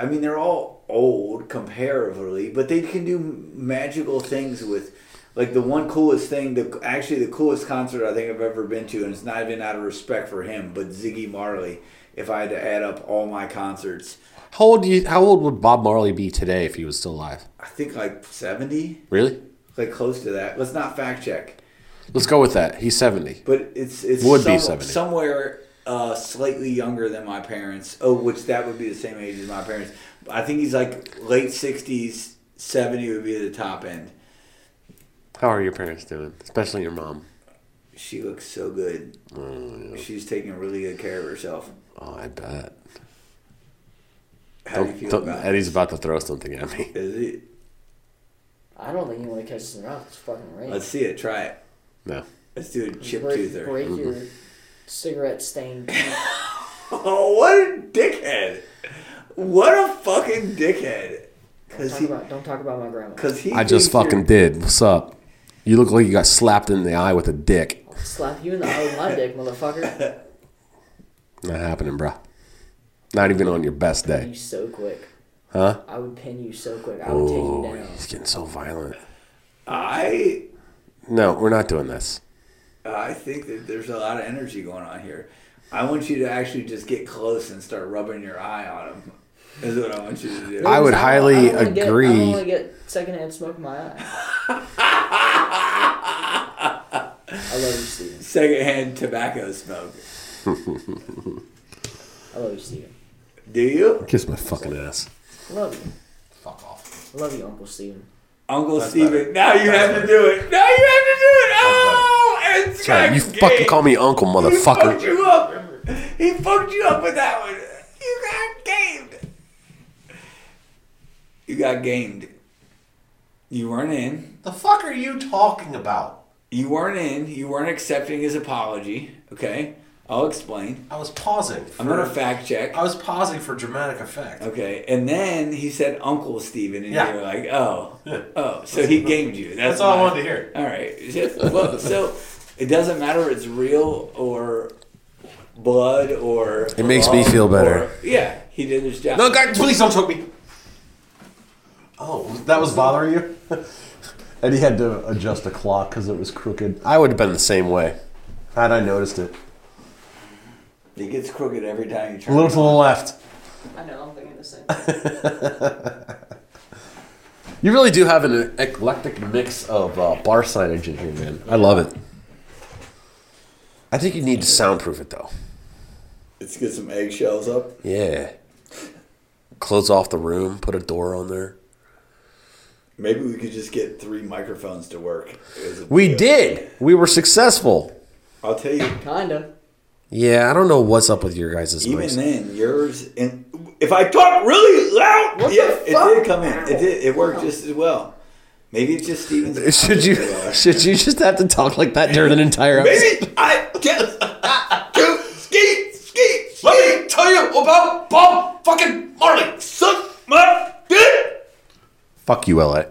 [SPEAKER 3] I mean, they're all old comparatively, but they can do magical things with. Like the one coolest thing, the actually the coolest concert I think I've ever been to, and it's not even out of respect for him, but Ziggy Marley. If I had to add up all my concerts,
[SPEAKER 1] how old do you, How old would Bob Marley be today if he was still alive?
[SPEAKER 3] I think like seventy.
[SPEAKER 1] Really?
[SPEAKER 3] like close to that. Let's not fact check,
[SPEAKER 1] Let's go with that. He's seventy.
[SPEAKER 3] but it's it's
[SPEAKER 1] Would be
[SPEAKER 3] some-
[SPEAKER 1] 70.
[SPEAKER 3] somewhere uh, slightly younger than my parents. Oh, which that would be the same age as my parents. I think he's like late sixties, seventy would be the top end.
[SPEAKER 1] How are your parents doing? Especially your mom.
[SPEAKER 3] She looks so good. She's taking really good care of herself.
[SPEAKER 1] Oh, I bet.
[SPEAKER 3] How do you
[SPEAKER 1] Don't-
[SPEAKER 3] feel
[SPEAKER 1] don't-
[SPEAKER 3] about
[SPEAKER 1] Eddie's about to throw something at me. [laughs]
[SPEAKER 3] it? Is it?
[SPEAKER 2] I don't think you want to catch this in the mouth. It's fucking rain.
[SPEAKER 3] Let's see it. Try it.
[SPEAKER 1] No.
[SPEAKER 3] Let's do a chip
[SPEAKER 2] break,
[SPEAKER 3] toother.
[SPEAKER 2] break
[SPEAKER 1] Mm-hmm.
[SPEAKER 2] your
[SPEAKER 1] [laughs]
[SPEAKER 2] cigarette stained.
[SPEAKER 3] Oh, what a dickhead! What a fucking dickhead!
[SPEAKER 2] Don't
[SPEAKER 3] Because
[SPEAKER 2] talk,
[SPEAKER 3] he,
[SPEAKER 2] about, don't talk about my grandma.
[SPEAKER 3] because he.
[SPEAKER 1] I just
[SPEAKER 3] thinks you're-
[SPEAKER 1] fucking did. What's up? You look like you got slapped in the eye with a dick.
[SPEAKER 2] Slap you in the eye with my
[SPEAKER 1] [laughs]
[SPEAKER 2] dick, motherfucker.
[SPEAKER 1] Not happening, bro. Not even on your best
[SPEAKER 2] You
[SPEAKER 1] day,
[SPEAKER 2] so quick.
[SPEAKER 1] huh?
[SPEAKER 2] I would pin you so quick. I would
[SPEAKER 1] Oh,
[SPEAKER 2] take you down.
[SPEAKER 1] he's getting so violent.
[SPEAKER 3] I
[SPEAKER 1] No, we're not doing this.
[SPEAKER 3] I think that there's a lot of energy going on here. I want you to actually just get close and start rubbing your eye on him. Is what I want you to do.
[SPEAKER 1] I would
[SPEAKER 2] don't-
[SPEAKER 1] highly
[SPEAKER 2] I don't wanna get- I
[SPEAKER 1] agree.
[SPEAKER 2] don't want to get secondhand smoke
[SPEAKER 1] [laughs]
[SPEAKER 2] in my eye. I love you, Steven.
[SPEAKER 3] Secondhand tobacco smoke.
[SPEAKER 2] I love you, Steven.
[SPEAKER 3] Do you,
[SPEAKER 1] Kiss my fucking ass.
[SPEAKER 2] I love you.
[SPEAKER 6] Fuck off.
[SPEAKER 2] I love you, Uncle Steven.
[SPEAKER 3] Uncle
[SPEAKER 6] That's
[SPEAKER 3] Steven?
[SPEAKER 6] better.
[SPEAKER 3] Now you
[SPEAKER 6] That's
[SPEAKER 3] have to
[SPEAKER 6] better.
[SPEAKER 3] do it. Now you have to do it. Oh, it's
[SPEAKER 1] That's right.
[SPEAKER 3] got
[SPEAKER 1] You
[SPEAKER 3] gay.
[SPEAKER 1] fucking call me uncle,
[SPEAKER 3] He fucked
[SPEAKER 1] motherfucker.
[SPEAKER 3] you up. He fucked you up with that one. You got gamed. You got gamed. You weren't in.
[SPEAKER 6] The fuck are you talking about?
[SPEAKER 3] You weren't in. You weren't accepting his apology. Okay, I'll explain.
[SPEAKER 6] I was pausing. For,
[SPEAKER 3] I'm gonna fact check.
[SPEAKER 6] I was pausing for dramatic effect.
[SPEAKER 3] Okay, and then he said Uncle Steven, and
[SPEAKER 6] Yeah.
[SPEAKER 3] you were like, oh,
[SPEAKER 6] Yeah.
[SPEAKER 3] oh, so he gamed you. That's,
[SPEAKER 6] That's all I
[SPEAKER 3] why.
[SPEAKER 6] wanted to hear.
[SPEAKER 3] All right. Well, so it doesn't matter if it's real or blood or.
[SPEAKER 1] It makes me feel better.
[SPEAKER 3] or- yeah, he did his job.
[SPEAKER 1] No, God, please
[SPEAKER 6] don't choke me. Oh, that was bothering [laughs] you? and he had to adjust the clock because it was crooked.
[SPEAKER 1] I would have been the same way.
[SPEAKER 6] Had I noticed it?
[SPEAKER 3] He gets crooked every time you
[SPEAKER 6] A
[SPEAKER 3] try.
[SPEAKER 6] little to the left.
[SPEAKER 2] I know, I'm thinking the [laughs] same.
[SPEAKER 1] You really do have an eclectic mix of uh, bar signage in here, man. I love it. I think you need to soundproof it though.
[SPEAKER 3] Let's get some eggshells up.
[SPEAKER 1] Yeah. Close off the room. Put a door on there.
[SPEAKER 3] Maybe we could just get three microphones to work. It was a-
[SPEAKER 1] We did. We were successful.
[SPEAKER 3] I'll tell you
[SPEAKER 2] Kinda.
[SPEAKER 1] Yeah, I don't know what's up with your guys'
[SPEAKER 3] Even
[SPEAKER 1] mics.
[SPEAKER 3] then, yours and if I talk really loud,
[SPEAKER 2] What the
[SPEAKER 3] yeah, it
[SPEAKER 2] fuck?
[SPEAKER 3] did come in. It did. It worked just as well. Maybe it's just
[SPEAKER 1] [laughs]
[SPEAKER 3] Steven's.
[SPEAKER 1] Should you
[SPEAKER 2] [laughs]
[SPEAKER 1] should you just have to talk like that during an entire episode?
[SPEAKER 3] Maybe I just do skeet skeet
[SPEAKER 6] Let
[SPEAKER 3] skeet.
[SPEAKER 6] me tell you about Bob fucking Marley.
[SPEAKER 3] Suck my dick.
[SPEAKER 1] Fuck you, LA.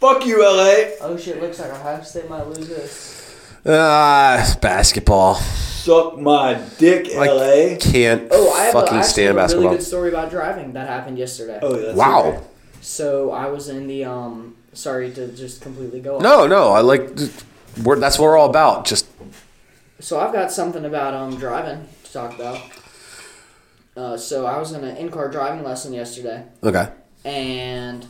[SPEAKER 3] Fuck you, LA.
[SPEAKER 2] Oh shit! Looks like Ohio State might lose this.
[SPEAKER 1] Ah, basketball.
[SPEAKER 3] Suck my dick,
[SPEAKER 1] Like,
[SPEAKER 3] LA.
[SPEAKER 1] Can't
[SPEAKER 2] Oh, I have
[SPEAKER 1] fucking
[SPEAKER 2] a, I actually have
[SPEAKER 1] stand
[SPEAKER 2] a
[SPEAKER 1] basketball.
[SPEAKER 2] really good story about driving that happened yesterday.
[SPEAKER 3] Oh, that's
[SPEAKER 1] wow.
[SPEAKER 3] okay.
[SPEAKER 2] So I was in the um. Sorry to just completely go. off.
[SPEAKER 1] No, no. I like. We're, that's what we're all about. Just
[SPEAKER 2] So I've got something about um driving to talk about. Uh, so I was in an in-car driving lesson yesterday,
[SPEAKER 1] okay.
[SPEAKER 2] and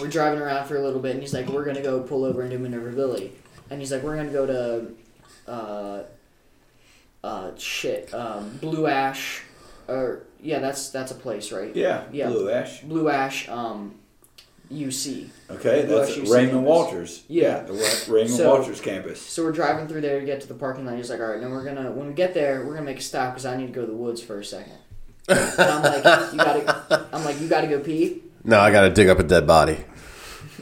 [SPEAKER 2] we're driving around for a little bit, and he's like, "We're gonna go pull over and do maneuverability," and he's like, "We're gonna go to, uh, uh, shit, um, Blue Ash, or yeah, that's that's a place, right?
[SPEAKER 3] Yeah.
[SPEAKER 2] Yeah.
[SPEAKER 3] Blue Ash.
[SPEAKER 2] Blue Ash, um, UC.
[SPEAKER 3] Okay,
[SPEAKER 2] Blue
[SPEAKER 3] that's
[SPEAKER 2] Ash UC
[SPEAKER 3] Raymond
[SPEAKER 2] campus.
[SPEAKER 3] Walters.
[SPEAKER 2] Yeah.
[SPEAKER 3] the Ra- Raymond
[SPEAKER 2] So-
[SPEAKER 3] Walters campus.
[SPEAKER 2] So we're driving through there to get to the parking lot. He's like, "All right, now we're gonna when we get there, we're gonna make a stop because I need to go to the woods for a second. And I'm like, "You
[SPEAKER 3] [laughs]
[SPEAKER 2] gotta," I'm like, "You gotta go pee,"
[SPEAKER 1] No, I gotta dig up a dead body.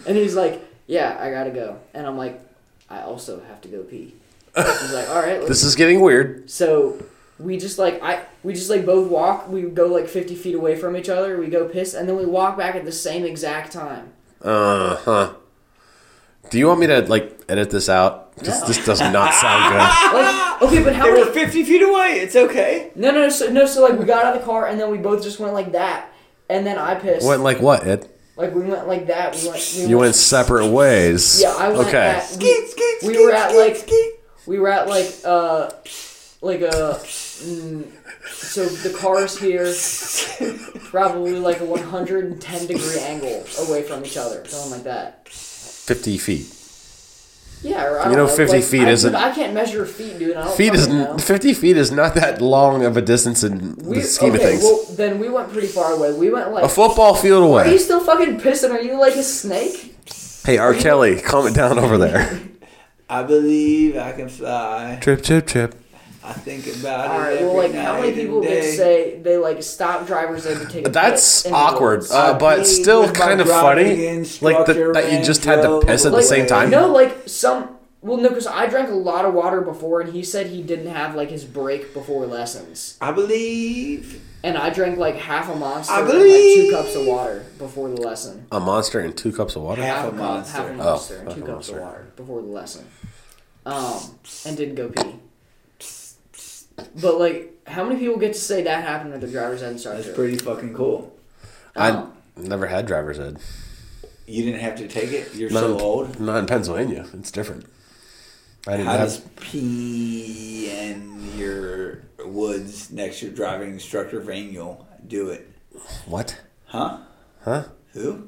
[SPEAKER 2] and he's like, "Yeah, I gotta go," and I'm like, "I also have to go pee." He's like, "All right, let's
[SPEAKER 1] This is getting weird.
[SPEAKER 2] So we just like I we just like both walk. We go like fifty feet away from each other. We go piss, and then we walk back at the same exact time.
[SPEAKER 1] Uh huh. Do you want me to like edit this out? This,
[SPEAKER 2] No.
[SPEAKER 1] this does not sound
[SPEAKER 2] [laughs]
[SPEAKER 1] good.
[SPEAKER 2] Like, okay, but how
[SPEAKER 3] Ah! They were
[SPEAKER 2] many?
[SPEAKER 3] 50 feet away. It's okay.
[SPEAKER 2] No, no, no, so, no. So like we got out of the car, and then we both just went like that, and then I pissed.
[SPEAKER 1] Went like what, Ed?
[SPEAKER 2] Like we went like that. We went. We
[SPEAKER 1] You went separate ways.
[SPEAKER 2] Yeah, I went
[SPEAKER 1] okay.
[SPEAKER 2] at-
[SPEAKER 3] Skeet, skeet,
[SPEAKER 2] We
[SPEAKER 3] skeet,
[SPEAKER 2] were at,
[SPEAKER 3] skeet,
[SPEAKER 2] like-
[SPEAKER 3] skeet.
[SPEAKER 2] We were at like uh, like a. Mm, so the car's here, probably like a 110 degree angle away from each other, something like that.
[SPEAKER 1] Fifty feet.
[SPEAKER 2] Yeah, or I
[SPEAKER 1] You know,
[SPEAKER 2] don't know
[SPEAKER 1] 50
[SPEAKER 2] like,
[SPEAKER 1] feet
[SPEAKER 2] I,
[SPEAKER 1] isn't-
[SPEAKER 2] I can't measure feet, dude. I don't
[SPEAKER 1] Feet is
[SPEAKER 2] fucking know.
[SPEAKER 1] n- fifty feet is not that long of a distance in
[SPEAKER 2] We,
[SPEAKER 1] the scheme
[SPEAKER 2] okay,
[SPEAKER 1] of things.
[SPEAKER 2] well then we went pretty far away. We went like.
[SPEAKER 1] a football field
[SPEAKER 2] are you
[SPEAKER 1] away.
[SPEAKER 2] still fucking pissing? Are you like a snake?
[SPEAKER 1] Hey, R. Kelly, calm it down over
[SPEAKER 2] [laughs]
[SPEAKER 1] there.
[SPEAKER 3] I believe I can fly.
[SPEAKER 1] Trip, trip, trip.
[SPEAKER 3] I think about
[SPEAKER 2] All
[SPEAKER 3] it
[SPEAKER 2] right.
[SPEAKER 3] every
[SPEAKER 2] Well, like
[SPEAKER 3] night
[SPEAKER 2] how many people
[SPEAKER 3] and
[SPEAKER 2] would
[SPEAKER 3] day.
[SPEAKER 2] say they like stop drivers over to take a
[SPEAKER 1] That's
[SPEAKER 2] piss in the
[SPEAKER 1] awkward,
[SPEAKER 2] woods?
[SPEAKER 1] uh, but
[SPEAKER 3] Agreed
[SPEAKER 1] still
[SPEAKER 3] with my
[SPEAKER 1] kind of
[SPEAKER 3] driving
[SPEAKER 1] funny. Like
[SPEAKER 3] instructor,
[SPEAKER 1] the, that you
[SPEAKER 3] man,
[SPEAKER 1] just had to
[SPEAKER 3] Joe.
[SPEAKER 1] piss at the
[SPEAKER 2] Like,
[SPEAKER 1] same time.
[SPEAKER 2] No, like some. Well, no, because I drank a lot of water before, and he said he didn't have like his break before lessons,
[SPEAKER 3] I believe.
[SPEAKER 2] and I drank like half a monster
[SPEAKER 3] I
[SPEAKER 2] and like two
[SPEAKER 3] believe-
[SPEAKER 2] cups of water before the lesson.
[SPEAKER 1] A monster and two cups of water.
[SPEAKER 3] Half a
[SPEAKER 2] cup,
[SPEAKER 3] Monster.
[SPEAKER 2] half a
[SPEAKER 3] Oh,
[SPEAKER 2] monster, and
[SPEAKER 1] half
[SPEAKER 2] two
[SPEAKER 1] a
[SPEAKER 2] cups
[SPEAKER 1] Monster.
[SPEAKER 2] of water before the lesson, um, and didn't go pee. But like, how many people get to say that happened at the driver's ed
[SPEAKER 3] That's
[SPEAKER 2] instructor?
[SPEAKER 3] pretty fucking cool.
[SPEAKER 2] Um,
[SPEAKER 1] I never had driver's ed.
[SPEAKER 3] You didn't have to take it. You're
[SPEAKER 1] Not,
[SPEAKER 3] so
[SPEAKER 1] in,
[SPEAKER 3] old.
[SPEAKER 1] not in Pennsylvania. It's different. I didn't
[SPEAKER 3] How
[SPEAKER 1] have.
[SPEAKER 3] does pee and your woods next to your driving instructor Vaniel do it?
[SPEAKER 1] what?
[SPEAKER 3] Huh?
[SPEAKER 1] Huh?
[SPEAKER 3] Who?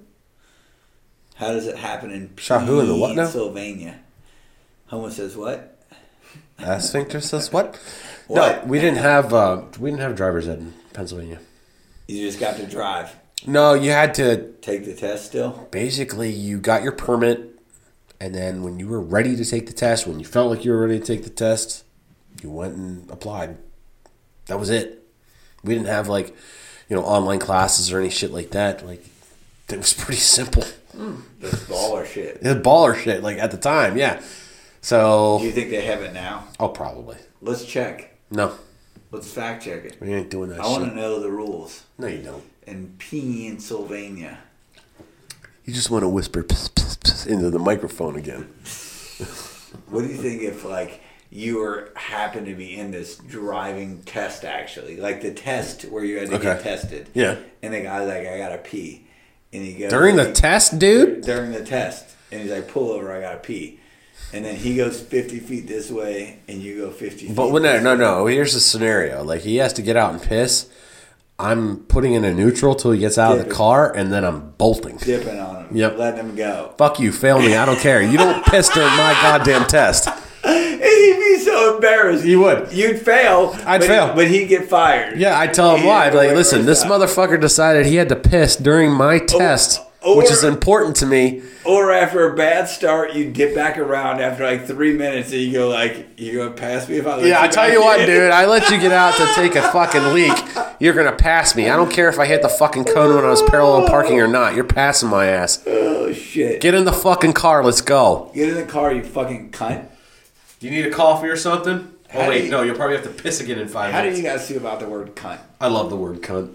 [SPEAKER 3] How does it happen in
[SPEAKER 1] Shot who in the what now?
[SPEAKER 3] Pennsylvania? Homo says what?
[SPEAKER 1] Uh, sphincter says what?
[SPEAKER 3] What?
[SPEAKER 1] No, we didn't have. Uh, we didn't have driver's ed in Pennsylvania.
[SPEAKER 3] You just got to drive.
[SPEAKER 1] No, you had to.
[SPEAKER 3] Take the test still.
[SPEAKER 1] Basically, you got your permit, and then when you were ready to take the test, when you felt like you were ready to take the test, you went and applied. That was it. We didn't have like, you know, online classes or any shit like that. Like, it was pretty [laughs] simple.
[SPEAKER 3] That's baller
[SPEAKER 1] [laughs]
[SPEAKER 3] shit.
[SPEAKER 1] It was baller shit. Like at the time, yeah. So
[SPEAKER 3] Do you think they have it now?
[SPEAKER 1] Oh, probably.
[SPEAKER 3] Let's check.
[SPEAKER 1] No,
[SPEAKER 3] Let's fact check it.
[SPEAKER 1] we ain't doing that
[SPEAKER 3] I want
[SPEAKER 1] shit.
[SPEAKER 3] to know the rules
[SPEAKER 1] No, you don't.
[SPEAKER 3] in Pennsylvania.
[SPEAKER 1] You just want to whisper pss, pss, pss, into the microphone again.
[SPEAKER 3] What do you think if like you were happened to be in this driving test actually, like the test where you had to get
[SPEAKER 1] Okay.
[SPEAKER 3] tested?
[SPEAKER 1] Yeah.
[SPEAKER 3] And the guy's like, I gotta pee, and he goes
[SPEAKER 1] During the test, dude.
[SPEAKER 3] during the test, and he's like, pull over, I gotta pee, and then he goes fifty feet this way, and you go fifty.
[SPEAKER 1] But
[SPEAKER 3] feet
[SPEAKER 1] when no,
[SPEAKER 3] this
[SPEAKER 1] no,
[SPEAKER 3] way.
[SPEAKER 1] no. Here's the scenario. Like he has to get out and piss. I'm putting in a neutral till he gets out of the
[SPEAKER 3] Dude.
[SPEAKER 1] car, and then I'm bolting.
[SPEAKER 3] dipping on him,
[SPEAKER 1] Yep.
[SPEAKER 3] letting him go,
[SPEAKER 1] Fuck you, fail me. I don't care. You don't piss during my goddamn test.
[SPEAKER 3] and he'd be so embarrassed.
[SPEAKER 1] You would.
[SPEAKER 3] You'd fail.
[SPEAKER 1] I'd
[SPEAKER 3] but
[SPEAKER 1] fail.
[SPEAKER 3] He, but he'd get fired.
[SPEAKER 1] Yeah, I tell him
[SPEAKER 3] He
[SPEAKER 1] why. I'd
[SPEAKER 3] had to
[SPEAKER 1] be Like,
[SPEAKER 3] wait for
[SPEAKER 1] listen,
[SPEAKER 3] his
[SPEAKER 1] this
[SPEAKER 3] time.
[SPEAKER 1] motherfucker decided he had to piss during my test.
[SPEAKER 3] Oh,
[SPEAKER 1] which is
[SPEAKER 3] Or-
[SPEAKER 1] important to me.
[SPEAKER 3] Or after a bad start, you dip back around after like three minutes and you go like, you gonna pass me if I let
[SPEAKER 1] Yeah, I tell
[SPEAKER 3] back
[SPEAKER 1] you
[SPEAKER 3] [laughs]
[SPEAKER 1] what,
[SPEAKER 3] in?"
[SPEAKER 1] dude. I let you get out to take a fucking leak. You're gonna pass me. I don't care if I hit the fucking cone when I was parallel parking or not. You're passing my ass.
[SPEAKER 3] Oh shit. Get,
[SPEAKER 1] Get in the fucking car. Let's go.
[SPEAKER 3] in the car, you fucking cunt.
[SPEAKER 6] Do you need a coffee or something?
[SPEAKER 3] How
[SPEAKER 6] oh wait,
[SPEAKER 3] do you-
[SPEAKER 6] no, you'll probably have to piss again in five
[SPEAKER 3] How did
[SPEAKER 6] minutes.
[SPEAKER 3] you guys feel about the word cunt?
[SPEAKER 6] I love the word cunt.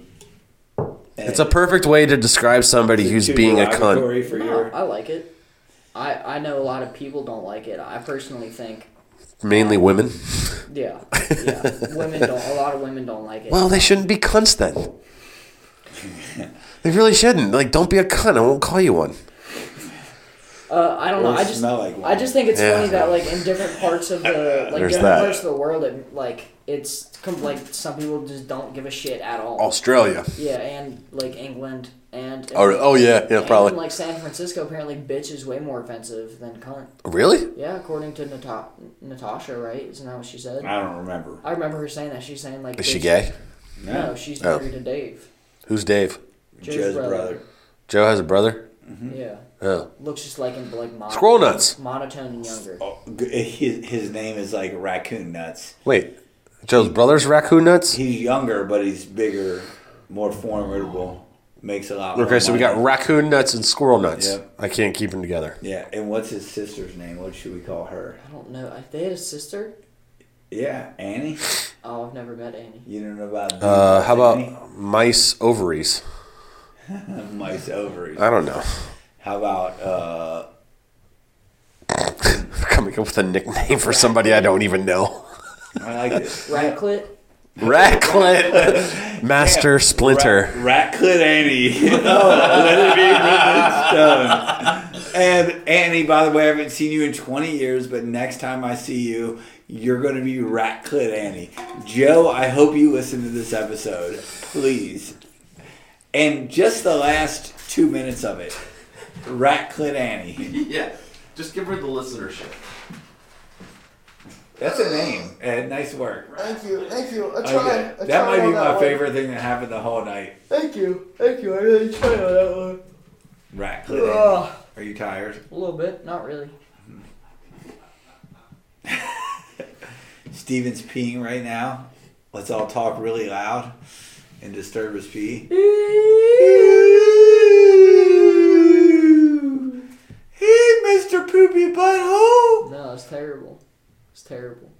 [SPEAKER 1] It's a perfect way to describe somebody who's
[SPEAKER 3] Too
[SPEAKER 1] being a cunt.
[SPEAKER 3] derogatory For
[SPEAKER 2] No,
[SPEAKER 3] your,
[SPEAKER 2] I like it. I I know a lot of people don't like it. I personally think,
[SPEAKER 1] Mainly women.
[SPEAKER 2] yeah,
[SPEAKER 1] [laughs]
[SPEAKER 2] yeah. women don't. A lot of women don't like it.
[SPEAKER 1] Well, they shouldn't be cunts then. They really shouldn't. Like, don't be a cunt. I won't call you one.
[SPEAKER 2] Uh, I don't know.
[SPEAKER 3] Or
[SPEAKER 2] I just
[SPEAKER 3] smell like one.
[SPEAKER 2] I just think it's
[SPEAKER 1] Yeah.
[SPEAKER 2] funny that like in different parts
[SPEAKER 1] [laughs]
[SPEAKER 2] of the like
[SPEAKER 1] There's
[SPEAKER 2] different
[SPEAKER 1] that.
[SPEAKER 2] parts of the world, it, like it's com- like some people just don't give a shit at all.
[SPEAKER 1] Australia.
[SPEAKER 2] Yeah, and like England and
[SPEAKER 1] Or, Oh. oh yeah, yeah,
[SPEAKER 2] and
[SPEAKER 1] probably.
[SPEAKER 2] like San Francisco. Apparently, bitch is way more offensive than cunt.
[SPEAKER 1] Really?
[SPEAKER 2] Yeah, according to Nata- Natasha, right? Isn't that what she said?
[SPEAKER 3] I don't remember.
[SPEAKER 2] I remember her saying that. She's saying like
[SPEAKER 1] Is she
[SPEAKER 2] bitch-
[SPEAKER 1] gay?
[SPEAKER 2] No, she's
[SPEAKER 1] Oh.
[SPEAKER 2] married to Dave.
[SPEAKER 1] Who's Dave?
[SPEAKER 2] Joe's
[SPEAKER 3] Joe's
[SPEAKER 2] brother.
[SPEAKER 3] brother.
[SPEAKER 1] Joe has a brother.
[SPEAKER 2] Yeah,
[SPEAKER 1] Oh,
[SPEAKER 2] looks just like him, like mon-
[SPEAKER 1] Scroll nuts.
[SPEAKER 2] monotone and younger.
[SPEAKER 3] Oh, g- his, his name is like Raccoon Nuts.
[SPEAKER 1] wait. Joe's brother's raccoon nuts.
[SPEAKER 3] He's younger, but he's bigger, more formidable, makes a lot more
[SPEAKER 1] Okay, so we got
[SPEAKER 3] money.
[SPEAKER 1] raccoon nuts and squirrel nuts.
[SPEAKER 3] Yep.
[SPEAKER 1] I can't keep them together.
[SPEAKER 3] Yeah, and what's his sister's name? What should we call her?
[SPEAKER 2] I don't know. I- They had a sister.
[SPEAKER 3] Yeah, Annie?
[SPEAKER 2] Oh, I've never met Annie.
[SPEAKER 3] You don't know about
[SPEAKER 1] Uh, how
[SPEAKER 3] Annie?
[SPEAKER 1] about mice ovaries?
[SPEAKER 3] [laughs] mice ovaries?
[SPEAKER 1] I don't know. [laughs]
[SPEAKER 3] How about uh,
[SPEAKER 1] Coming up with a nickname for somebody I don't even know.
[SPEAKER 3] I like this
[SPEAKER 2] Ratcliffe.
[SPEAKER 1] Ratcliffe, Master Splinter.
[SPEAKER 3] Rat, Ratcliffe Annie. [laughs] Let it be written in stone. And Annie, by the way, I haven't seen you in 20 years, but next time I see you, you're going to be Ratcliffe Annie. Joe, I hope you listen to this episode, please. And just the last two minutes of it, Ratcliffe Annie.
[SPEAKER 6] yeah, just give her the listenership.
[SPEAKER 3] That's a name. And nice work.
[SPEAKER 4] Thank you, thank you. I
[SPEAKER 3] Okay. That might be my favorite thing that happened the whole night.
[SPEAKER 4] Thank you, thank you. I really tried on that one.
[SPEAKER 3] Ratcliffe Annie.
[SPEAKER 2] Ugh,
[SPEAKER 3] Are you tired?
[SPEAKER 2] a little bit, not really.
[SPEAKER 3] Steven's peeing right now. Let's all talk really loud and disturb his pee. Hey, Mr. Poopy Butthole!
[SPEAKER 2] No, it's terrible. It's terrible.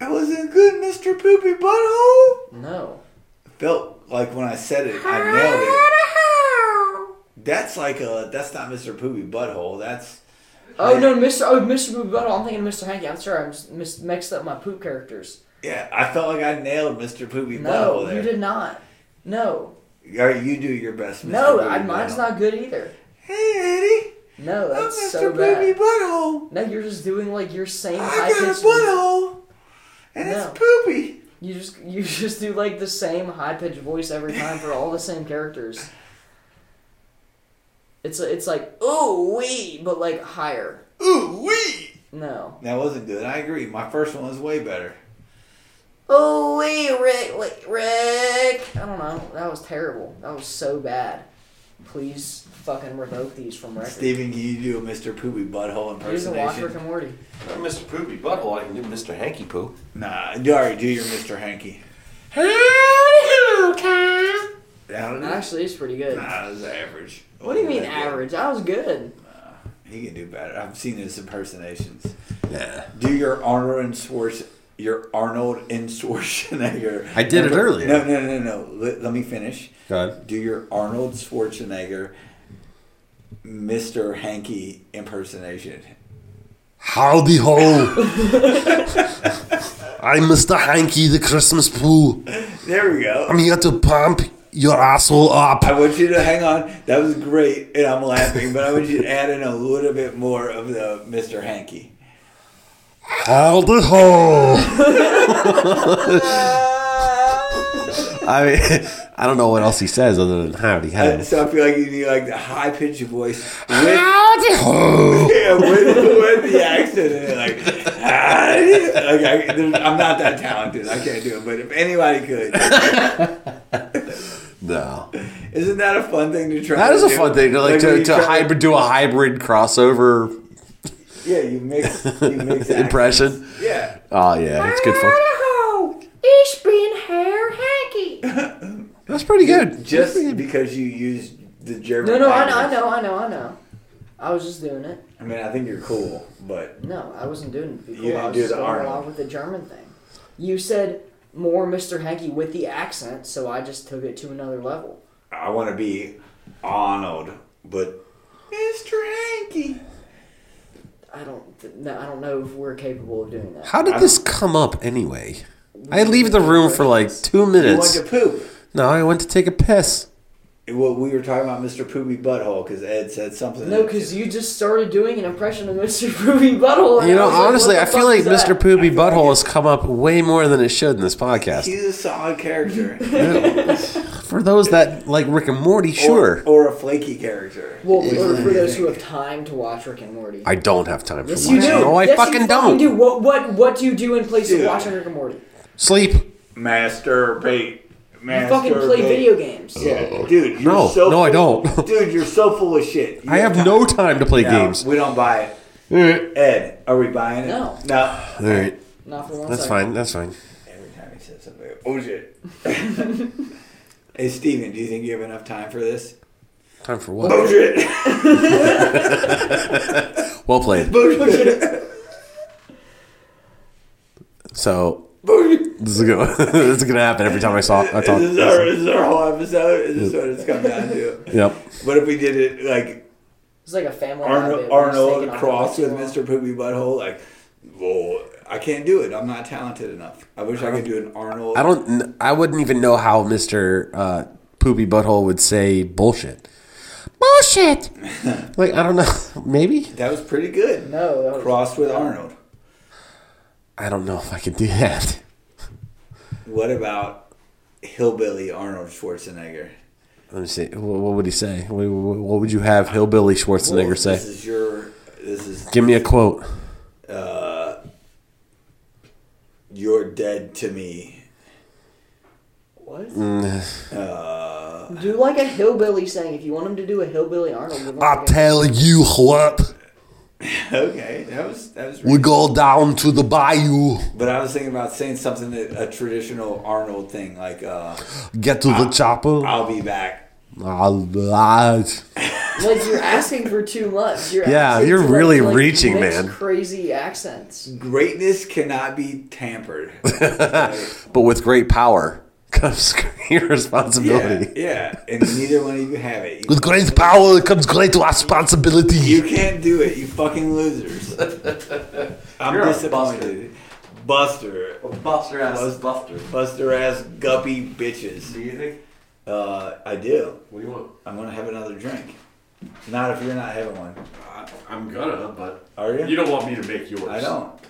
[SPEAKER 3] That wasn't good, Mr. Poopy Butthole!
[SPEAKER 2] No.
[SPEAKER 3] Felt like when I said it, I nailed it. That's like a, that's not Mr. Poopy Butthole. That's,
[SPEAKER 2] Oh no, Mr. Oh, Mr. Poop Butthole. I'm thinking Mr. Hanky. I'm sorry, I'm s- mis- mixed up my poop characters.
[SPEAKER 3] yeah, I felt like I nailed Mr. Poopy
[SPEAKER 2] No,
[SPEAKER 3] Butthole
[SPEAKER 2] you
[SPEAKER 3] there.
[SPEAKER 2] did not. No,
[SPEAKER 3] All right, you do your best, Mr.
[SPEAKER 2] no,
[SPEAKER 3] Poopy
[SPEAKER 2] I, mine's
[SPEAKER 3] Butthole.
[SPEAKER 2] not good either.
[SPEAKER 3] Hey, Eddie,
[SPEAKER 2] No,
[SPEAKER 3] I'm
[SPEAKER 2] that's
[SPEAKER 3] Mr.
[SPEAKER 2] so
[SPEAKER 3] Poopy
[SPEAKER 2] bad.
[SPEAKER 3] Butthole.
[SPEAKER 2] No, you're just doing like your same
[SPEAKER 3] I
[SPEAKER 2] high
[SPEAKER 3] got a
[SPEAKER 2] pitched.
[SPEAKER 3] butthole, and
[SPEAKER 2] No.
[SPEAKER 3] it's poopy.
[SPEAKER 2] You just [laughs] you just do like the same high pitched voice every time for all the same characters. It's it's like oh wee, but like higher.
[SPEAKER 3] Ooh wee!
[SPEAKER 2] No.
[SPEAKER 3] That wasn't good. I agree. My first one was way better.
[SPEAKER 2] Oh wait, Rick, wait, Rick. I don't know. That was terrible. That was so bad. Please fucking revoke these from record.
[SPEAKER 3] Steven, can you do a Mr. Poopy Butthole
[SPEAKER 2] You can watch Rick
[SPEAKER 3] impersonation?
[SPEAKER 2] and Morty.
[SPEAKER 6] Not Mr. Poopy Butthole, I can do Mr. Hanky Poo.
[SPEAKER 3] Nah, do- all right, do your Mr. Hanky. That was, nah,
[SPEAKER 2] Actually, it's pretty good.
[SPEAKER 3] that was average.
[SPEAKER 2] What do you mean
[SPEAKER 3] Wasn't that good.
[SPEAKER 2] average? I was good.
[SPEAKER 3] He can do better. I've seen his impersonations.
[SPEAKER 1] Yeah.
[SPEAKER 3] Do your Arnold and Schwarz, your Arnold [laughs] and Schwarzenegger.
[SPEAKER 1] I did it earlier.
[SPEAKER 3] No, no, no, no. Let, let me finish.
[SPEAKER 1] Go ahead.
[SPEAKER 3] Do your Arnold Schwarzenegger, Mr. Hanky impersonation.
[SPEAKER 1] Howdy ho! I'm Mr. Hanky, the Christmas poo.
[SPEAKER 3] There we go.
[SPEAKER 1] I'm here to pump your asshole up.
[SPEAKER 3] I want you to hang on. That was great, and I'm laughing, but I want you to add in a little bit more of the Mr. Hanky.
[SPEAKER 1] Howdy ho! I mean, [laughs] I don't know what else he says other than howdy
[SPEAKER 3] Uh,
[SPEAKER 1] ho.
[SPEAKER 3] So I feel like you need like the high pitched voice with,
[SPEAKER 1] Howdy ho!
[SPEAKER 3] yeah, with, with the accent, and then, like, ah, like I, there's- I'm not that talented. I can't do it, but if anybody could,
[SPEAKER 1] No.
[SPEAKER 3] Isn't that a fun thing to try?
[SPEAKER 1] That
[SPEAKER 3] to
[SPEAKER 1] is a
[SPEAKER 3] do?
[SPEAKER 1] fun thing to like
[SPEAKER 3] when
[SPEAKER 1] to,
[SPEAKER 3] you
[SPEAKER 1] to
[SPEAKER 3] try
[SPEAKER 1] hybrid do a hybrid crossover
[SPEAKER 3] Yeah, you mix. You
[SPEAKER 1] [laughs]
[SPEAKER 3] mix
[SPEAKER 1] impression.
[SPEAKER 3] accents. Yeah.
[SPEAKER 1] Oh yeah, it's good fun.
[SPEAKER 2] Ich bin Herr Hanky.
[SPEAKER 1] That's pretty good.
[SPEAKER 3] Just because you use the German.
[SPEAKER 2] No, no, I know, I
[SPEAKER 3] language.
[SPEAKER 2] know, I know, I know. I was just doing it.
[SPEAKER 3] I mean, I think you're cool, but
[SPEAKER 2] No, I wasn't doing it.
[SPEAKER 3] You
[SPEAKER 2] I
[SPEAKER 3] didn't
[SPEAKER 2] was
[SPEAKER 3] do
[SPEAKER 2] just
[SPEAKER 3] the
[SPEAKER 2] going
[SPEAKER 3] Arnold.
[SPEAKER 2] along with the German thing. You said more Mr. Hanky with the accent, so I just took it to another level.
[SPEAKER 3] I want to be Arnold, but Mr. Hanky.
[SPEAKER 2] I don't, th- no, I don't know if we're capable of doing that.
[SPEAKER 1] How did this come up anyway? I leave the room for like two
[SPEAKER 3] You want
[SPEAKER 1] minutes.
[SPEAKER 3] to poop?
[SPEAKER 1] No, I went to take a piss.
[SPEAKER 3] Well, we were talking about Mr. Poopy Butthole because Ed said something.
[SPEAKER 2] No, because you just started doing an impression of [laughs] Mr. Poopy Butthole. and
[SPEAKER 1] You know,
[SPEAKER 2] was like, what
[SPEAKER 1] honestly,
[SPEAKER 2] the
[SPEAKER 1] I
[SPEAKER 2] fuck
[SPEAKER 1] feel like
[SPEAKER 2] is that?
[SPEAKER 1] Mr. Poopy Butthole has come up way more than it should in this podcast.
[SPEAKER 3] he's a solid character.
[SPEAKER 1] For those that like Rick and Morty,
[SPEAKER 3] Or-
[SPEAKER 1] sure.
[SPEAKER 3] Or, a flaky character.
[SPEAKER 2] Well, for, for those who have time to watch Rick and Morty.
[SPEAKER 1] I don't have time for
[SPEAKER 2] yes,
[SPEAKER 1] watching.
[SPEAKER 2] you do.
[SPEAKER 1] No, I
[SPEAKER 2] yes, you
[SPEAKER 1] fucking don't.
[SPEAKER 2] do. What, what, what do you do in place
[SPEAKER 3] Dude.
[SPEAKER 2] of watching Rick and Morty?
[SPEAKER 1] Sleep.
[SPEAKER 3] Master bait.
[SPEAKER 2] You fucking play video games.
[SPEAKER 3] Yeah, dude. You're
[SPEAKER 1] Uh, No,
[SPEAKER 3] so
[SPEAKER 1] no, I
[SPEAKER 3] full-
[SPEAKER 1] don't.
[SPEAKER 3] [laughs] dude, you're so full of shit. You
[SPEAKER 1] I have
[SPEAKER 3] time.
[SPEAKER 1] no time to play
[SPEAKER 3] No,
[SPEAKER 1] games.
[SPEAKER 3] We don't buy it.
[SPEAKER 5] All right.
[SPEAKER 3] Ed, are we buying it?
[SPEAKER 2] No.
[SPEAKER 3] No.
[SPEAKER 1] All right,
[SPEAKER 2] Not for one
[SPEAKER 1] that's
[SPEAKER 2] second.
[SPEAKER 1] fine. That's fine.
[SPEAKER 3] Every time he says something,
[SPEAKER 2] [laughs]
[SPEAKER 3] oh shit. hey Steven, do you think you have enough time for this?
[SPEAKER 1] Time for what?
[SPEAKER 3] [laughs] shit.
[SPEAKER 1] Well played.
[SPEAKER 3] Oh [laughs] shit.
[SPEAKER 1] So
[SPEAKER 3] Oh shit.
[SPEAKER 1] this is gonna [laughs] this is gonna happen every time I saw I
[SPEAKER 3] Is
[SPEAKER 1] talk.
[SPEAKER 3] this, our, is this our whole episode? Is this what it's come down to?
[SPEAKER 1] Yep.
[SPEAKER 3] What if we did it like
[SPEAKER 2] It's like a family.
[SPEAKER 3] Arnold,
[SPEAKER 2] habit. We're just
[SPEAKER 3] Arnold
[SPEAKER 2] taking on
[SPEAKER 3] cross
[SPEAKER 2] way
[SPEAKER 3] with
[SPEAKER 2] too long.
[SPEAKER 3] Mr. Poopy Butthole? Like, well, I can't do it. I'm not talented enough. I wish I could do an Arnold.
[SPEAKER 1] I don't. kn- I wouldn't even know how Mister uh, Poopy Butthole would say bullshit. [laughs] Bullshit. like I don't know. Maybe
[SPEAKER 3] That was pretty good.
[SPEAKER 2] No, that was-
[SPEAKER 3] Crossed with Arnold.
[SPEAKER 1] I don't know if I could do that.
[SPEAKER 3] What about hillbilly Arnold Schwarzenegger?
[SPEAKER 1] Let me see. Wh- What would he say? Wh- wh- What would you have hillbilly Schwarzenegger
[SPEAKER 3] Well,
[SPEAKER 1] say?
[SPEAKER 3] This is your. This is
[SPEAKER 1] Give me a quote.
[SPEAKER 3] you're dead to me. [laughs]
[SPEAKER 2] What? do like a hillbilly saying. If you want him to do a hillbilly Arnold, give him
[SPEAKER 1] I
[SPEAKER 2] like a-
[SPEAKER 1] tell you what,
[SPEAKER 3] Okay, that was that was.
[SPEAKER 1] we
[SPEAKER 3] Really,
[SPEAKER 1] go down to the bayou,
[SPEAKER 3] but I was thinking about saying something that a traditional Arnold thing like uh,
[SPEAKER 1] get to the chopper.
[SPEAKER 3] "I'll be back."
[SPEAKER 1] I'll- I'll-
[SPEAKER 2] like you're asking for too much. You're
[SPEAKER 1] Yeah,
[SPEAKER 2] asking
[SPEAKER 1] you're
[SPEAKER 2] to,
[SPEAKER 1] really
[SPEAKER 2] like,
[SPEAKER 1] reaching,
[SPEAKER 2] mix
[SPEAKER 1] man.
[SPEAKER 2] Crazy accents.
[SPEAKER 3] Greatness cannot be
[SPEAKER 1] [laughs]
[SPEAKER 3] tampered.
[SPEAKER 1] But with great power comes [laughs] great
[SPEAKER 3] [laughs] yeah,
[SPEAKER 1] responsibility.
[SPEAKER 3] yeah, and neither one of you have it. You,
[SPEAKER 1] With great power comes great responsibility.
[SPEAKER 3] you can't do it. You fucking
[SPEAKER 4] [laughs]
[SPEAKER 3] losers. I'm
[SPEAKER 4] You're a
[SPEAKER 3] disappointed. Buster,
[SPEAKER 4] Buster ass. Buster.
[SPEAKER 3] Buster ass guppy bitches.
[SPEAKER 4] Do you think?
[SPEAKER 3] Uh, I do.
[SPEAKER 6] What do you want?
[SPEAKER 3] I'm gonna have another drink. Not if you're not having one.
[SPEAKER 6] I, I'm gonna, but
[SPEAKER 3] Are you?
[SPEAKER 6] you don't want me to make yours.
[SPEAKER 3] I don't.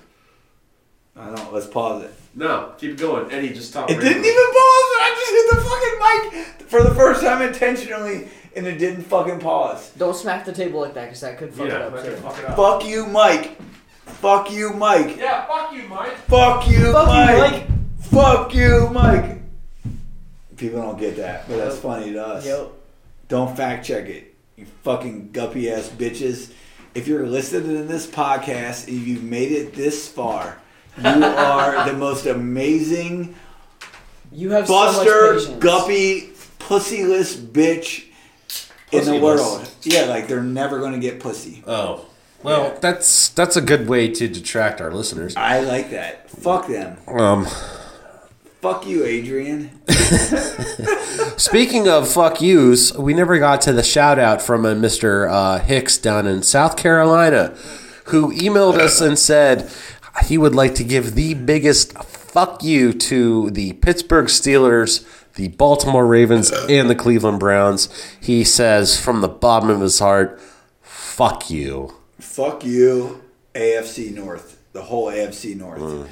[SPEAKER 3] I don't. Let's pause it.
[SPEAKER 6] No, keep going, Eddie. Just
[SPEAKER 4] Oh,
[SPEAKER 6] stop.
[SPEAKER 3] It didn't even pause. I just hit the fucking mic for the first time intentionally, and it didn't fucking pause.
[SPEAKER 2] Don't smack the table like that because that could fuck it
[SPEAKER 6] Yeah,
[SPEAKER 2] up too.
[SPEAKER 6] fuck it up.
[SPEAKER 3] Fuck you, Mike. Fuck you, Mike.
[SPEAKER 6] Yeah, fuck you, Mike.
[SPEAKER 3] Fuck you,
[SPEAKER 2] Fuck you,
[SPEAKER 3] Mike. Fuck you, Mike. People don't get that, but that's funny to us.
[SPEAKER 2] Yep.
[SPEAKER 3] Don't fact check it, you fucking guppy ass bitches. If you're listening to this podcast, if you've made it this far,
[SPEAKER 2] [laughs]
[SPEAKER 3] you are the most amazing.
[SPEAKER 2] You have so
[SPEAKER 3] Buster
[SPEAKER 2] much patience.
[SPEAKER 3] Guppy pussyless bitch in the
[SPEAKER 6] Pussyless.
[SPEAKER 3] world. Yeah, like they're never gonna get pussy.
[SPEAKER 1] Oh. Well, that's that's a good way to detract our listeners.
[SPEAKER 3] I like that. Fuck them.
[SPEAKER 1] Um,
[SPEAKER 3] Fuck you, Adrian.
[SPEAKER 1] speaking of fuck yous, we never got to the shout out from a Mr. Uh, Hicks down in South Carolina who emailed us and said he would like to give the biggest fuck you to the Pittsburgh Steelers, the Baltimore Ravens, and the Cleveland Browns. He says from the bottom of his heart, fuck you.
[SPEAKER 3] Fuck you, AFC North. The whole AFC North.
[SPEAKER 1] Mm.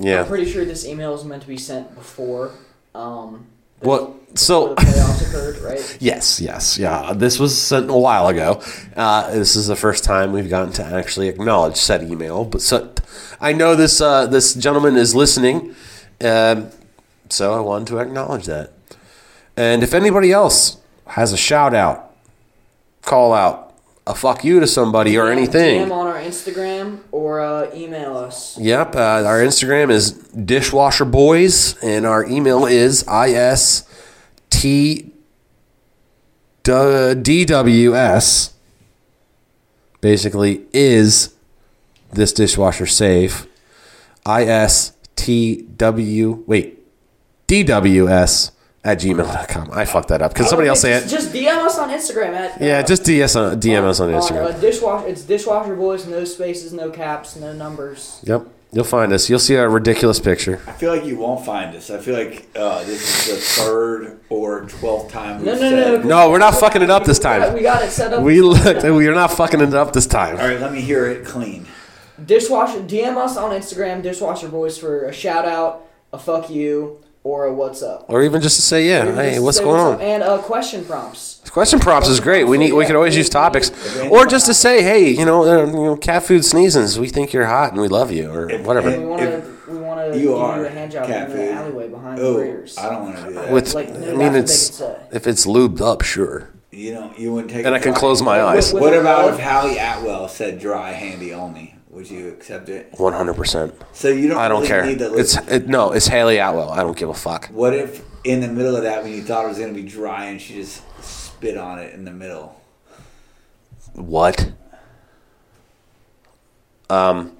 [SPEAKER 1] Yeah.
[SPEAKER 2] I'm pretty sure this email is meant to be sent before. Um,
[SPEAKER 1] What?
[SPEAKER 2] before
[SPEAKER 1] So.
[SPEAKER 2] the playoffs occurred, right?
[SPEAKER 1] Yes, yes, yeah. This was sent a while ago. Uh, this is the first time we've gotten to actually acknowledge said email. But so, I know this uh, this gentleman is listening, um, so I wanted to acknowledge that. And if anybody else has a shout out, call out, a fuck you to somebody or [laughs]
[SPEAKER 2] DM
[SPEAKER 1] anything.
[SPEAKER 2] Um, on our Instagram or uh, email us.
[SPEAKER 1] Yep, uh, our Instagram is dishwasher boys, and our email is ist dws. Basically, is this dishwasher safe? istw wait dws at gmail.com. I fucked that up. Can somebody else say it?
[SPEAKER 2] Just DM us on Instagram at
[SPEAKER 1] Yeah, just DS on, DM us on Instagram.
[SPEAKER 2] uh, dishwasher, it's dishwasher boys, no spaces, no caps, no numbers.
[SPEAKER 1] Yep, you'll find us. You'll see our ridiculous picture.
[SPEAKER 3] I feel like you won't find us. I feel like uh, this is the third or twelfth time we've
[SPEAKER 2] No, no,
[SPEAKER 3] said.
[SPEAKER 2] no.
[SPEAKER 1] No, we're not fucking it up this
[SPEAKER 2] [laughs] We got, we
[SPEAKER 1] time.
[SPEAKER 2] got it set up.
[SPEAKER 1] We looked. and We are not fucking it up this
[SPEAKER 3] All
[SPEAKER 1] time.
[SPEAKER 3] right, let me hear it clean.
[SPEAKER 2] dishwasher. DM us on Instagram, dishwasher boys, for a shout out, a fuck you, or a what's up.
[SPEAKER 1] Or even just to say, yeah, hey,
[SPEAKER 2] Just
[SPEAKER 1] what's
[SPEAKER 2] say
[SPEAKER 1] going
[SPEAKER 2] up,
[SPEAKER 1] on?
[SPEAKER 2] And uh, question prompts.
[SPEAKER 1] Question prompts is great. We need. We can always use topics, or just to say, hey, you know, uh, you know, cat food sneezes. We think you're hot and we love you, or
[SPEAKER 2] We
[SPEAKER 1] whatever.
[SPEAKER 2] want to.
[SPEAKER 3] If
[SPEAKER 2] We want to
[SPEAKER 3] you
[SPEAKER 2] give you
[SPEAKER 3] are
[SPEAKER 2] a hand job
[SPEAKER 3] cat
[SPEAKER 2] in the
[SPEAKER 3] food.
[SPEAKER 2] alleyway behind the
[SPEAKER 3] Oh,
[SPEAKER 2] rears.
[SPEAKER 3] I don't want to do that.
[SPEAKER 1] With,
[SPEAKER 2] Like, no,
[SPEAKER 1] I mean,
[SPEAKER 2] that's
[SPEAKER 1] it's
[SPEAKER 2] what they can say.
[SPEAKER 1] if it's lubed up, sure.
[SPEAKER 3] you know, you wouldn't take.
[SPEAKER 1] Then
[SPEAKER 3] a
[SPEAKER 1] I can
[SPEAKER 3] try.
[SPEAKER 1] close my eyes.
[SPEAKER 3] What about if Hallie Atwell said dry handy only? Would you accept it?
[SPEAKER 1] One hundred percent.
[SPEAKER 3] So you don't.
[SPEAKER 1] I don't
[SPEAKER 3] really
[SPEAKER 1] care.
[SPEAKER 3] Need to
[SPEAKER 1] It's
[SPEAKER 3] listen.
[SPEAKER 1] it, no. It's Haley Atwell. I don't give a fuck.
[SPEAKER 3] What if in the middle of that, when you thought it was going to be dry, and she just spit on it in the middle?
[SPEAKER 1] What? Um,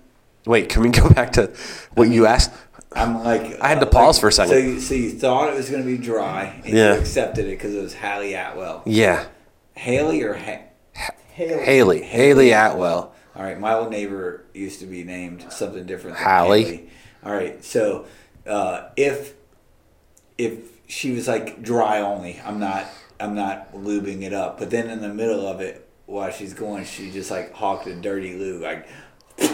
[SPEAKER 1] wait. Can we go [laughs] back to what you asked?
[SPEAKER 3] I'm like,
[SPEAKER 1] I had to
[SPEAKER 3] uh,
[SPEAKER 1] pause
[SPEAKER 3] like-
[SPEAKER 1] for a second.
[SPEAKER 3] So you, so you thought it was going to be dry, and
[SPEAKER 1] Yeah.
[SPEAKER 3] you accepted it because it was Hallie Atwell.
[SPEAKER 1] Yeah,
[SPEAKER 3] Haley or ha-
[SPEAKER 1] Haley. Haley Atwell.
[SPEAKER 3] All right, my old neighbor used to be named something different. Than
[SPEAKER 1] Hallie.
[SPEAKER 3] Haley. All right, so uh, if if she was like dry only, I'm not I'm not lubing it up. But then in the middle of it, while she's going, she just like hawked a dirty lube like [sniffs]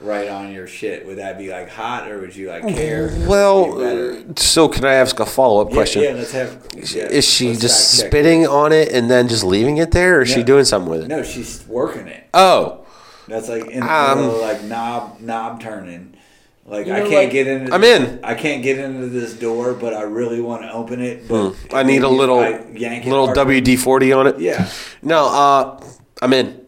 [SPEAKER 3] right on your shit. Would that be like hot, or would you like care?
[SPEAKER 1] Well,
[SPEAKER 3] Be better?
[SPEAKER 1] uh, so can I ask a follow up
[SPEAKER 3] Yeah,
[SPEAKER 1] question?
[SPEAKER 3] Yeah, let's have. yeah,
[SPEAKER 1] Is she
[SPEAKER 3] let's
[SPEAKER 1] just
[SPEAKER 3] fact check.
[SPEAKER 1] spitting on it and then just leaving it there, or is she
[SPEAKER 3] No.
[SPEAKER 1] doing something with it?
[SPEAKER 3] No, she's working it.
[SPEAKER 1] Oh,
[SPEAKER 3] That's like in the
[SPEAKER 1] Um,
[SPEAKER 3] middle, like knob knob turning. Like
[SPEAKER 2] You
[SPEAKER 3] I
[SPEAKER 2] know,
[SPEAKER 3] can't
[SPEAKER 2] like-
[SPEAKER 3] get into.
[SPEAKER 1] I'm in.
[SPEAKER 3] I can't get into this door, but I really want to open it. But
[SPEAKER 1] Hmm. I need a
[SPEAKER 3] maybe
[SPEAKER 1] little
[SPEAKER 3] I yank it
[SPEAKER 1] little
[SPEAKER 3] hard.
[SPEAKER 1] WD forty on it.
[SPEAKER 3] Yeah.
[SPEAKER 1] No, uh, I'm in.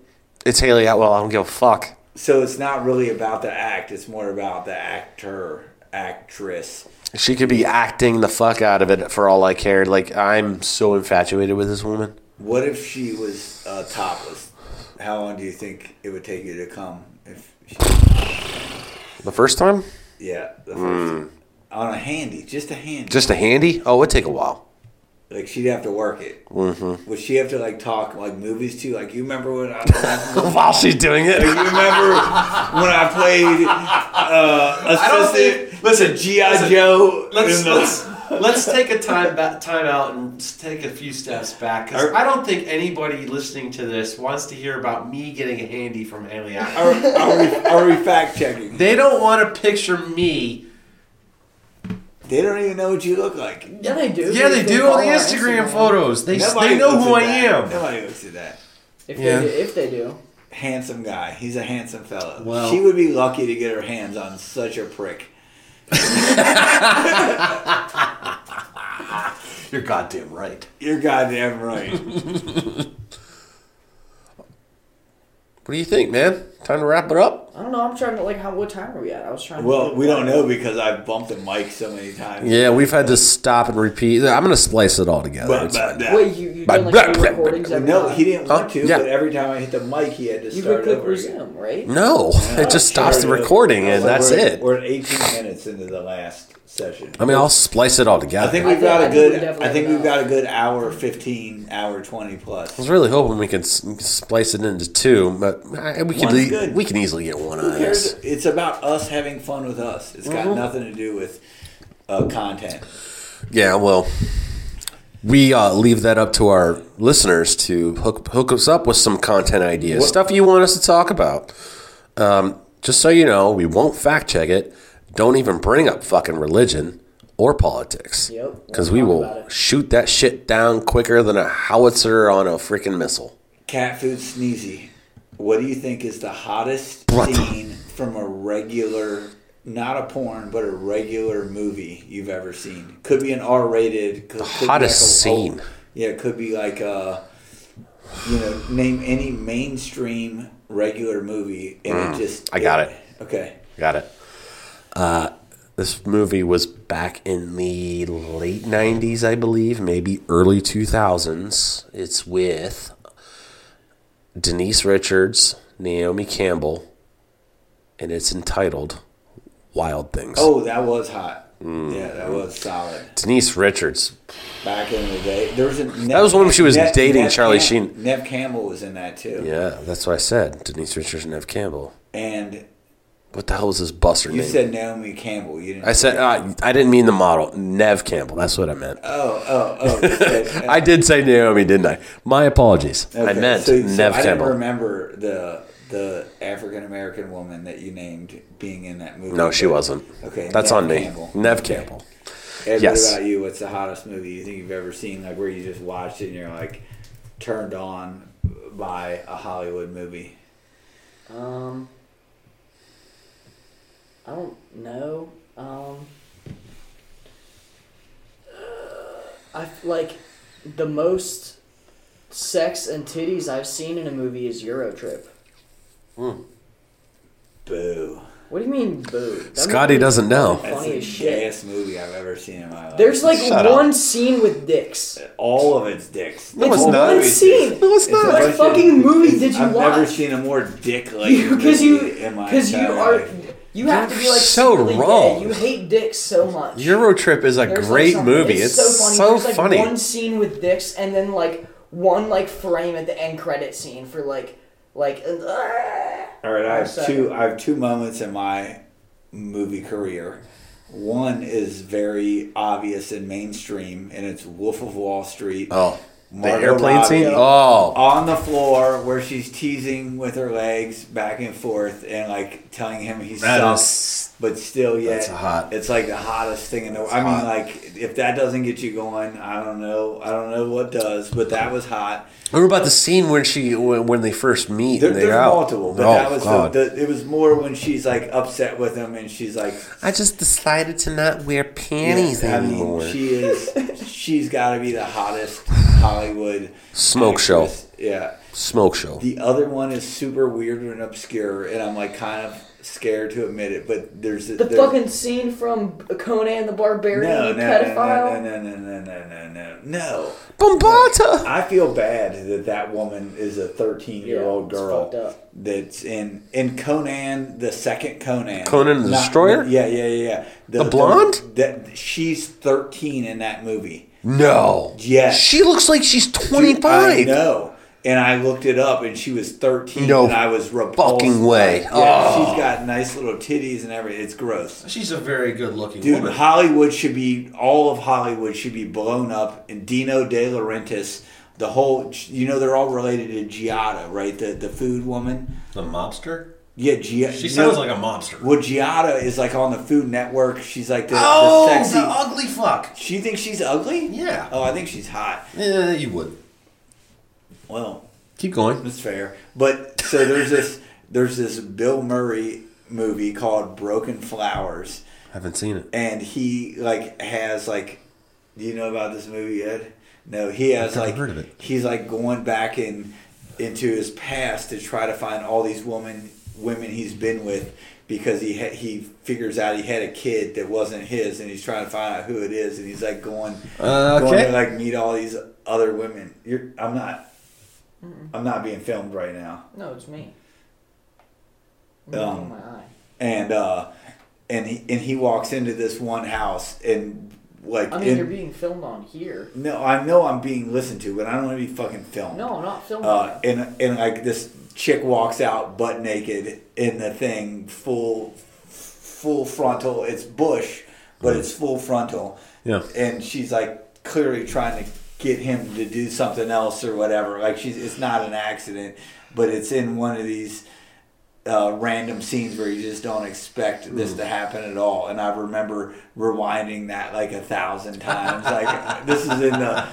[SPEAKER 1] It's Haley Atwell. I don't give a fuck.
[SPEAKER 3] So it's not really about the act. It's more about the actor, actress.
[SPEAKER 1] She could be acting the fuck out of it for all I care. Like I'm so infatuated with this woman.
[SPEAKER 3] What if she was uh, topless? How long do you think it would take you to come? If she,
[SPEAKER 1] The first time,
[SPEAKER 3] yeah, the first, on a handy, just a handy.
[SPEAKER 1] Hmm. just a handy. Oh, it'd take a while.
[SPEAKER 3] Like she'd have to work it. Mm-hmm. Would she have to like talk like movies too? Like you remember when
[SPEAKER 1] [laughs]
[SPEAKER 3] I
[SPEAKER 1] While she's doing
[SPEAKER 3] you
[SPEAKER 1] it,
[SPEAKER 3] remember when I played uh,
[SPEAKER 4] don't
[SPEAKER 3] assistant
[SPEAKER 4] think- listen,
[SPEAKER 3] to GI
[SPEAKER 4] listen,
[SPEAKER 3] Joe?
[SPEAKER 4] Let's
[SPEAKER 3] in the-
[SPEAKER 4] let's let's take a time ba- time out and s- take a few steps back because
[SPEAKER 3] Are-
[SPEAKER 4] I don't think anybody listening to this wants to hear about me getting a handy from Haley. Atwell.
[SPEAKER 3] Are, are we, are we fact checking?
[SPEAKER 4] They don't want to picture me.
[SPEAKER 3] They don't even know what you look like.
[SPEAKER 2] Yeah, they do.
[SPEAKER 4] Yeah, they
[SPEAKER 2] If
[SPEAKER 4] do
[SPEAKER 2] go
[SPEAKER 4] all the
[SPEAKER 2] on our
[SPEAKER 4] Instagram photos. They s-
[SPEAKER 3] Nobody
[SPEAKER 4] they know
[SPEAKER 3] looks
[SPEAKER 4] who
[SPEAKER 3] at
[SPEAKER 4] I
[SPEAKER 3] that.
[SPEAKER 4] am.
[SPEAKER 3] Nobody looks at that.
[SPEAKER 2] If
[SPEAKER 1] Yeah.
[SPEAKER 2] they do, if they do.
[SPEAKER 3] Handsome guy. He's a handsome fellow.
[SPEAKER 4] Well-
[SPEAKER 3] she would be lucky to get her hands on such a prick.
[SPEAKER 6] You're goddamn right.
[SPEAKER 3] You're goddamn right.
[SPEAKER 1] what do you think, man? Time to wrap it up.
[SPEAKER 2] I don't know. I'm trying to like how what time are we at? I was trying.
[SPEAKER 3] well,
[SPEAKER 2] to
[SPEAKER 3] we don't know because I've bumped the mic so many times.
[SPEAKER 1] Yeah, we've had to stop and repeat. I'm gonna splice it all together.
[SPEAKER 3] But,
[SPEAKER 1] It's
[SPEAKER 3] but,
[SPEAKER 1] fine.
[SPEAKER 3] that-
[SPEAKER 2] Wait, you you
[SPEAKER 1] Blah,
[SPEAKER 2] done like
[SPEAKER 1] blah,
[SPEAKER 2] three
[SPEAKER 1] blah,
[SPEAKER 2] recordings
[SPEAKER 1] blah.
[SPEAKER 2] every
[SPEAKER 3] no,
[SPEAKER 2] time?
[SPEAKER 3] he didn't
[SPEAKER 4] Oh,
[SPEAKER 3] want
[SPEAKER 1] Huh?
[SPEAKER 3] to.
[SPEAKER 1] Yeah.
[SPEAKER 3] But every time I hit the mic, he had to
[SPEAKER 2] You could
[SPEAKER 3] start
[SPEAKER 2] click
[SPEAKER 3] over again.
[SPEAKER 2] resume, right?
[SPEAKER 1] No, [laughs] it just stops the
[SPEAKER 3] Sure,
[SPEAKER 1] recording
[SPEAKER 3] Uh, yeah.
[SPEAKER 1] and that's
[SPEAKER 3] We're-
[SPEAKER 1] it.
[SPEAKER 3] We're at 18 minutes into the last session.
[SPEAKER 1] I mean, I'll splice it all
[SPEAKER 3] I
[SPEAKER 1] together.
[SPEAKER 3] think
[SPEAKER 2] I
[SPEAKER 3] we've
[SPEAKER 2] think-
[SPEAKER 3] got
[SPEAKER 2] I
[SPEAKER 3] a
[SPEAKER 2] think we
[SPEAKER 3] good.
[SPEAKER 2] definitely
[SPEAKER 3] I think
[SPEAKER 2] have
[SPEAKER 3] we've got a good hour 15, hour 20
[SPEAKER 1] I was
[SPEAKER 3] plus.
[SPEAKER 1] really hoping we could s- splice it into two, but I, we could
[SPEAKER 3] One's
[SPEAKER 1] e-
[SPEAKER 3] good.
[SPEAKER 1] we can easily get one
[SPEAKER 3] Who
[SPEAKER 1] on
[SPEAKER 3] cares?
[SPEAKER 1] this.
[SPEAKER 3] It's about us having fun with us. It's
[SPEAKER 1] Mm-hmm.
[SPEAKER 3] got nothing to do with uh, content.
[SPEAKER 1] Yeah, well, we uh, leave that up to our listeners to hook hook us up with some content ideas, stuff you want us to talk about. Um, just so you know, we won't fact check it. Don't even bring up fucking religion or politics,
[SPEAKER 2] Yep.
[SPEAKER 1] because we
[SPEAKER 2] Talk
[SPEAKER 1] will
[SPEAKER 2] about it.
[SPEAKER 1] shoot that shit down quicker than a howitzer on a freaking missile.
[SPEAKER 3] Cat food sneezy. What do you think is the hottest scene from a regular not a porn, but a regular movie you've ever seen. Could be an R-rated. Could, the
[SPEAKER 1] hottest
[SPEAKER 3] could be like a-
[SPEAKER 1] scene.
[SPEAKER 3] yeah, it could be like a, you know, name any mainstream regular movie, and it just.
[SPEAKER 1] Mm, I got it.
[SPEAKER 3] Okay.
[SPEAKER 1] Got it. Uh, this movie was back in the late 90s, I believe, maybe early 2000s. It's with Denise Richards, Naomi Campbell, and it's entitled Wild Things.
[SPEAKER 3] Oh, that was hot.
[SPEAKER 1] Mm.
[SPEAKER 3] Yeah, that was solid.
[SPEAKER 1] Denise Richards.
[SPEAKER 3] Back in the day, there was a.
[SPEAKER 1] That was when she was dating Charlie Sheen.
[SPEAKER 3] Nev Campbell was in that too.
[SPEAKER 1] Yeah, that's what I said. Denise Richards and Nev Campbell.
[SPEAKER 3] And
[SPEAKER 1] What the hell was this buster
[SPEAKER 3] you
[SPEAKER 1] name?
[SPEAKER 3] said Naomi Campbell. You didn't.
[SPEAKER 1] I said uh, I didn't mean the model, Nev Campbell. That's what I meant.
[SPEAKER 3] Oh, oh, oh. you
[SPEAKER 1] [laughs]
[SPEAKER 3] said-
[SPEAKER 1] I did say Naomi, didn't I? My apologies. I
[SPEAKER 3] Okay,
[SPEAKER 1] meant
[SPEAKER 3] so- so
[SPEAKER 1] Nev
[SPEAKER 3] I
[SPEAKER 1] Campbell.
[SPEAKER 3] don't remember the the African American woman that you named being in that movie.
[SPEAKER 1] No, she
[SPEAKER 3] but-
[SPEAKER 1] wasn't.
[SPEAKER 3] Okay,
[SPEAKER 1] that's
[SPEAKER 3] Nev
[SPEAKER 1] on me.
[SPEAKER 3] Campbell.
[SPEAKER 1] Nev
[SPEAKER 3] Okay.
[SPEAKER 1] Campbell.
[SPEAKER 3] And
[SPEAKER 1] Yes.
[SPEAKER 3] What about you? What's the hottest movie you think you've ever seen? Like where you just watched it and you're like turned on by a Hollywood movie.
[SPEAKER 2] Um, I don't know. Um, I f- like the most sex and titties I've seen in a movie is Eurotrip.
[SPEAKER 3] Boo!
[SPEAKER 2] What do you mean, boo? That
[SPEAKER 1] Scotty
[SPEAKER 2] movie is
[SPEAKER 1] doesn't know.
[SPEAKER 2] fucking
[SPEAKER 3] That's
[SPEAKER 2] Funny
[SPEAKER 3] the
[SPEAKER 2] as shit.
[SPEAKER 3] gayest movie I've ever seen in my life.
[SPEAKER 2] There's like
[SPEAKER 1] Shut up.
[SPEAKER 2] one scene with dicks.
[SPEAKER 3] all of its dicks.
[SPEAKER 1] No, it's
[SPEAKER 2] one
[SPEAKER 1] not.
[SPEAKER 2] scene.
[SPEAKER 1] No, it's
[SPEAKER 3] a
[SPEAKER 1] not.
[SPEAKER 2] What
[SPEAKER 3] bunch of-
[SPEAKER 2] fucking movie did you
[SPEAKER 3] I've never
[SPEAKER 2] watch?
[SPEAKER 3] seen a more dick-like
[SPEAKER 2] Because [laughs] you,
[SPEAKER 3] movie in my
[SPEAKER 2] because you
[SPEAKER 3] entire
[SPEAKER 2] are,
[SPEAKER 3] life.
[SPEAKER 2] you have to
[SPEAKER 1] You're
[SPEAKER 2] be like
[SPEAKER 1] so
[SPEAKER 2] secretly gay.
[SPEAKER 1] wrong.
[SPEAKER 2] You hate dicks so much.
[SPEAKER 1] Eurotrip is a
[SPEAKER 2] There's, like,
[SPEAKER 1] great
[SPEAKER 2] something-
[SPEAKER 1] movie. It's, so
[SPEAKER 2] There's, like,
[SPEAKER 1] funny.
[SPEAKER 2] One scene with dicks, and then like one like frame at the end credit scene for like like. uh,
[SPEAKER 3] All right, I
[SPEAKER 2] Or
[SPEAKER 3] have
[SPEAKER 2] second.
[SPEAKER 3] two. I have two moments in my movie career. One is very obvious and mainstream, and it's Wolf of Wall Street.
[SPEAKER 1] Oh, the
[SPEAKER 3] Margot
[SPEAKER 1] airplane
[SPEAKER 3] Robbie
[SPEAKER 1] scene. Oh,
[SPEAKER 3] on the floor where she's teasing with her legs back and forth and like telling him he
[SPEAKER 1] That
[SPEAKER 3] sucks,
[SPEAKER 1] is-
[SPEAKER 3] but still, yeah,
[SPEAKER 1] that's hot.
[SPEAKER 3] It's like the hottest thing in the world. I mean,
[SPEAKER 1] hot.
[SPEAKER 3] like if that doesn't get you going, I don't know. I don't know what does, but that was hot.
[SPEAKER 1] what about the scene when she when, when they first meet?
[SPEAKER 3] There,
[SPEAKER 1] and they're
[SPEAKER 3] there's
[SPEAKER 1] out.
[SPEAKER 3] multiple, but
[SPEAKER 1] oh
[SPEAKER 3] that was
[SPEAKER 1] God!
[SPEAKER 3] the, the. It was more when she's like upset with him, and she's like,
[SPEAKER 1] I just decided to not wear panties
[SPEAKER 3] I
[SPEAKER 1] anymore.
[SPEAKER 3] mean, she is.
[SPEAKER 1] [laughs]
[SPEAKER 3] she's got to be the hottest Hollywood
[SPEAKER 1] Smoke show.
[SPEAKER 3] actress. Yeah.
[SPEAKER 1] Smoke show.
[SPEAKER 3] The other one is super weird and obscure, and I'm like kind of scared to admit it. But there's
[SPEAKER 2] The
[SPEAKER 3] there-
[SPEAKER 2] fucking scene from Conan the Barbarian
[SPEAKER 3] no, no, no, no,
[SPEAKER 2] pedophile.
[SPEAKER 3] no, no, no, no, no, no, no.
[SPEAKER 1] Bombata.
[SPEAKER 3] I feel bad that that woman is a 13 year old
[SPEAKER 2] Yeah, it's
[SPEAKER 3] girl
[SPEAKER 2] fucked up.
[SPEAKER 3] that's in in Conan the second Conan.
[SPEAKER 1] Conan the Destroyer?
[SPEAKER 3] Yeah, yeah, yeah. yeah.
[SPEAKER 1] The blonde?
[SPEAKER 3] that she's 13 in that movie.
[SPEAKER 1] No.
[SPEAKER 3] Yes.
[SPEAKER 1] She looks like she's
[SPEAKER 3] Dude, I
[SPEAKER 1] 25.
[SPEAKER 3] know. And I looked it up, and she was 13,
[SPEAKER 1] No
[SPEAKER 3] and I was repulsed.
[SPEAKER 1] fucking way.
[SPEAKER 3] Yeah,
[SPEAKER 1] Oh.
[SPEAKER 3] she's got nice little titties and everything. It's gross.
[SPEAKER 4] She's a very good looking
[SPEAKER 3] Dude,
[SPEAKER 4] woman.
[SPEAKER 3] Hollywood should be all of Hollywood should be blown up, and Dino De Laurentiis, the whole you know they're all related to Giada, right? The the food woman.
[SPEAKER 4] The mobster?
[SPEAKER 3] Yeah, Giada.
[SPEAKER 4] She sounds like a mobster.
[SPEAKER 3] Well, Giada is like on the Food Network. She's like the,
[SPEAKER 4] oh,
[SPEAKER 3] the sexy.
[SPEAKER 4] the ugly fuck.
[SPEAKER 3] she thinks she's ugly.
[SPEAKER 4] Yeah.
[SPEAKER 3] Oh, I think she's hot.
[SPEAKER 4] Yeah, you would.
[SPEAKER 3] Well,
[SPEAKER 1] Keep going.
[SPEAKER 3] That's fair. But so there's this there's this Bill Murray movie called Broken Flowers,
[SPEAKER 1] Haven't seen it.
[SPEAKER 3] and he like has like, do you know about this movie Ed? No, he has
[SPEAKER 1] never
[SPEAKER 3] like
[SPEAKER 1] heard of it.
[SPEAKER 3] he's like going back in into his past to try to find all these women women he's been with because he ha- he figures out he had a kid that wasn't his and he's trying to find out who it is and he's like going
[SPEAKER 1] Uh,
[SPEAKER 3] going to
[SPEAKER 1] okay.
[SPEAKER 3] like meet all these other women. You're I'm not I'm not being filmed right now.
[SPEAKER 2] No, it's me. I'm
[SPEAKER 3] Um,
[SPEAKER 2] looking in my eye.
[SPEAKER 3] and uh, and he and he walks into this one house and like
[SPEAKER 2] I mean,
[SPEAKER 3] in-
[SPEAKER 2] you're being filmed on here.
[SPEAKER 3] no, I know I'm being listened to, but I don't want to be fucking filmed.
[SPEAKER 2] No, I'm not filming.
[SPEAKER 3] Uh, and and like this chick walks out butt naked in the thing, full full frontal. It's bush, but it's full frontal.
[SPEAKER 1] Yeah.
[SPEAKER 3] And she's like clearly trying to get him to do something else or whatever. Like she's it's not an accident, but it's in one of these uh, random scenes where you just don't expect this
[SPEAKER 6] Mm.
[SPEAKER 3] to happen at all. And I remember rewinding that like a thousand times. like this is in the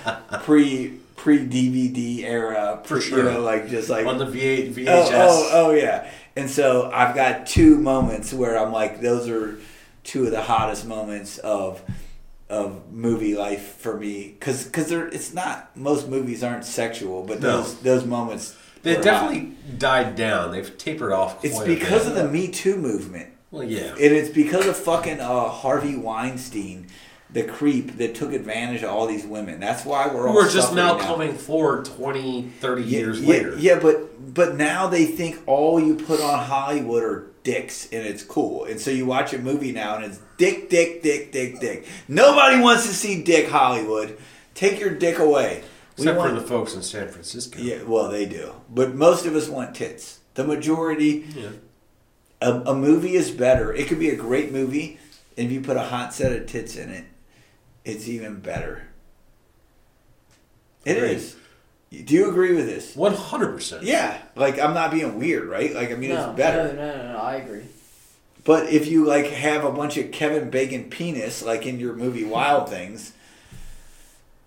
[SPEAKER 3] pre pre DVD era,
[SPEAKER 4] For
[SPEAKER 3] pre-
[SPEAKER 4] sure.
[SPEAKER 3] You know, like just like
[SPEAKER 6] Uh,
[SPEAKER 4] On the V8, VHS.
[SPEAKER 3] oh, oh oh yeah. And so I've got two moments where I'm like, those are two of the hottest moments of of movie life for me because because they're it's not most movies aren't sexual, but
[SPEAKER 6] No.
[SPEAKER 3] those those moments
[SPEAKER 6] They
[SPEAKER 3] were hot.
[SPEAKER 6] definitely died down. They've tapered off. Quite
[SPEAKER 3] it's
[SPEAKER 6] a
[SPEAKER 3] because
[SPEAKER 6] bit.
[SPEAKER 3] of the Me Too movement.
[SPEAKER 6] Well, yeah.
[SPEAKER 3] And it's because of fucking uh, Harvey Weinstein, the creep that took advantage of all these women. That's why we're all
[SPEAKER 6] We're just
[SPEAKER 3] suffering
[SPEAKER 6] now coming forward 20, 30
[SPEAKER 3] Yeah,
[SPEAKER 6] years
[SPEAKER 3] yeah,
[SPEAKER 6] later.
[SPEAKER 3] Yeah, but but now they think all you put on Hollywood are dicks, and it's cool. And so you watch a movie now, and it's dick, dick, dick, dick, dick. Nobody wants to see dick Hollywood. Take your dick away. We
[SPEAKER 6] Except
[SPEAKER 3] want-
[SPEAKER 6] for the folks in San Francisco.
[SPEAKER 3] yeah, well, they do. But most of us want tits. The majority.
[SPEAKER 6] Yeah.
[SPEAKER 3] A, a movie is better. It could be a great movie, and if you put a hot set of tits in it, it's even better. It
[SPEAKER 6] Agreed.
[SPEAKER 3] is. Do you agree with this?
[SPEAKER 6] One hundred percent.
[SPEAKER 3] Yeah. Like, I'm not being weird, right? Like, I mean,
[SPEAKER 2] no,
[SPEAKER 3] it's
[SPEAKER 2] No,
[SPEAKER 3] better.
[SPEAKER 2] no, no, no, I agree.
[SPEAKER 3] But if you, like, have a bunch of Kevin Bacon penis, like in your movie Wild Things,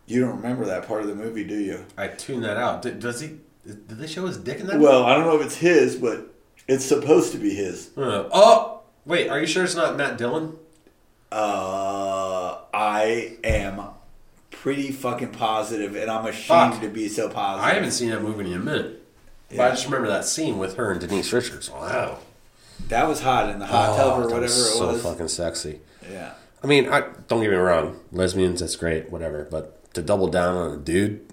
[SPEAKER 3] you don't remember that part of the movie, do you?
[SPEAKER 6] I tuned that out. Did, does he? Did they show his dick in that?
[SPEAKER 3] Well, I don't know if it's his, but it's supposed to be his.
[SPEAKER 6] Uh, oh, wait. Are you sure it's not Matt Dillon?
[SPEAKER 3] Uh, I am pretty fucking positive, and I'm ashamed
[SPEAKER 6] Fuck.
[SPEAKER 3] to be so positive.
[SPEAKER 6] I haven't seen that movie in a minute. But I just remember that scene with her and Denise Richards. Wow.
[SPEAKER 3] That was hot in the hot tub or
[SPEAKER 1] Oh, that
[SPEAKER 3] whatever
[SPEAKER 1] was
[SPEAKER 3] it
[SPEAKER 1] so
[SPEAKER 3] was.
[SPEAKER 1] fucking sexy.
[SPEAKER 3] Yeah.
[SPEAKER 1] I mean, I don't get me wrong, lesbians, that's great, whatever. But to double down on a dude,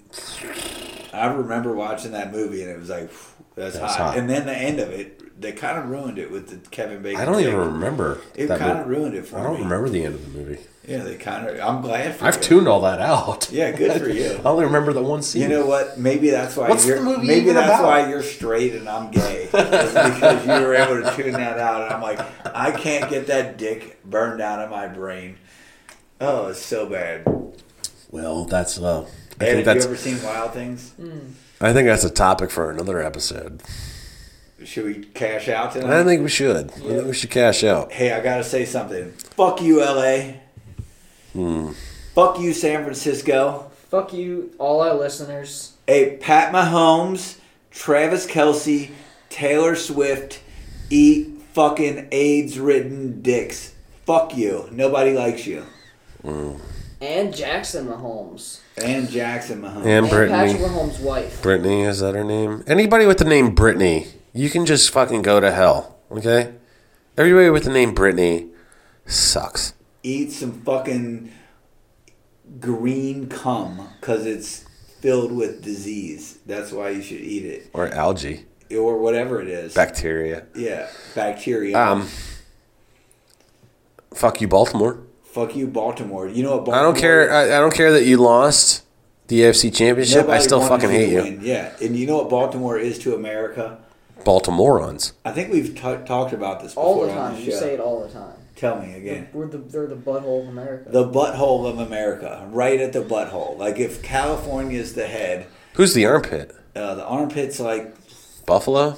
[SPEAKER 3] I remember watching that movie, and it was like, phew, that's,
[SPEAKER 1] That's
[SPEAKER 3] hot.
[SPEAKER 1] hot.
[SPEAKER 3] And then the end of it, they kind of ruined it with the Kevin Bacon.
[SPEAKER 1] I don't even
[SPEAKER 3] thing.
[SPEAKER 1] remember.
[SPEAKER 3] It
[SPEAKER 1] that
[SPEAKER 3] kind of
[SPEAKER 1] mo-
[SPEAKER 3] ruined it for
[SPEAKER 1] I
[SPEAKER 3] me.
[SPEAKER 1] don't remember the end of the movie.
[SPEAKER 3] Yeah, they kind of. I'm glad for
[SPEAKER 1] I've
[SPEAKER 3] you.
[SPEAKER 1] tuned all that out.
[SPEAKER 3] Yeah, good for you.
[SPEAKER 1] [laughs] I only remember that one scene.
[SPEAKER 3] You know what? Maybe that's why
[SPEAKER 1] What's the
[SPEAKER 3] you're
[SPEAKER 1] movie
[SPEAKER 3] maybe
[SPEAKER 1] even
[SPEAKER 3] that's
[SPEAKER 1] about?
[SPEAKER 3] why you're straight and I'm gay. [laughs] It's because you were able to tune that out and I'm like, I can't get that dick burned out of my brain. Oh, it's so bad.
[SPEAKER 1] well, that's uh, I
[SPEAKER 3] Ed,
[SPEAKER 1] think
[SPEAKER 3] have you
[SPEAKER 1] that's
[SPEAKER 3] ever seen Wild Things?
[SPEAKER 1] Mm. I think that's a topic for another episode.
[SPEAKER 3] Should we cash out
[SPEAKER 1] I
[SPEAKER 3] tonight?
[SPEAKER 1] think we should. I think we should cash out.
[SPEAKER 3] Hey, I gotta say something. Fuck you, LA.
[SPEAKER 1] Hmm.
[SPEAKER 3] Fuck you, San Francisco.
[SPEAKER 2] Fuck you, all our listeners.
[SPEAKER 3] Hey, Pat Mahomes, Travis Kelsey, Taylor Swift, eat fucking AIDS ridden dicks. Fuck you. Nobody likes you.
[SPEAKER 2] And Jackson Mahomes.
[SPEAKER 3] And Jackson Mahomes.
[SPEAKER 1] And
[SPEAKER 2] And Patrick
[SPEAKER 1] Brittany,
[SPEAKER 2] Mahomes' wife.
[SPEAKER 1] Brittany is that her name? Anybody with the name Brittany, you can just fucking go to hell. Okay, everybody with the name Brittany sucks.
[SPEAKER 3] Eat some fucking green cum because it's filled with disease. That's why you should eat it.
[SPEAKER 1] Or algae,
[SPEAKER 3] Or whatever it is.
[SPEAKER 1] bacteria.
[SPEAKER 3] yeah, bacteria.
[SPEAKER 1] Um, fuck you, Baltimore.
[SPEAKER 3] Fuck you, Baltimore. You know what
[SPEAKER 1] I
[SPEAKER 3] Baltimore
[SPEAKER 1] don't care. I, I don't care that you lost the AFC Championship. I
[SPEAKER 3] Nobody
[SPEAKER 1] still
[SPEAKER 3] wanted
[SPEAKER 1] fucking
[SPEAKER 3] you to
[SPEAKER 1] hate you,
[SPEAKER 3] win. Yeah, and you know what Baltimore is to America?
[SPEAKER 1] Baltimoreans.
[SPEAKER 3] I think we've t- talked about this before
[SPEAKER 2] All the
[SPEAKER 3] on
[SPEAKER 2] time. You
[SPEAKER 3] show.
[SPEAKER 2] say it all the time.
[SPEAKER 3] Tell me again.
[SPEAKER 2] We're the, they're the butthole of America.
[SPEAKER 3] The butthole of America, right at the butthole. Like if California's the head,
[SPEAKER 1] Who's the armpit?
[SPEAKER 3] uh, the armpit's like,
[SPEAKER 1] Buffalo?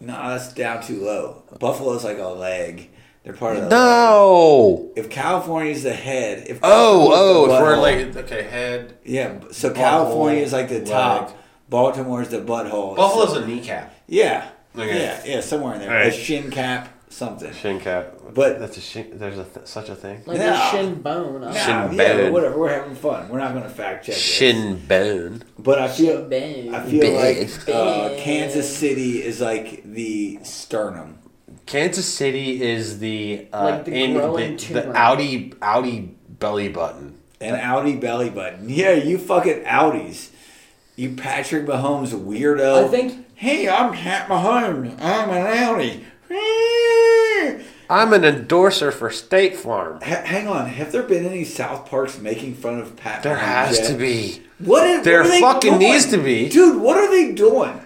[SPEAKER 3] no, nah, that's down too low. Buffalo's like a leg. They're part of the leg.
[SPEAKER 1] No.
[SPEAKER 3] If California's the head, if
[SPEAKER 1] Oh, oh.
[SPEAKER 3] California's
[SPEAKER 1] If
[SPEAKER 3] the
[SPEAKER 1] we're
[SPEAKER 3] butthole-
[SPEAKER 1] like
[SPEAKER 6] Okay, head.
[SPEAKER 3] yeah. So
[SPEAKER 6] butthole,
[SPEAKER 3] California's like the
[SPEAKER 6] leg.
[SPEAKER 3] top. Baltimore's the butthole.
[SPEAKER 6] Buffalo's a kneecap.
[SPEAKER 3] yeah,
[SPEAKER 6] Okay.
[SPEAKER 3] yeah, yeah, somewhere in there.
[SPEAKER 6] All right.
[SPEAKER 3] A shin cap, something.
[SPEAKER 4] Shin cap.
[SPEAKER 3] But-
[SPEAKER 4] that's a shin. There's a th- such a thing.
[SPEAKER 2] like
[SPEAKER 3] No.
[SPEAKER 2] a shin bone. I-
[SPEAKER 3] Nah,
[SPEAKER 1] Shin
[SPEAKER 3] yeah,
[SPEAKER 1] bone.
[SPEAKER 3] whatever. We're having fun. We're not going to fact check. it.
[SPEAKER 1] shin bone.
[SPEAKER 3] But I feel
[SPEAKER 2] Shin bone.
[SPEAKER 3] I feel like uh,
[SPEAKER 2] Big.
[SPEAKER 3] Kansas City is like the sternum.
[SPEAKER 1] Kansas City is the uh,
[SPEAKER 2] Like the
[SPEAKER 1] in
[SPEAKER 2] growing
[SPEAKER 1] the, the
[SPEAKER 2] tumor.
[SPEAKER 1] Audi Audi belly button.
[SPEAKER 3] An Audi belly button. Yeah, you fucking Audis. You Patrick Mahomes weirdo.
[SPEAKER 2] I think-
[SPEAKER 3] Hey, I'm Pat Mahomes. I'm an Audi.
[SPEAKER 1] I'm an endorser for State Farm.
[SPEAKER 3] Ha- hang on. Have there been any South Parks making fun of Pat?
[SPEAKER 1] There
[SPEAKER 3] Mahomes
[SPEAKER 1] has
[SPEAKER 3] yet?
[SPEAKER 1] to be.
[SPEAKER 3] What? Is,
[SPEAKER 1] There
[SPEAKER 3] what are they
[SPEAKER 1] fucking
[SPEAKER 3] doing?
[SPEAKER 1] needs to be.
[SPEAKER 3] Dude, what are they doing?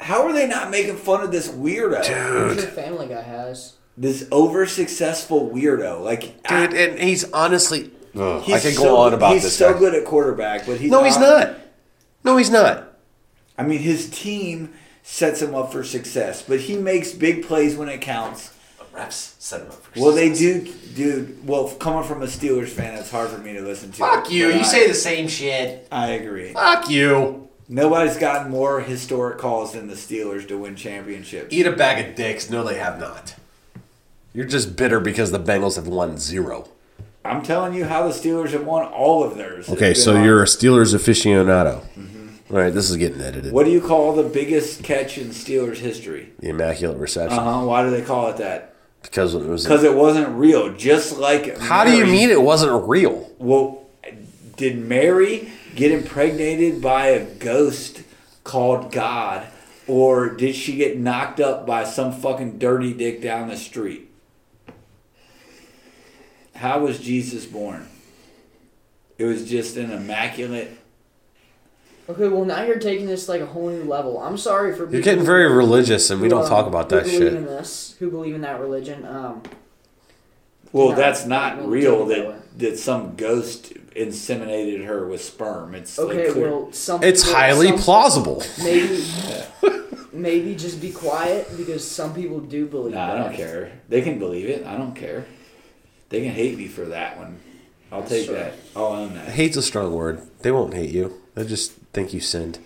[SPEAKER 3] How are they not making fun of this weirdo?
[SPEAKER 2] Your family guy has.
[SPEAKER 3] this over successful weirdo. Like, I-
[SPEAKER 1] Dude, and he's honestly. Ugh,
[SPEAKER 3] he's
[SPEAKER 1] I could go
[SPEAKER 3] so,
[SPEAKER 1] on about
[SPEAKER 3] he's
[SPEAKER 1] this.
[SPEAKER 3] so
[SPEAKER 1] guy.
[SPEAKER 3] good at quarterback, but he's
[SPEAKER 1] No, he's
[SPEAKER 2] Uh,
[SPEAKER 1] not. No, he's not.
[SPEAKER 3] I mean, his team sets him up for success, but he makes big plays when it counts.
[SPEAKER 6] Reps set him up for
[SPEAKER 3] Well, they do, dude. Well, coming from a Steelers fan, it's hard for me to listen to.
[SPEAKER 6] Fuck you.
[SPEAKER 3] but
[SPEAKER 6] You
[SPEAKER 3] I-
[SPEAKER 6] say the same shit.
[SPEAKER 3] I agree.
[SPEAKER 1] Fuck you.
[SPEAKER 3] Nobody's gotten more historic calls than the Steelers to win championships.
[SPEAKER 1] Eat a bag of dicks. No, they have not. You're just bitter because the Bengals have won zero.
[SPEAKER 3] I'm telling you how the Steelers have won all of theirs.
[SPEAKER 1] Okay,
[SPEAKER 3] It's been
[SPEAKER 1] so
[SPEAKER 3] on-
[SPEAKER 1] you're a Steelers aficionado. All right, this is getting edited.
[SPEAKER 3] What do you call the biggest catch in Steelers history?
[SPEAKER 1] The immaculate reception
[SPEAKER 3] Uh huh. Why do they call it that?
[SPEAKER 1] Uh-huh. because it was.
[SPEAKER 3] Because it wasn't real. Just like
[SPEAKER 1] How do you
[SPEAKER 3] Mary-
[SPEAKER 1] mean it wasn't real?
[SPEAKER 3] Well, did Mary get impregnated by a ghost called God, or did she get knocked up by some fucking dirty dick down the street? How was Jesus born? It was just an immaculate.
[SPEAKER 2] Okay, well now you're taking this to, like a whole new level. I'm sorry for
[SPEAKER 1] You're getting very religious, and we don't talk about that
[SPEAKER 2] who believe
[SPEAKER 1] shit.
[SPEAKER 2] In this, who believe in that religion? Um,
[SPEAKER 3] Well,
[SPEAKER 2] No,
[SPEAKER 3] that's not
[SPEAKER 2] we'll
[SPEAKER 3] real.
[SPEAKER 2] take it that way.
[SPEAKER 3] That that some ghost inseminated her with sperm. It's
[SPEAKER 2] okay,
[SPEAKER 3] like clear.
[SPEAKER 2] well some
[SPEAKER 1] It's
[SPEAKER 2] people-
[SPEAKER 1] highly
[SPEAKER 2] some-
[SPEAKER 1] plausible. [laughs]
[SPEAKER 2] Maybe, maybe just be quiet because some people do believe.
[SPEAKER 3] Nah, I
[SPEAKER 2] that.
[SPEAKER 3] don't care. They can believe it. I don't care. They can hate me for that one. I'll take
[SPEAKER 2] Sure.
[SPEAKER 3] that. I'll own that.
[SPEAKER 1] Hate's a strong word. They won't hate you. They just think you sinned.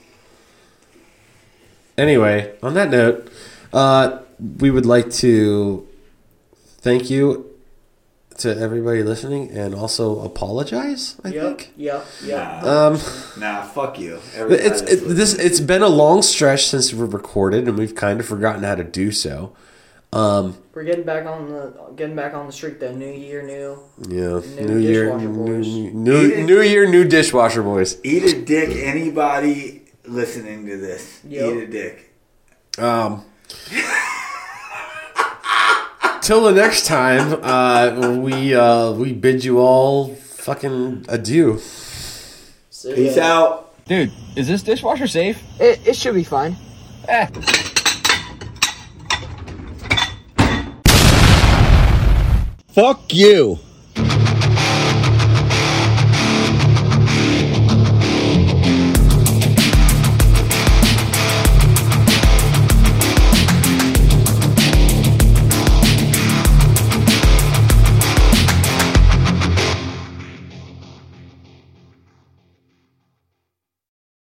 [SPEAKER 1] Anyway, on that note, uh, we would like to thank you to everybody listening, and also apologize. I
[SPEAKER 2] Yep,
[SPEAKER 1] think
[SPEAKER 2] yep, yep.
[SPEAKER 3] Nah,
[SPEAKER 1] um,
[SPEAKER 3] nah, fuck you. Everybody
[SPEAKER 1] it's
[SPEAKER 3] that's
[SPEAKER 1] it,
[SPEAKER 3] listening.
[SPEAKER 1] this. It's been a long stretch since we've recorded, and we've kind of forgotten how to do so. Um,
[SPEAKER 2] We're getting back on the getting back on the streak. Though new year, new.
[SPEAKER 1] yeah,
[SPEAKER 2] New
[SPEAKER 1] new, year,
[SPEAKER 2] dishwasher
[SPEAKER 1] new,
[SPEAKER 2] boys.
[SPEAKER 3] Eat
[SPEAKER 1] new,
[SPEAKER 3] it.
[SPEAKER 1] new year, new dishwasher boys.
[SPEAKER 3] Eat a dick, anybody listening to this.
[SPEAKER 2] Yep.
[SPEAKER 3] Eat a dick.
[SPEAKER 1] Um, till the next time, uh, we uh, we bid you all fucking adieu.
[SPEAKER 2] So,
[SPEAKER 3] Peace
[SPEAKER 2] yeah.
[SPEAKER 3] out.
[SPEAKER 7] Dude, is this dishwasher safe?
[SPEAKER 2] It, it should be fine.
[SPEAKER 7] Fuck you!